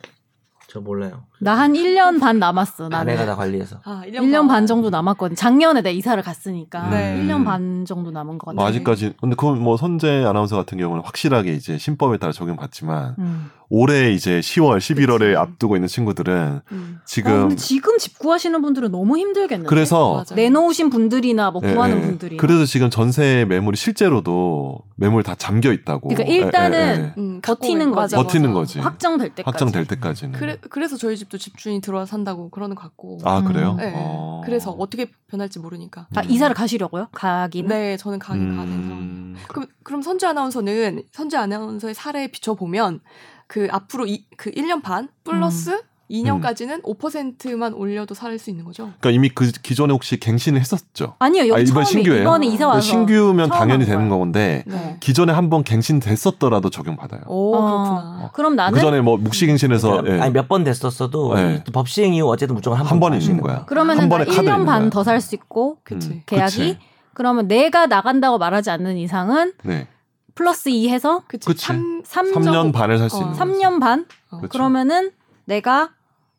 D: 저 몰라요.
C: 나 한 1년 반 남았어. 나는.
D: 아내가 다 관리해서.
A: 아, 1년,
C: 1년 반 정도 남았거든. 작년에 내가 이사를 갔으니까
A: 네.
C: 1년 반 정도 남은 것
B: 음. 뭐
C: 같아.
A: 맞-
B: 아직까지 근데 그건 뭐 선재 아나운서 같은 경우는 확실하게 이제 신법에 따라 적용받지만
C: 음.
B: 올해 이제 10월 11월에
A: 그치.
B: 앞두고 있는 친구들은
A: 음.
C: 아,
B: 지금
C: 근데 지금 집 구하시는 분들은 너무 힘들겠는데.
B: 그래서
A: 네. 맞아요.
C: 내놓으신 분들이나 뭐
B: 예,
C: 구하는
B: 예.
C: 분들이.
B: 그래서 지금 전세 매물이 실제로도 매물 다 잠겨 있다고.
C: 그러니까 일단은
B: 예, 예, 예.
A: 음,
C: 버티는
A: 갖고
C: 거죠.
A: 있는
B: 버티는 거지.
C: 확정될 때까지.
B: 확정될 때까지는.
A: 그래, 그래서 저희 집도 집주인이 들어와 산다고 그러는 것 같고.
B: 아 그래요?
C: 음.
A: 네.
B: 어.
A: 그래서 어떻게 변할지 모르니까.
C: 아, 이사를 가시려고요? 가기는?
A: 네, 저는 가긴 가야 되는 상황.
B: 음.
A: 그럼, 그럼 선재 아나운서는 선재 아나운서의 사례에 비춰보면 그 앞으로 이, 그 1년 반 플러스 2년까지는 5%만 올려도 살 수 있는 거죠.
B: 그러니까 이미 그 기존에 혹시 갱신을 했었죠.
C: 아니요, 여기
B: 아, 이번
C: 처음에
B: 신규예요?
C: 이번에 이사 와서
B: 신규면
C: 처음
B: 당연히
C: 하는
B: 되는
C: 거야.
B: 건데
A: 네.
B: 기존에 한 번 갱신 됐었더라도 적용 받아요.
A: 오,
C: 어.
A: 그렇구나.
C: 그럼 나는
B: 그 전에 뭐 묵시 갱신에서
D: 음, 아니 몇 번 됐었어도
B: 예.
D: 법 시행 이후 어쨌든 무조건
B: 한
D: 한번
B: 번은 있는 거야.
C: 그러면은
B: 한
C: 나
B: 번에 카드
C: 1년
B: 있는
C: 반
B: 거야.
C: 더 살 수 있고
A: 그치.
B: 음,
C: 계약이
B: 그치.
C: 그러면 내가 나간다고 말하지 않는 이상은
B: 네.
C: 플러스 2 해서
A: 그치.
B: 그치.
A: 삼-
C: 3,
B: 3년 반을 살 수
A: 어.
B: 있는. 거지.
C: 3년 반?
A: 어.
B: 그렇죠.
C: 그러면은 내가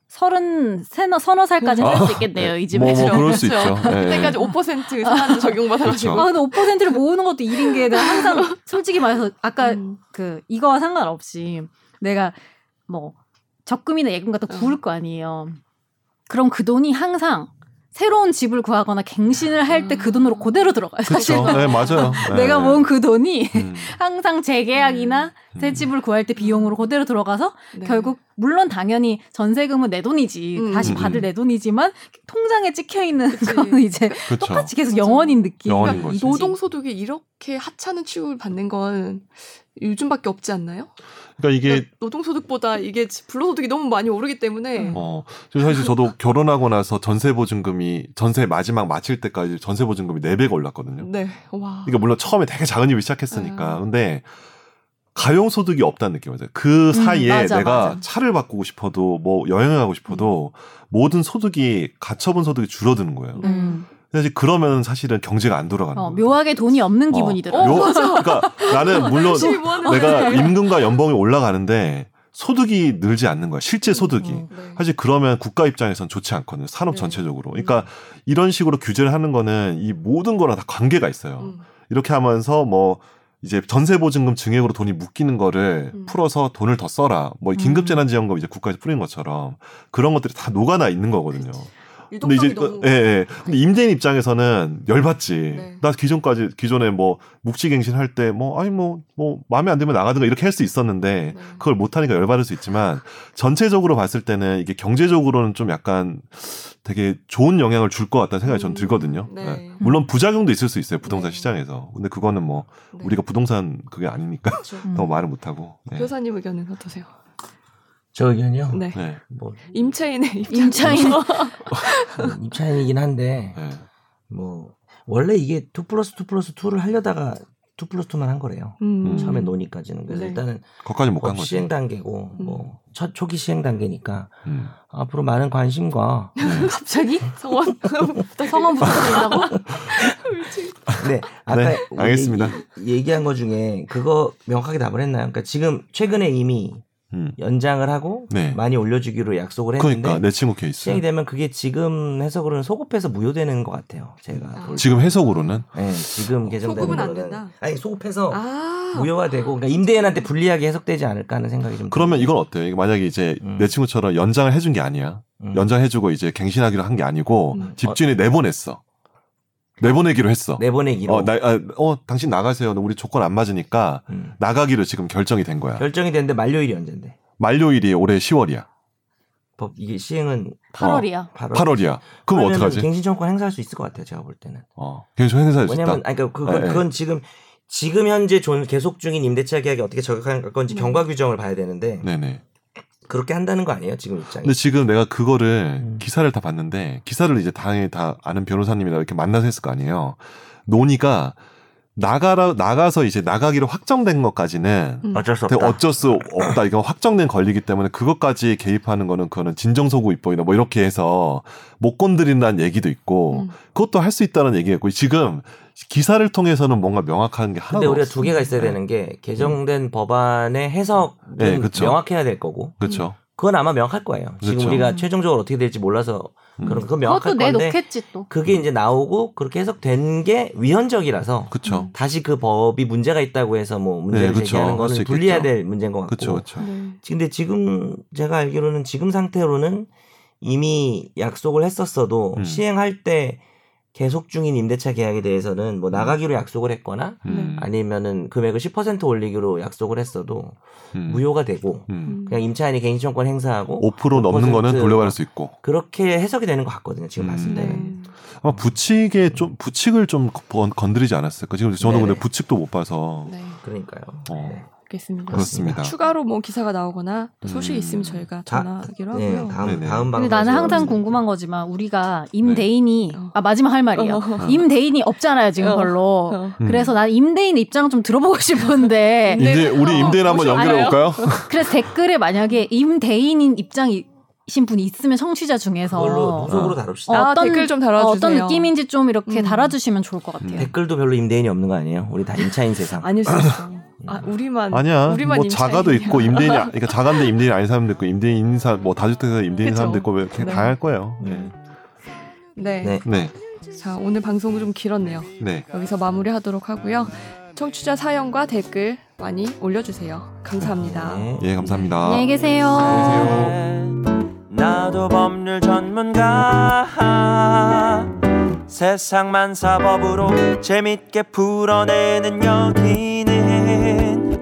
C: 서른 세너 서너 살까지 살 수 있겠네요 이 집에.
B: 뭐, 뭐 그럴 수
A: 그렇죠.
B: 있죠. 예, 예.
A: 그때까지 5% 상한제 적용받아가지고.
B: 뭐.
C: 아 근데 5%를 모으는 것도 일인 게 내가 항상 솔직히 말해서 아까
A: 음.
C: 그 이거와 상관없이 내가 뭐 적금이나 예금 같은 거
A: 어.
C: 구울 거 아니에요. 그럼 그 돈이 항상 새로운 집을 구하거나 갱신을 할 때 그 돈으로 그대로 들어가요. 사실
B: 그렇죠. 네, 맞아요. 네.
C: (laughs) 내가 모은 그 돈이 (laughs)
B: 음,
C: 항상 재계약이나
B: 음.
C: 새 집을 구할 때 비용으로 그대로 들어가서
A: 네.
C: 결국 물론 당연히 전세금은 내 돈이지
A: 음.
C: 다시 받을 내 돈이지만 통장에 찍혀 있는 (laughs)
A: 그치.
C: 거는 이제
B: 그렇죠.
C: 똑같이 계속
A: 맞아.
C: 영원인 느낌. 그러니까
B: 영원인 거지.
A: 노동 소득이 이렇게 하찮은 취급을 받는 건 요즘밖에 없지 않나요?
B: 그러니까 이게
A: 그러니까 노동 소득보다 이게 불로 소득이 너무 많이 오르기 때문에
B: 어, 저 사실
C: 그
B: 저도 결혼하고 나서 전세 보증금이 전세 마지막 마칠 때까지 전세 보증금이 4배가 올랐거든요.
A: 네. 와.
B: 그러니까 물론 처음에 되게 작은 집을 시작했으니까.
A: 음.
B: 근데 가용 소득이 없다는 느낌이 들어요. 그 사이에
C: 음, 맞아,
B: 내가
C: 맞아.
B: 차를 바꾸고 싶어도 뭐 여행을 가고 싶어도 모든 소득이 가처분 소득이 줄어드는 거예요.
C: 음.
B: 사실 그러면 사실은 경제가 안
A: 음.
B: 돌아가는
C: 어,
B: 거예요.
C: 묘하게 돈이 없는 기분이 들어.
B: 묘- 그러니까
C: (laughs)
B: 나는 물론
A: 열심히 모았는데.
B: 내가 임금과 연봉이 올라가는데 소득이 늘지 않는 거야. 실제 소득이.
C: 어.
E: 음.
A: 네.
B: 사실 그러면 국가 입장에선 좋지 않거든요. 산업
A: 네.
B: 전체적으로. 그러니까 이런 식으로 규제를 하는 거는 이 모든 거랑 다 관계가 있어요.
A: 음.
B: 이렇게 하면서 뭐 이제 전세보증금 증액으로 돈이 묶이는 거를
A: 음.
B: 풀어서 돈을 더 써라. 뭐 긴급재난지원금 이제 국가에서 풀린 것처럼 그런 것들이 다 녹아나 있는 거거든요. 근데
A: 유동성이
B: 이제
A: 너무
B: 예, 예. 근데 임대인 입장에서는 열받지.
A: 네.
B: 나 기존까지 기존에 뭐 묵직갱신 할 때 뭐 아니 뭐 뭐 마음에 안 들면 나가든가 이렇게 할 수 있었는데
A: 네.
B: 그걸 못 하니까 열받을 수 있지만 전체적으로 봤을 때는 이게 경제적으로는 좀 약간 되게 좋은 영향을 줄 것 같다는 생각이 전
A: 음,
B: 들거든요.
A: 네.
B: 예. 물론 부작용도 있을 수 있어요 부동산
A: 네.
B: 시장에서. 근데 그거는 뭐
A: 네.
B: 우리가 부동산 그게 아니니까
A: 그렇죠.
C: 음.
B: 더 말을 못 하고. 네.
A: 교사님 의견은 어떠세요?
D: 저 의견이요.
A: 네.
B: 네.
D: 뭐
A: 임차인의 입장.
C: 임차인
D: 음, 입차인이긴 한데
B: 네.
D: 뭐 원래 이게 2 플러스 2 플러스 2를 하려다가 2 플러스 2만 한 거래요.
A: 음.
D: 처음에 논의까지는 그래서
A: 네.
D: 일단은
B: 거기까지 못 간
D: 법
B: 거지.
D: 시행 단계고
A: 음.
D: 뭐 첫 초기 시행 단계니까
B: 음.
D: 앞으로 많은 관심과
A: (laughs)
B: (laughs)
A: 갑자기
D: (laughs)
A: 성원
C: (laughs) 성원 부탁드린다고.
D: 네 아까
B: 네,
D: 우리
B: 알겠습니다.
D: 얘기, 한거 중에 그거 명확하게 답을 했나요? 그러니까 지금 최근에 이미
B: 음.
D: 연장을 하고
B: 네.
D: 많이 올려주기로 약속을 했는데
B: 그러니까 내 친구 케이스.
D: 시행이 되면 그게 지금 해석으로는 소급해서 무효되는 것 같아요. 제가 볼 때.
B: 지금 해석으로는
D: 네,
B: 어,
D: 지금 개정되는
A: 소급은 안
D: 거는-
A: 된다?
D: 아니 소급해서
A: 아.
D: 무효화되고 그러니까 임대인한테 불리하게 해석되지 않을까 하는 생각이 좀
B: 그러면 이건 어때요? 이거 만약에 이제
D: 음.
B: 내 친구처럼 연장을 해준 게 아니야.
D: 음.
B: 연장해주고 이제 갱신하기로 한 게 아니고
A: 음.
B: 집주인이 내보냈어. 내보내기로 했어.
D: 내보내기로
B: 어, 나, 아, 어, 당신 나가세요. 너 우리 조건 안 맞으니까
D: 음.
B: 나가기로 지금 결정이 된 거야.
D: 결정이 됐는데 만료일이 언젠데
B: 만료일이 올해 10월이야.
D: 법 이게 시행은
C: 8월이야.
D: 8월.
B: 8월이야. 그럼 어떡하지?
D: 갱신 청구권 행사할 수 있을 것 같아요. 제가 볼 때는.
B: 어, 갱신 행사할 수 있다.
D: 왜냐면 아니 그러니까 그건,
B: 예, 예.
D: 그건 지금 지금 현재 존 계속 중인 임대차 계약이 어떻게 적용할 건지
A: 네.
D: 경과 규정을 봐야 되는데
B: 네네.
D: 그렇게 한다는 거 아니에요 지금 입장이.
B: 근데 지금 내가 그거를
D: 음.
B: 기사를 다 봤는데 기사를 이제 당연히 다 아는 변호사님이나 이렇게 만나서 했을 거 아니에요. 논의가 나가라 나가서 이제 나가기로 확정된 것까지는
A: 음.
D: 어쩔 수
B: 되게 어쩔
D: (clears throat)
B: 수 없다. 이건 확정된 권리기 때문에 그것까지 개입하는 거는 그거는 진정서구 입법이나 뭐 이렇게 해서 못 건드린다는 얘기도 있고
A: 음.
B: 그것도 할 수 있다는 얘기였고 지금 기사를 통해서는 뭔가 명확한 게
D: 근데
B: 하나도
D: 우리가
B: 없어.
D: 두 개가 있어야
B: 네.
D: 되는 게 개정된 법안의 해석은
B: 네, 그쵸.
D: 명확해야 될 거고
B: 그렇죠.
D: 그건 아마 명확할 거예요. 지금
B: 그쵸.
D: 우리가 최종적으로 어떻게 될지 몰라서
B: 음.
D: 그런
C: 그것도
D: 그건 명확할 건데
C: 내놓겠지 또.
D: 그게 이제 나오고 그렇게 해석된 게 위헌적이라서
B: 그렇죠.
D: 다시 그 법이 문제가 있다고 해서 뭐 문제를
B: 네, 그쵸.
D: 제기하는
B: 할수
D: 거는
B: 있겠죠.
D: 분리해야 될 문제인 것 같고
B: 그렇죠. 그렇죠.
A: 네.
D: 근데 지금 제가 알기로는 지금 상태로는 이미 약속을 했었어도
B: 음.
D: 시행할 때 계속 중인 임대차 계약에 대해서는 뭐 나가기로 약속을 했거나
B: 음.
D: 아니면은 금액을 10% 올리기로 약속을 했어도
B: 음.
D: 무효가 되고
B: 음.
A: 음.
D: 그냥 임차인이 개인청권 행사하고
B: 5% 넘는 거는
D: 5%
B: 돌려받을 수 있고
D: 그렇게 해석이 되는 것 같거든요. 지금 봤을
B: 음.
A: 네.
D: 때는.
B: 아마 부칙에 좀 부칙을 좀 건- 건드리지 않았을까 지금 저는
D: 네네.
B: 근데 부칙도 못 봐서
A: 네.
D: 그러니까요.
B: 어.
D: 네.
A: 알겠습니다.
B: 그렇습니다.
A: 추가로 뭐 기사가 나오거나 또 소식이
B: 음.
A: 있으면 저희가
D: 다-
A: 전화하기로
D: 네,
A: 하고요.
D: 다음
B: 네네.
D: 다음
C: 근데
D: 방송.
C: 나는 항상 궁금한 거지만 우리가 임대인이
A: 네.
C: 아 마지막 할 말이야.
A: 어.
C: 임대인이 없잖아요 지금
A: 어.
C: 별로.
A: 어.
B: 음.
C: 그래서 난 임대인 입장 좀 들어보고 (laughs) 싶은데
B: 임대
C: 어,
B: 우리 임대인 한번
C: 아,
A: 혹시
B: 연결해 볼까요?
C: 그래서 댓글에 만약에 임대인인 입장이신 분이 있으면 청취자 중에서
D: 그걸로
C: 어,
D: 무속으로
B: 어.
D: 다룹시다.
A: 아, 댓글 좀 달아주세요.
C: 어떤 느낌인지 좀 이렇게
A: 음.
C: 달아주시면 좋을 것 같아요.
B: 댓-
D: 댓글도 별로 임대인이 없는 거 아니에요? 우리 다 임차인 세상.
A: 아닐 수 있어. 아,
D: 음.
A: 우리만
B: 아니야.
A: 우리만
B: 뭐
A: 임차인이야.
B: 자가도
A: (laughs)
B: 있고 임대인이 아- 그러니까 자가인데 임대인 아닌 사람도 있고 임대인 있는 사람 뭐 다주택에서 임대인 인
A: 그쵸.
B: 사람도 있고 왜 그냥
A: 네.
B: 다양할 거예요. 네.
A: 네.
D: 네.
B: 네.
A: 자, 오늘 방송 좀 길었네요.
B: 네.
A: 여기서 마무리하도록 하고요. 청취자 사연과 댓글 많이 올려주세요. 감사합니다.
D: 네.
B: 예, 감사합니다.
C: 안녕히 계세요.
F: 나도 법률 전문가 세상만 사법으로 재밌게 풀어내는 여기는